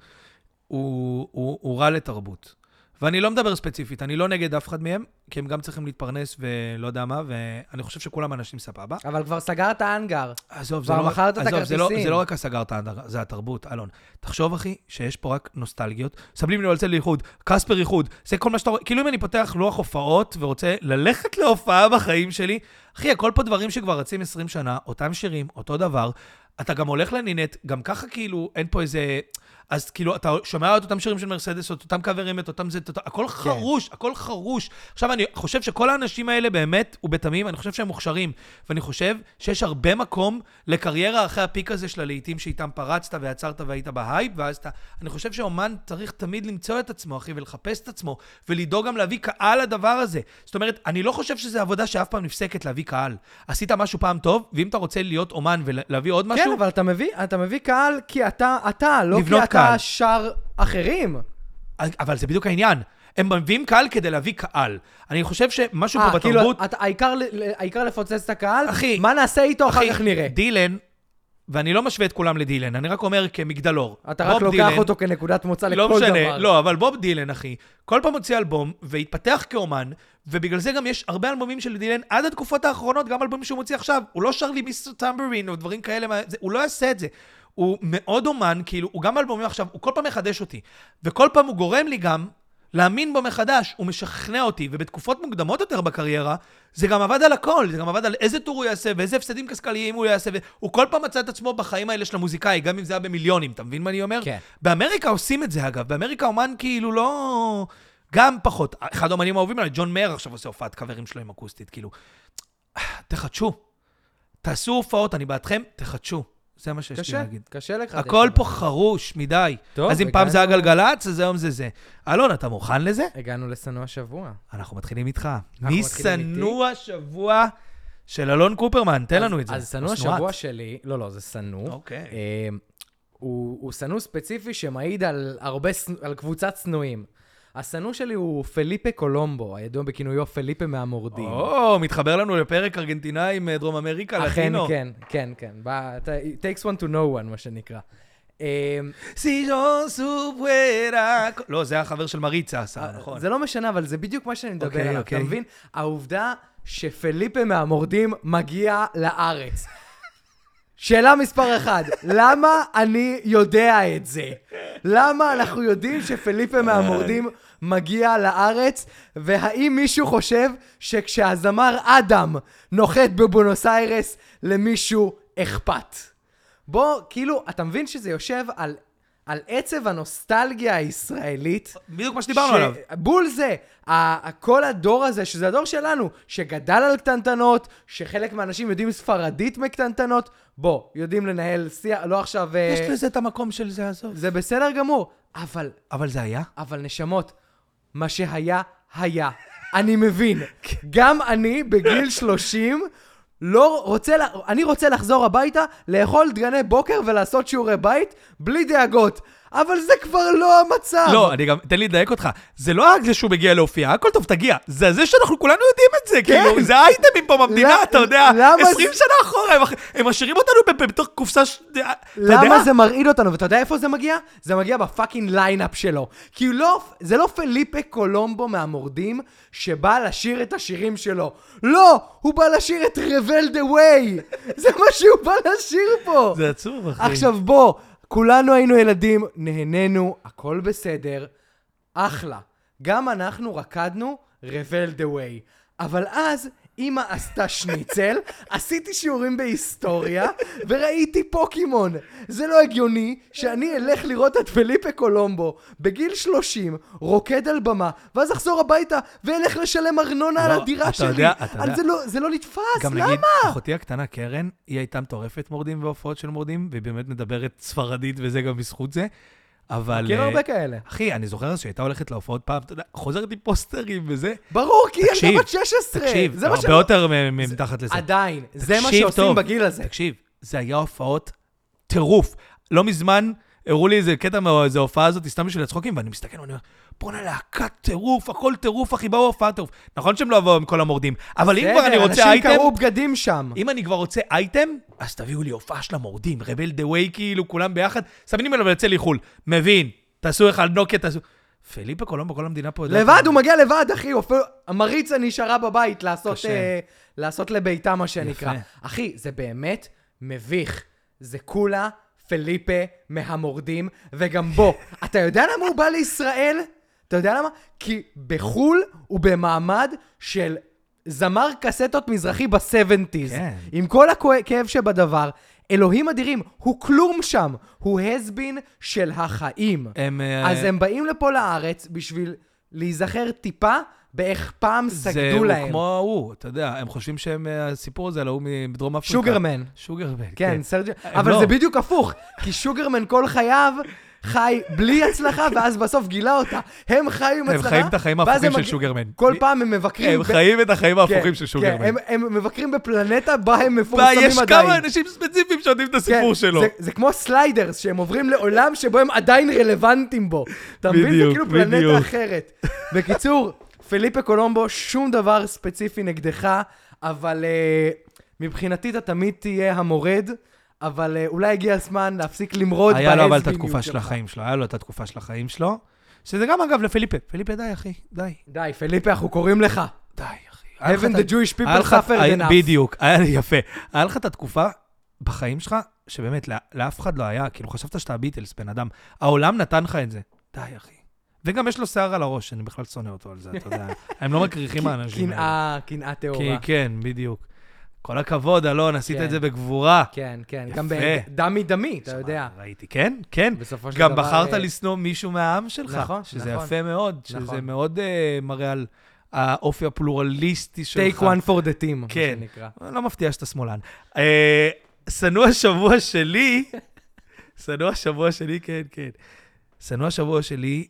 [SPEAKER 1] הוא, הוא, הוא רע לתרבות. ואני לא מדבר ספציפית, אני לא נגד אף אחד מהם, כי הם גם צריכים להתפרנס ולא יודע מה, ואני חושב שכולם אנשים סבבה.
[SPEAKER 2] אבל כבר סגרת האנגר.
[SPEAKER 1] עזוב, זה
[SPEAKER 2] כבר
[SPEAKER 1] לא, רק-
[SPEAKER 2] מכרת את
[SPEAKER 1] עזוב, זה לא,
[SPEAKER 2] הכרטיסים.
[SPEAKER 1] זה לא רק הסגר, זה התרבות, אלון. תחשוב, אחי, שיש פה רק נוסטלגיות. סבלים לי על איחוד, קספר איחוד, זה כל מה שאתה רואה. כאילו אם אני פותח לוח הופעות ורוצה ללכת להופעה בחיים שלי, אחי, הכל פה דברים שכבר רצים 20 שנה, אותם שירים, אותו דבר. אתה גם הולך לנינט, גם ככה כאילו, אין פה איזה... אז כאילו, אתה שומע את אותם שירים של מרסדס, את אותם קאברים, את אותם זה, את אותם...
[SPEAKER 2] כן.
[SPEAKER 1] הכל חרוש, הכל חרוש. עכשיו, אני חושב שכל האנשים האלה באמת ובתמים, אני חושב שהם מוכשרים. ואני חושב שיש הרבה מקום לקריירה אחרי הפיק הזה של הלהיטים שאיתם פרצת ויצרת והיית בהייפ, ואז אתה... אני חושב שאומן צריך תמיד למצוא את עצמו, אחי, ולחפש את עצמו, ולדאוג גם להביא קהל לדבר הזה. זאת אומרת, אני לא חושב שזו עבודה שאף פעם נפסקת להביא קהל. עשית משהו פעם טוב, ואם אתה רוצה להיות אומן ולהביא עוד משהו...
[SPEAKER 2] כן, אבל אתה מביא, אתה מביא קהל כי אתה, אתה, לא
[SPEAKER 1] לבנות
[SPEAKER 2] כי אתה
[SPEAKER 1] קהל.
[SPEAKER 2] שר אחרים. כן.
[SPEAKER 1] אבל זה בדיוק העניין. הם מביאים קהל כדי להביא קהל. אני חושב שמשהו
[SPEAKER 2] אה,
[SPEAKER 1] פה
[SPEAKER 2] כאילו,
[SPEAKER 1] בתרבות...
[SPEAKER 2] אתה- העיקר ל- ל- העיקר לפוצץ את הקהל,
[SPEAKER 1] אחי,
[SPEAKER 2] מה נעשה איתו אחר
[SPEAKER 1] אחי,
[SPEAKER 2] כך נראה.
[SPEAKER 1] דילן, ואני לא משווה את כולם לדילן, אני רק אומר כמגדלור.
[SPEAKER 2] אתה רק
[SPEAKER 1] בוב
[SPEAKER 2] לוקח
[SPEAKER 1] דילן-
[SPEAKER 2] אותו כנקודת מוצא לכל
[SPEAKER 1] לא
[SPEAKER 2] דבר.
[SPEAKER 1] משנה, לא, אבל בוב דילן, אחי, כל פעם מוציא אלבום והתפתח כאומן, ובגלל זה גם יש הרבה אלבומים של דילן עד התקופות האחרונות, גם אלבומים שהוא מוציא עכשיו. הוא לא שר לי מיסטר טמברין או דברים כאלה, מה- זה- הוא לא יעשה את זה. הוא מאוד אומן, כאילו, הוא גם אלבומים עכשיו, הוא כל פעם מחדש אותי. וכל פעם הוא גורם לי גם להאמין בו מחדש, הוא משכנע אותי, ובתקופות מוקדמות יותר בקריירה, זה גם עבד על הכל, זה גם עבד על איזה טור הוא יעשה, ואיזה הפסדים כסכליים הוא יעשה, והוא כל פעם מצא את עצמו בחיים האלה של המוזיקאי, גם אם זה היה במיליונים, אתה מבין מה אני אומר?
[SPEAKER 2] כן.
[SPEAKER 1] באמריקה עושים את זה, אגב. באמריקה אומן כאילו לא... גם פחות. אחד האומנים האהובים עליי, ג'ון מאיר עכשיו עושה הופעת קאברים שלו עם אקוסטית, כאילו. תחדשו. תעשו הופעות, אני בעדכם, תחדשו. זה מה שיש לי
[SPEAKER 2] קשה,
[SPEAKER 1] להגיד.
[SPEAKER 2] קשה לך.
[SPEAKER 1] הכל
[SPEAKER 2] דרך
[SPEAKER 1] פה חרוש מדי.
[SPEAKER 2] טוב,
[SPEAKER 1] אז אם פעם זה היה
[SPEAKER 2] הגענו-
[SPEAKER 1] גלגלצ, אז היום זה זה. אלון, אתה מוכן לזה?
[SPEAKER 2] אגב. הגענו לשנוא השבוע.
[SPEAKER 1] אנחנו מתחילים איתך.
[SPEAKER 2] מתחילים
[SPEAKER 1] מי שנוא השבוע של אלון קופרמן? תן לנו את זה.
[SPEAKER 2] אז שנוא
[SPEAKER 1] או שנואת.
[SPEAKER 2] השבוע שלי, לא, לא, זה שנוא.
[SPEAKER 1] אוקיי.
[SPEAKER 2] אה, הוא הוא שנוא ספציפי שמעיד על הרבה, שנ- על קבוצת שנואים. השנוא שלי הוא פליפה קולומבו, הידוע בכינויו פליפה מהמורדים.
[SPEAKER 1] או, מתחבר לנו לפרק ארגנטינאי עם אה, דרום אמריקה,
[SPEAKER 2] אכן,
[SPEAKER 1] לטינו.
[SPEAKER 2] כן, כן, כן. בא- אתה- it takes one to know one, מה שנקרא. אה,
[SPEAKER 1] Si yo supiera... לא, זה החבר של מריצה עשה, נכון.
[SPEAKER 2] זה לא משנה, אבל זה בדיוק מה שאני מדבר
[SPEAKER 1] אוקיי,
[SPEAKER 2] עליו, אתה
[SPEAKER 1] אוקיי.
[SPEAKER 2] מבין? העובדה שפליפה מהמורדים מגיע לארץ. שאלה מספר אחת, למה אני יודע את זה? למה אנחנו יודעים שפליפה מהמורדים מגיע לארץ? והאם מישהו חושב שכשהזמר אדם נוחת בבונוס איירס, למישהו אכפת? בוא, כאילו, אתה מבין שזה יושב על, על עצב הנוסטלגיה הישראלית?
[SPEAKER 1] בדיוק מה שדיברנו עליו.
[SPEAKER 2] בול זה, ה- ה- כל הדור הזה, שזה הדור שלנו, שגדל על קטנטנות, שחלק מהאנשים יודעים ספרדית מקטנטנות, בוא, יודעים לנהל שיח, לא עכשיו... אה,
[SPEAKER 1] יש לזה את המקום של זה, עזוב.
[SPEAKER 2] זה בסדר גמור, אבל,
[SPEAKER 1] אבל זה היה?
[SPEAKER 2] אבל נשמות, מה שהיה, היה. אני מבין. גם אני, בגיל 30, לא רוצה, לה- אני רוצה לחזור הביתה, לאכול דגני בוקר ולעשות שיעורי בית, בלי דאגות. אבל זה כבר לא המצב.
[SPEAKER 1] לא, אני גם, תן לי לדייק אותך. זה לא רק זה שהוא מגיע להופיע, הכל טוב, תגיע. זה זה שאנחנו כולנו יודעים את זה,
[SPEAKER 2] כן.
[SPEAKER 1] כאילו, זה האייטמים פה במדינה,
[SPEAKER 2] ל-
[SPEAKER 1] אתה יודע.
[SPEAKER 2] למה
[SPEAKER 1] 20
[SPEAKER 2] זה-
[SPEAKER 1] שנה אחורה, הם אח- הם משאירים אותנו ב- בתוך קופסה ש... אתה יודע?
[SPEAKER 2] למה זה מרעיד אותנו? ואתה יודע איפה זה מגיע? זה מגיע בפאקינג ליינאפ שלו. כי הוא לא, זה לא פליפה קולומבו מהמורדים שבא לשיר את השירים שלו. לא! הוא בא לשיר את Revel the Way! זה מה שהוא בא לשיר פה!
[SPEAKER 1] זה עצוב, אחי.
[SPEAKER 2] כן. עכשיו בוא, כולנו היינו ילדים, נהנינו, הכל בסדר, אחלה. גם אנחנו רקדנו Revel the way. אבל אז אמא עשתה שניצל, עשיתי שיעורים בהיסטוריה, וראיתי פוקימון. זה לא הגיוני שאני אלך לראות את פליפה קולומבו בגיל 30, רוקד על במה, ואז אחזור הביתה ואלך לשלם ארנונה על
[SPEAKER 1] לא,
[SPEAKER 2] הדירה
[SPEAKER 1] אתה
[SPEAKER 2] שלי.
[SPEAKER 1] יודע- אתה
[SPEAKER 2] על
[SPEAKER 1] יודע-
[SPEAKER 2] זה לא- זה לא נתפס,
[SPEAKER 1] גם
[SPEAKER 2] למה?
[SPEAKER 1] נגיד, אחותי הקטנה, קרן, היא הייתה מטורפת מורדים והופעות של מורדים, והיא באמת מדברת ספרדית, וזה גם בזכות זה. אבל...
[SPEAKER 2] מכיר
[SPEAKER 1] אה,
[SPEAKER 2] הרבה כאלה.
[SPEAKER 1] אחי, אני זוכר אז שהייתה הולכת להופעות פעם, אתה יודע, חוזרת עם פוסטרים וזה.
[SPEAKER 2] ברור, כי היא
[SPEAKER 1] תקשיב,
[SPEAKER 2] ילדה בת 16.
[SPEAKER 1] תקשיב,
[SPEAKER 2] זה
[SPEAKER 1] זה
[SPEAKER 2] מה
[SPEAKER 1] הרבה
[SPEAKER 2] שלא-
[SPEAKER 1] יותר מ- מ- מתחת לזה.
[SPEAKER 2] עדיין, זה מה
[SPEAKER 1] תקשיב
[SPEAKER 2] שעושים
[SPEAKER 1] טוב,
[SPEAKER 2] בגיל הזה.
[SPEAKER 1] תקשיב, זה היה הופעות טירוף. לא מזמן הראו לי איזה קטע מאיזה הופעה הזאת, סתם בשביל הצחוקים, ואני מסתכל ואני אומר, בואנה להקת טירוף, הכל טירוף, אחי, באו הופעה טירוף. נכון שהם לא יבואו עם כל המורדים, אבל אם כבר אני רוצה
[SPEAKER 2] אנשים
[SPEAKER 1] אייטם...
[SPEAKER 2] קראו בגדים שם.
[SPEAKER 1] אם אני כבר רוצה אייטם, אז תביאו לי הופעה של המורדים, רבל דה ווי, כאילו, כולם ביחד. סמנים אליו ויוצא לי חו"ל. מבין, תעשו אחד נוקיה, תעשו... פליפה קולומבו, כל המדינה פה... יודעת-
[SPEAKER 2] לבד, הוא מגיע לבד, אחי, הוא אפילו... המריצה נשארה בבית לעשות,
[SPEAKER 1] קשה.
[SPEAKER 2] אה, לעשות לביתה, מה שנקרא.
[SPEAKER 1] יפה.
[SPEAKER 2] אחי, זה באמת מביך. זה כולה פליפה מהמורדים, וגם בו. אתה יודע למה הוא בא לישראל? אתה יודע למה? כי בחו"ל הוא במעמד של זמר קסטות מזרחי בסבנטיז.
[SPEAKER 1] כן.
[SPEAKER 2] עם כל הכאב שבדבר. אלוהים אדירים, הוא כלום שם. הוא הסבין של החיים.
[SPEAKER 1] הם... אה,
[SPEAKER 2] אז הם באים לפה לארץ בשביל להיזכר טיפה באיך פעם סגדו
[SPEAKER 1] זה הוא
[SPEAKER 2] להם.
[SPEAKER 1] כמו ההוא, אתה יודע, הם חושבים שהם, אה, הסיפור הזה על ההוא מדרום אפריקה.
[SPEAKER 2] שוגרמן.
[SPEAKER 1] שוגרמן,
[SPEAKER 2] כן, סרג'י...
[SPEAKER 1] הם
[SPEAKER 2] אבל
[SPEAKER 1] לא.
[SPEAKER 2] זה בדיוק הפוך, כי שוגרמן כל חייו חי בלי הצלחה, ואז בסוף גילה אותה. הם חיו עם
[SPEAKER 1] הם
[SPEAKER 2] הצלחה,
[SPEAKER 1] חיים את החיים
[SPEAKER 2] ואז
[SPEAKER 1] ההפוכים
[SPEAKER 2] הם
[SPEAKER 1] של
[SPEAKER 2] מג-
[SPEAKER 1] שוגרמן.
[SPEAKER 2] כל
[SPEAKER 1] מי-
[SPEAKER 2] פעם הם מבקרים...
[SPEAKER 1] הם
[SPEAKER 2] ב-
[SPEAKER 1] חיים את החיים
[SPEAKER 2] כן,
[SPEAKER 1] ההפוכים של
[SPEAKER 2] כן,
[SPEAKER 1] שוגרמן.
[SPEAKER 2] הם- הם מבקרים בפלנטה בה הם
[SPEAKER 1] בה,
[SPEAKER 2] מפורסמים עדיין. כן,
[SPEAKER 1] יש כמה אנשים ספציפיים שיודעים את הסיפור שלו.
[SPEAKER 2] זה, זה כמו סליידרס, שהם עוברים לעולם שבו הם עדיין רלוונטיים בו. אתה מבין? זה
[SPEAKER 1] בדיוק,
[SPEAKER 2] כאילו פלנטה
[SPEAKER 1] בדיוק.
[SPEAKER 2] אחרת. בקיצור, פליפה קולומבו, שום דבר ספציפי נגדך, אבל uh, מבחינתי אתה תמיד תהיה המורד, אבל uh, אולי הגיע הזמן להפסיק למרוד
[SPEAKER 1] היה לו אבל את
[SPEAKER 2] בעזביניות
[SPEAKER 1] התקופה של
[SPEAKER 2] שלך.
[SPEAKER 1] החיים שלו, היה לו את התקופה של החיים שלו. שזה גם, אגב, לפיליפה. פיליפה, די, אחי, די.
[SPEAKER 2] די, פליפה, אנחנו קוראים לך.
[SPEAKER 1] די, אחי. היה לך
[SPEAKER 2] Even
[SPEAKER 1] את
[SPEAKER 2] the Jewish
[SPEAKER 1] היה
[SPEAKER 2] people
[SPEAKER 1] לך-
[SPEAKER 2] suffered
[SPEAKER 1] היה-
[SPEAKER 2] enough.
[SPEAKER 1] בדיוק, היה לי יפה. היה לך את התקופה בחיים שלך, שבאמת לא- לאף אחד לא היה, כאילו חשבת שאתה הביטלס, בן אדם. העולם נתן לך את זה. די, אחי. וגם יש לו שיער על הראש, אני בכלל שונא אותו על זה, אתה יודע. הם לא מקריחים האנשים האלה.
[SPEAKER 2] קנאה, קנאה טהורה.
[SPEAKER 1] כי- כן, בדיוק. כל הכבוד, אלון, עשית
[SPEAKER 2] אה, כן.
[SPEAKER 1] את זה בגבורה.
[SPEAKER 2] כן, כן, גם
[SPEAKER 1] יפה.
[SPEAKER 2] בדם מדמי, אתה
[SPEAKER 1] שמע,
[SPEAKER 2] יודע.
[SPEAKER 1] ראיתי, כן, כן.
[SPEAKER 2] בסופו של
[SPEAKER 1] גם
[SPEAKER 2] דבר,
[SPEAKER 1] בחרת
[SPEAKER 2] אה,
[SPEAKER 1] לשנוא מישהו מהעם שלך.
[SPEAKER 2] נכון,
[SPEAKER 1] שזה
[SPEAKER 2] נכון.
[SPEAKER 1] יפה מאוד, שזה
[SPEAKER 2] נכון.
[SPEAKER 1] מאוד אה, מראה על האופי הפלורליסטי שלך.
[SPEAKER 2] take one for the team, מה
[SPEAKER 1] כן.
[SPEAKER 2] שנקרא.
[SPEAKER 1] לא מפתיע שאתה שמאלן. אה, שנוא השבוע שלי, שנוא השבוע שלי, כן, כן. שנוא השבוע שלי,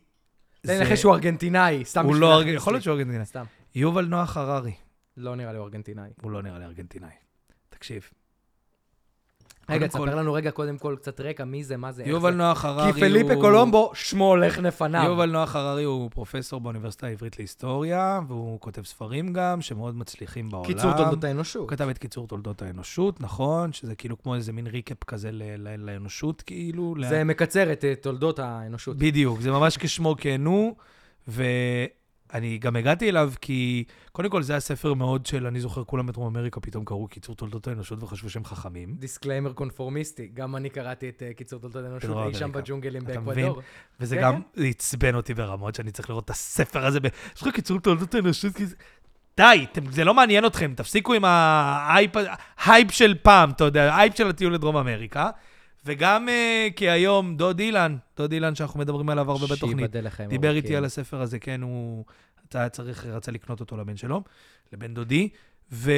[SPEAKER 2] תן לי
[SPEAKER 1] זה-
[SPEAKER 2] לנחש שהוא ארגנטינאי, סתם
[SPEAKER 1] הוא
[SPEAKER 2] בשביל
[SPEAKER 1] לא,
[SPEAKER 2] להכניס
[SPEAKER 1] ארג- יכול
[SPEAKER 2] לי.
[SPEAKER 1] להיות שהוא ארגנטינאי.
[SPEAKER 2] סתם.
[SPEAKER 1] יובל נוח הררי,
[SPEAKER 2] לא נראה לי הוא ארגנטינאי.
[SPEAKER 1] הוא לא נראה לי ארגנטינאי. תקשיב.
[SPEAKER 2] רגע,
[SPEAKER 1] קודם
[SPEAKER 2] תספר לנו רגע קודם כל קצת רקע, מי זה, מה זה,
[SPEAKER 1] כל,
[SPEAKER 2] איך זה.
[SPEAKER 1] יובל נוח הררי הוא...
[SPEAKER 2] כי פליפה קולומבו, שמו הולך לפניו.
[SPEAKER 1] יובל נוח הררי הוא פרופסור באוניברסיטה העברית להיסטוריה, והוא כותב ספרים גם, שמאוד מצליחים בעולם.
[SPEAKER 2] קיצור תולדות האנושות.
[SPEAKER 1] הוא כתב את קיצור תולדות האנושות, נכון? שזה כאילו כמו איזה מין ריקאפ כזה ל- ל- לאנושות, כאילו. ל-
[SPEAKER 2] זה מקצר את אה, תולדות האנושות.
[SPEAKER 1] בדיוק, זה ממש כשמו כן הוא, ואני גם הגעתי אליו כי, קודם כל, זה היה ספר מאוד של, אני זוכר, כולם בדרום אמריקה פתאום קראו קיצור תולדות האנושות וחשבו שהם חכמים.
[SPEAKER 2] דיסקליימר קונפורמיסטי, גם אני קראתי את אה, קיצור תולדות האנושות
[SPEAKER 1] תולדות
[SPEAKER 2] אי שם
[SPEAKER 1] האמריקה.
[SPEAKER 2] בג'ונגלים
[SPEAKER 1] אתה
[SPEAKER 2] באקוודור.
[SPEAKER 1] וזה
[SPEAKER 2] כן,
[SPEAKER 1] גם זה עצבן אותי ברמות שאני צריך לראות את הספר הזה. ב- יש לך קיצור תולדות האנושות? כי זה- די, אתם- זה לא מעניין אתכם, תפסיקו עם ההייפ הייפ של פעם, אתה יודע, ההייפ של הטיול לדרום אמריקה. וגם אה, כי היום דוד אילן, דוד אילן שאנחנו מדברים עליו הרבה בתוכנית,
[SPEAKER 2] שייבדל לחיים
[SPEAKER 1] דיבר
[SPEAKER 2] ארוכים.
[SPEAKER 1] איתי על הספר הזה, כן, הוא היה צריך, רצה לקנות אותו לבן שלו, לבן דודי, ו...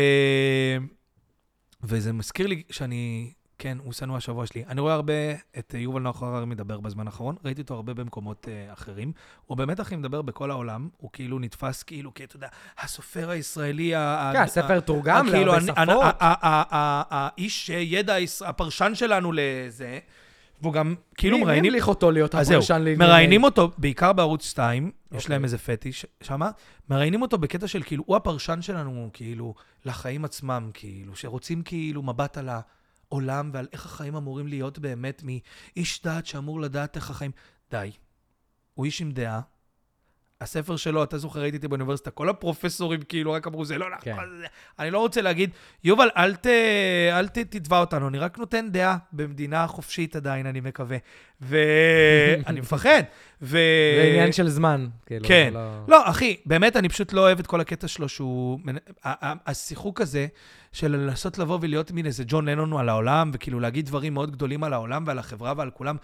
[SPEAKER 1] וזה מזכיר לי שאני, כן, הוא שנוא השבוע שלי. אני רואה הרבה את אה, יובל נוח הררי מדבר בזמן האחרון, ראיתי אותו הרבה במקומות uh, אחרים. הוא באמת הכי מדבר בכל העולם, הוא כאילו נתפס כאילו, כי אתה יודע, הסופר הישראלי, ה-
[SPEAKER 2] כן,
[SPEAKER 1] ה-
[SPEAKER 2] הספר תורגם
[SPEAKER 1] כאילו,
[SPEAKER 2] להרבה
[SPEAKER 1] הנ- הנ-
[SPEAKER 2] שפות.
[SPEAKER 1] ה- ה- ה- ה- האיש אה, ידע, היש- הפרשן שלנו לזה, והוא גם, כאילו
[SPEAKER 2] מי-
[SPEAKER 1] מראיינים...
[SPEAKER 2] מי המליך אותו להיות
[SPEAKER 1] אז זהו,
[SPEAKER 2] הפרשן לענייני-
[SPEAKER 1] מראיינים אותו, בעיקר בערוץ 2, יש
[SPEAKER 2] אוקיי.
[SPEAKER 1] להם איזה פטיש שמה, מראיינים אותו בקטע של כאילו, הוא הפרשן שלנו, כאילו, לחיים עצמם, כאילו, שרוצים כאילו מבט על העולם ועל איך החיים אמורים להיות באמת מאיש דעת שאמור לדעת איך החיים... די. הוא איש עם דעה. הספר שלו, אתה זוכר, ראיתי אותי באוניברסיטה, כל הפרופסורים כאילו רק אמרו, זה לא נכון.
[SPEAKER 2] כן.
[SPEAKER 1] זה- אני לא רוצה להגיד, יובל, אל, ת, אל ת, תתבע אותנו, אני רק נותן דעה במדינה חופשית עדיין, אני מקווה. ואני מפחד. ו...
[SPEAKER 2] זה עניין של זמן. כאילו,
[SPEAKER 1] כן.
[SPEAKER 2] זה
[SPEAKER 1] לא, אחי, באמת, אני פשוט לא אוהב את כל הקטע שלו, שהוא... מנ- ה- ה- השיחוק הזה של לנסות לבוא ולהיות מין איזה ג'ון לנון על העולם, וכאילו להגיד דברים מאוד גדולים על העולם ועל החברה ועל כולם.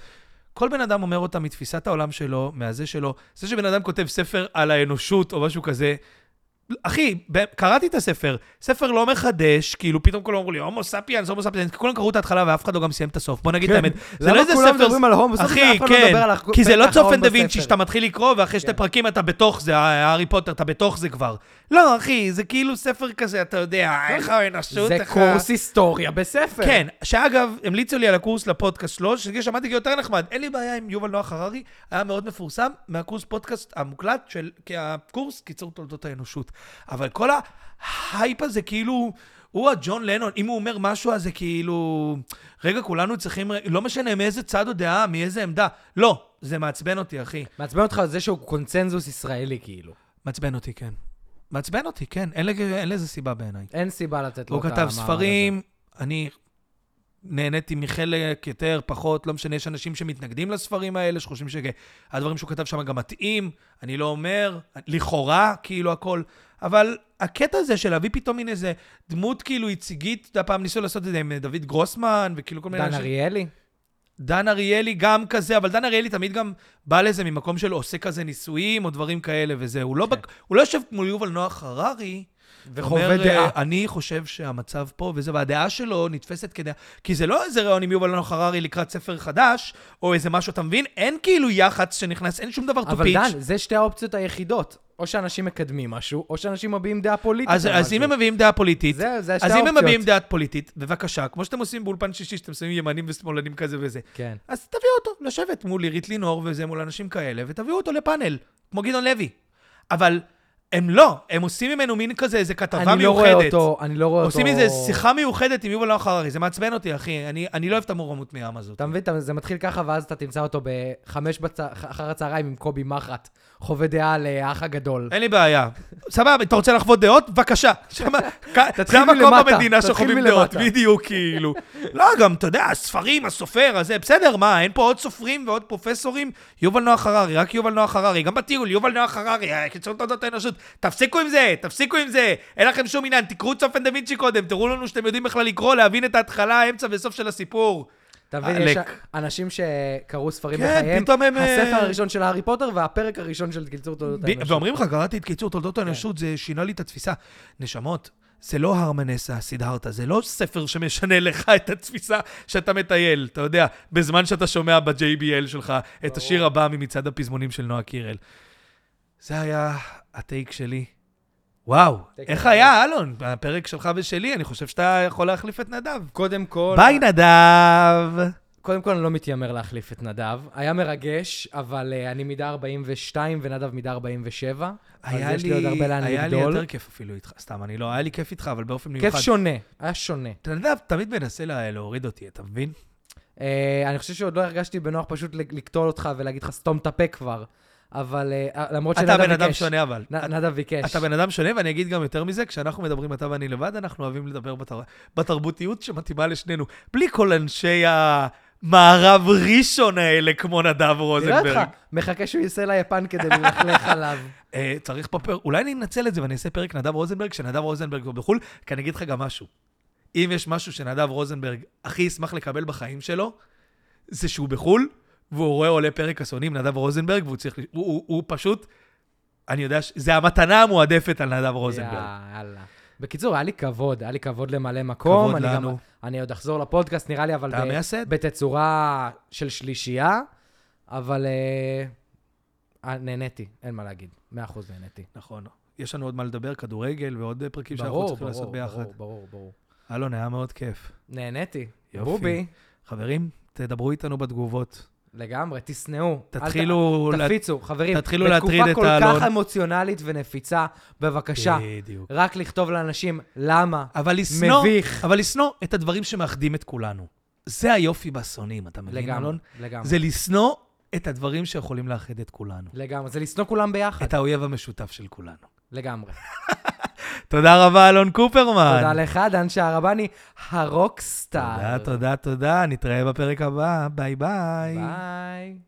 [SPEAKER 1] כל בן אדם אומר אותם מתפיסת העולם שלו, מהזה שלו. זה שבן אדם כותב ספר על האנושות או משהו כזה, אחי, ב- קראתי את הספר, ספר לא מחדש, כאילו פתאום כולם אמרו לי, הומו ספיאנס, הומו ספיאנס, כולם קראו את ההתחלה ואף אחד לא גם סיים את הסוף, בוא נגיד את
[SPEAKER 2] כן.
[SPEAKER 1] האמת. זה
[SPEAKER 2] למה
[SPEAKER 1] לא איזה
[SPEAKER 2] כולם
[SPEAKER 1] ספר...
[SPEAKER 2] מדברים על הומו ספיאנס
[SPEAKER 1] אחי,
[SPEAKER 2] ואף אחד לא
[SPEAKER 1] כן,
[SPEAKER 2] מדבר על הח-
[SPEAKER 1] כי זה לא
[SPEAKER 2] פרק האחרון
[SPEAKER 1] צופן דה וינצ'י
[SPEAKER 2] בספר?
[SPEAKER 1] שאתה מתחיל לקרוא, ואחרי שתי
[SPEAKER 2] כן.
[SPEAKER 1] פרקים אתה בתוך זה, ה- הארי פוטר, אתה בתוך זה כבר. לא, אחי, זה כאילו ספר כזה, אתה יודע, איך האנושות...
[SPEAKER 2] זה
[SPEAKER 1] איך ה-
[SPEAKER 2] קורס היסטוריה בספר.
[SPEAKER 1] כן, שאגב, המליצו לי על הקורס לפודקאסט שלו, שזה שמעתי יותר נחמד. אין לי בעיה עם יובל נוח הררי, היה מאוד מפורסם מהקורס פודקאסט המוקלט של כי הקורס קיצור תולדות האנושות. אבל כל ההייפ הזה, כאילו, הוא הג'ון לנון, אם הוא אומר משהו אז זה כאילו... רגע, כולנו צריכים... לא משנה מאיזה צד או דעה, מאיזה עמדה. לא, זה מעצבן אותי, אחי.
[SPEAKER 2] מעצבן אותך זה שהוא קונצנזוס ישראלי, כאילו.
[SPEAKER 1] מעצבן אותי, כן. מעצבן אותי, כן. אין, לג... אין לזה סיבה בעיניי.
[SPEAKER 2] אין סיבה לתת לו
[SPEAKER 1] הוא
[SPEAKER 2] את
[SPEAKER 1] כתב ספרים, אני נהניתי מחלק יותר, פחות, לא משנה, יש אנשים שמתנגדים לספרים האלה, שחושבים שהדברים שהוא כתב שם גם מתאים, אני לא אומר, לכאורה, כאילו הכל, אבל הקטע הזה של להביא פתאום מין איזה דמות כאילו ייצוגית, אתה יודע, פעם ניסו לעשות את זה עם דוד גרוסמן, וכאילו כל מיני
[SPEAKER 2] דן אריאלי?
[SPEAKER 1] דן אריאלי גם כזה, אבל דן אריאלי תמיד גם בא לזה ממקום של עושה כזה ניסויים או דברים כאלה וזה. הוא לא,
[SPEAKER 2] כן.
[SPEAKER 1] בק... הוא לא יושב מול יובל נוח הררי.
[SPEAKER 2] וחווה
[SPEAKER 1] אומר,
[SPEAKER 2] דעה.
[SPEAKER 1] "אה, אני חושב שהמצב פה וזה, והדעה שלו נתפסת כדעה. כי זה לא איזה רעיון עם יובל נוח הררי לקראת ספר חדש, או איזה משהו, אתה מבין? אין כאילו יח"צ שנכנס, אין שום דבר to
[SPEAKER 2] אבל
[SPEAKER 1] pitch.
[SPEAKER 2] דן, זה שתי האופציות היחידות. או שאנשים מקדמים משהו, או שאנשים מביעים דעה פוליטית.
[SPEAKER 1] אז,
[SPEAKER 2] על
[SPEAKER 1] אז
[SPEAKER 2] משהו.
[SPEAKER 1] אם הם מביאים דעה פוליטית,
[SPEAKER 2] זה- זה
[SPEAKER 1] אז
[SPEAKER 2] שתי
[SPEAKER 1] אם הם
[SPEAKER 2] האופציות.
[SPEAKER 1] מביאים דעה פוליטית, בבקשה, כמו שאתם עושים באולפן שישי, שאתם שמים ימנים ושמאלנים כזה וזה,
[SPEAKER 2] כן.
[SPEAKER 1] אז תביאו אותו, לשבת מול עירית לינור וזה, מול אנשים כאלה, ותביאו אותו לפאנל, כמו גדעון לוי. אבל הם לא, הם עושים ממנו מין כזה, איזה כתבה מיוחדת.
[SPEAKER 2] אני לא רואה אותו, אני לא רואה אותו...
[SPEAKER 1] עושים מזה שיחה מיוחדת עם יובל נוח הררי, זה מעצבן אותי, אחי. אני, אני לא אוהב את המורמות מהעם הזאת.
[SPEAKER 2] אתה מבין, אתה- זה מתחיל ככה, ואז אתה תמצא אותו בחמש בצ- אחר הצהריים עם קובי מחט, חווה דעה על אה, האח הגדול.
[SPEAKER 1] אין לי בעיה. סבבה, אתה רוצה לחוות דעות? בבקשה. שמה- כ- זה
[SPEAKER 2] תתחיל
[SPEAKER 1] המקום
[SPEAKER 2] מלמטה,
[SPEAKER 1] במדינה
[SPEAKER 2] תתחיל
[SPEAKER 1] שחווים דעות,
[SPEAKER 2] מלמטה.
[SPEAKER 1] בדיוק, כאילו. לא, גם, אתה יודע, הספרים, הסופר הזה, בסדר, מה, אין פה עוד סופרים ועוד פרופסורים? יובל נוח הררי, רק יובל נוח הררי. גם בטיול, יובל נוח הררי, אה, קיצור תולדות האנושות. תפסיקו עם זה, תפסיקו עם זה. אין לכם שום עניין, תקראו צופן דה וינצ'י קודם, תראו לנו שאתם יודעים בכלל לקרוא, להבין את ההתחלה, האמצע וסוף של הסיפור.
[SPEAKER 2] אתה מבין, יש
[SPEAKER 1] עלק.
[SPEAKER 2] אנשים שקראו ספרים
[SPEAKER 1] כן,
[SPEAKER 2] בחייהם,
[SPEAKER 1] פתאום הם, אה,
[SPEAKER 2] הספר הראשון של הארי פוטר והפרק הראשון של קיצור תולדות
[SPEAKER 1] ב-
[SPEAKER 2] האנושות.
[SPEAKER 1] ואומרים לך, קראתי את קיצור תולדות
[SPEAKER 2] כן.
[SPEAKER 1] האנושות, זה שינה לי את התפיסה. נשמות, זה לא הרמנסה, סידהרתה, זה לא ספר שמשנה לך את התפיסה שאתה מטייל, אתה יודע, בזמן שאתה שומע ב-JBL שלך את השיר הבא ממצעד הפזמונים של נועה קירל. זה היה הטייק שלי. וואו,
[SPEAKER 2] טייק
[SPEAKER 1] איך
[SPEAKER 2] מעניין.
[SPEAKER 1] היה, אלון? הפרק שלך ושלי, אני חושב שאתה יכול להחליף את נדב.
[SPEAKER 2] קודם כל...
[SPEAKER 1] ביי, נדב!
[SPEAKER 2] קודם כל, אני לא מתיימר להחליף את נדב. היה מרגש, אבל אה, אני מידה 42 ונדב מידה 47. אז יש לי עוד הרבה לאן
[SPEAKER 1] היה לי
[SPEAKER 2] לגדול.
[SPEAKER 1] יותר כיף אפילו איתך, סתם, אני לא, היה לי כיף איתך, אבל באופן מיוחד.
[SPEAKER 2] כיף שונה, היה שונה.
[SPEAKER 1] אתה יודע, תמיד מנסה לה- להוריד אותי, אתה מבין?
[SPEAKER 2] אה, אני חושב שעוד לא הרגשתי בנוח פשוט לק- לקטול אותך ולהגיד לך, סתום את הפה כבר. אבל אה, למרות שנדב
[SPEAKER 1] אתה
[SPEAKER 2] ביקש.
[SPEAKER 1] בן אדם שונה אבל.
[SPEAKER 2] נ-
[SPEAKER 1] אתה-
[SPEAKER 2] נדב ביקש.
[SPEAKER 1] אתה בן אדם שונה, ואני אגיד גם יותר מזה, כשאנחנו מדברים, אתה ואני לבד, אנחנו אוהבים לדבר בתר- בתרבותיות שמתאימה לשנינו. בלי כל אנשי המערב ראשון האלה, כמו נדב
[SPEAKER 2] נראה אותך,
[SPEAKER 1] רוזנברג.
[SPEAKER 2] מחכה שהוא ייסע ליפן כדי ללכלך עליו.
[SPEAKER 1] אה, צריך פה פרק, אולי אני אנצל את זה ואני אעשה פרק נדב רוזנברג, כשנדב רוזנברג הוא בחו"ל, כי אני אגיד לך גם משהו. אם יש משהו שנדב רוזנברג הכי ישמח לקבל בחיים שלו, זה שהוא בחו"ל, והוא רואה עולה פרק אסוני עם נדב רוזנברג, והוא צריך, ל- הוא, הוא, הוא פשוט, אני יודע, ש- זה המתנה המועדפת על נדב רוזנברג.
[SPEAKER 2] יאללה. בקיצור, היה לי כבוד, היה לי כבוד למלא מקום.
[SPEAKER 1] כבוד
[SPEAKER 2] אני גם-
[SPEAKER 1] לנו.
[SPEAKER 2] אני עוד אחזור לפודקאסט, נראה לי, אבל
[SPEAKER 1] אתה
[SPEAKER 2] ב-
[SPEAKER 1] המייסד?
[SPEAKER 2] בתצורה של שלישייה, אבל אה, אה, נהניתי, אין מה להגיד. מאה אחוז נהניתי.
[SPEAKER 1] נכון. יש לנו עוד מה לדבר, כדורגל ועוד אה, פרקים שאנחנו
[SPEAKER 2] ברור,
[SPEAKER 1] צריכים
[SPEAKER 2] ברור,
[SPEAKER 1] לעשות ביחד.
[SPEAKER 2] ברור, ברור, ברור.
[SPEAKER 1] אלון, היה מאוד כיף.
[SPEAKER 2] נהניתי.
[SPEAKER 1] יופי.
[SPEAKER 2] בובי,
[SPEAKER 1] חברים, תדברו איתנו בתגובות.
[SPEAKER 2] לגמרי, תשנאו. אל ת-
[SPEAKER 1] תתחילו... לה-
[SPEAKER 2] תפיצו, חברים.
[SPEAKER 1] תתחילו להטריד את
[SPEAKER 2] בתקופה כל
[SPEAKER 1] האלון. אה.
[SPEAKER 2] כך אמוציונלית ונפיצה, בבקשה,
[SPEAKER 1] בדיוק.
[SPEAKER 2] רק לכתוב לאנשים למה.
[SPEAKER 1] אבל לשנוא,
[SPEAKER 2] מביך.
[SPEAKER 1] אבל לשנוא את הדברים שמאחדים את כולנו. זה היופי בשונאים, אתה מבין,
[SPEAKER 2] לגמרי,
[SPEAKER 1] אלון?
[SPEAKER 2] לגמרי.
[SPEAKER 1] זה לשנוא את הדברים שיכולים לאחד את כולנו.
[SPEAKER 2] לגמרי, זה לשנוא כולם ביחד.
[SPEAKER 1] את האויב המשותף של כולנו.
[SPEAKER 2] לגמרי.
[SPEAKER 1] תודה רבה, אלון קופרמן.
[SPEAKER 2] תודה לך, דן שערבני, הרוקסטאר.
[SPEAKER 1] תודה, תודה, תודה. נתראה בפרק הבא. ביי ביי.
[SPEAKER 2] ביי.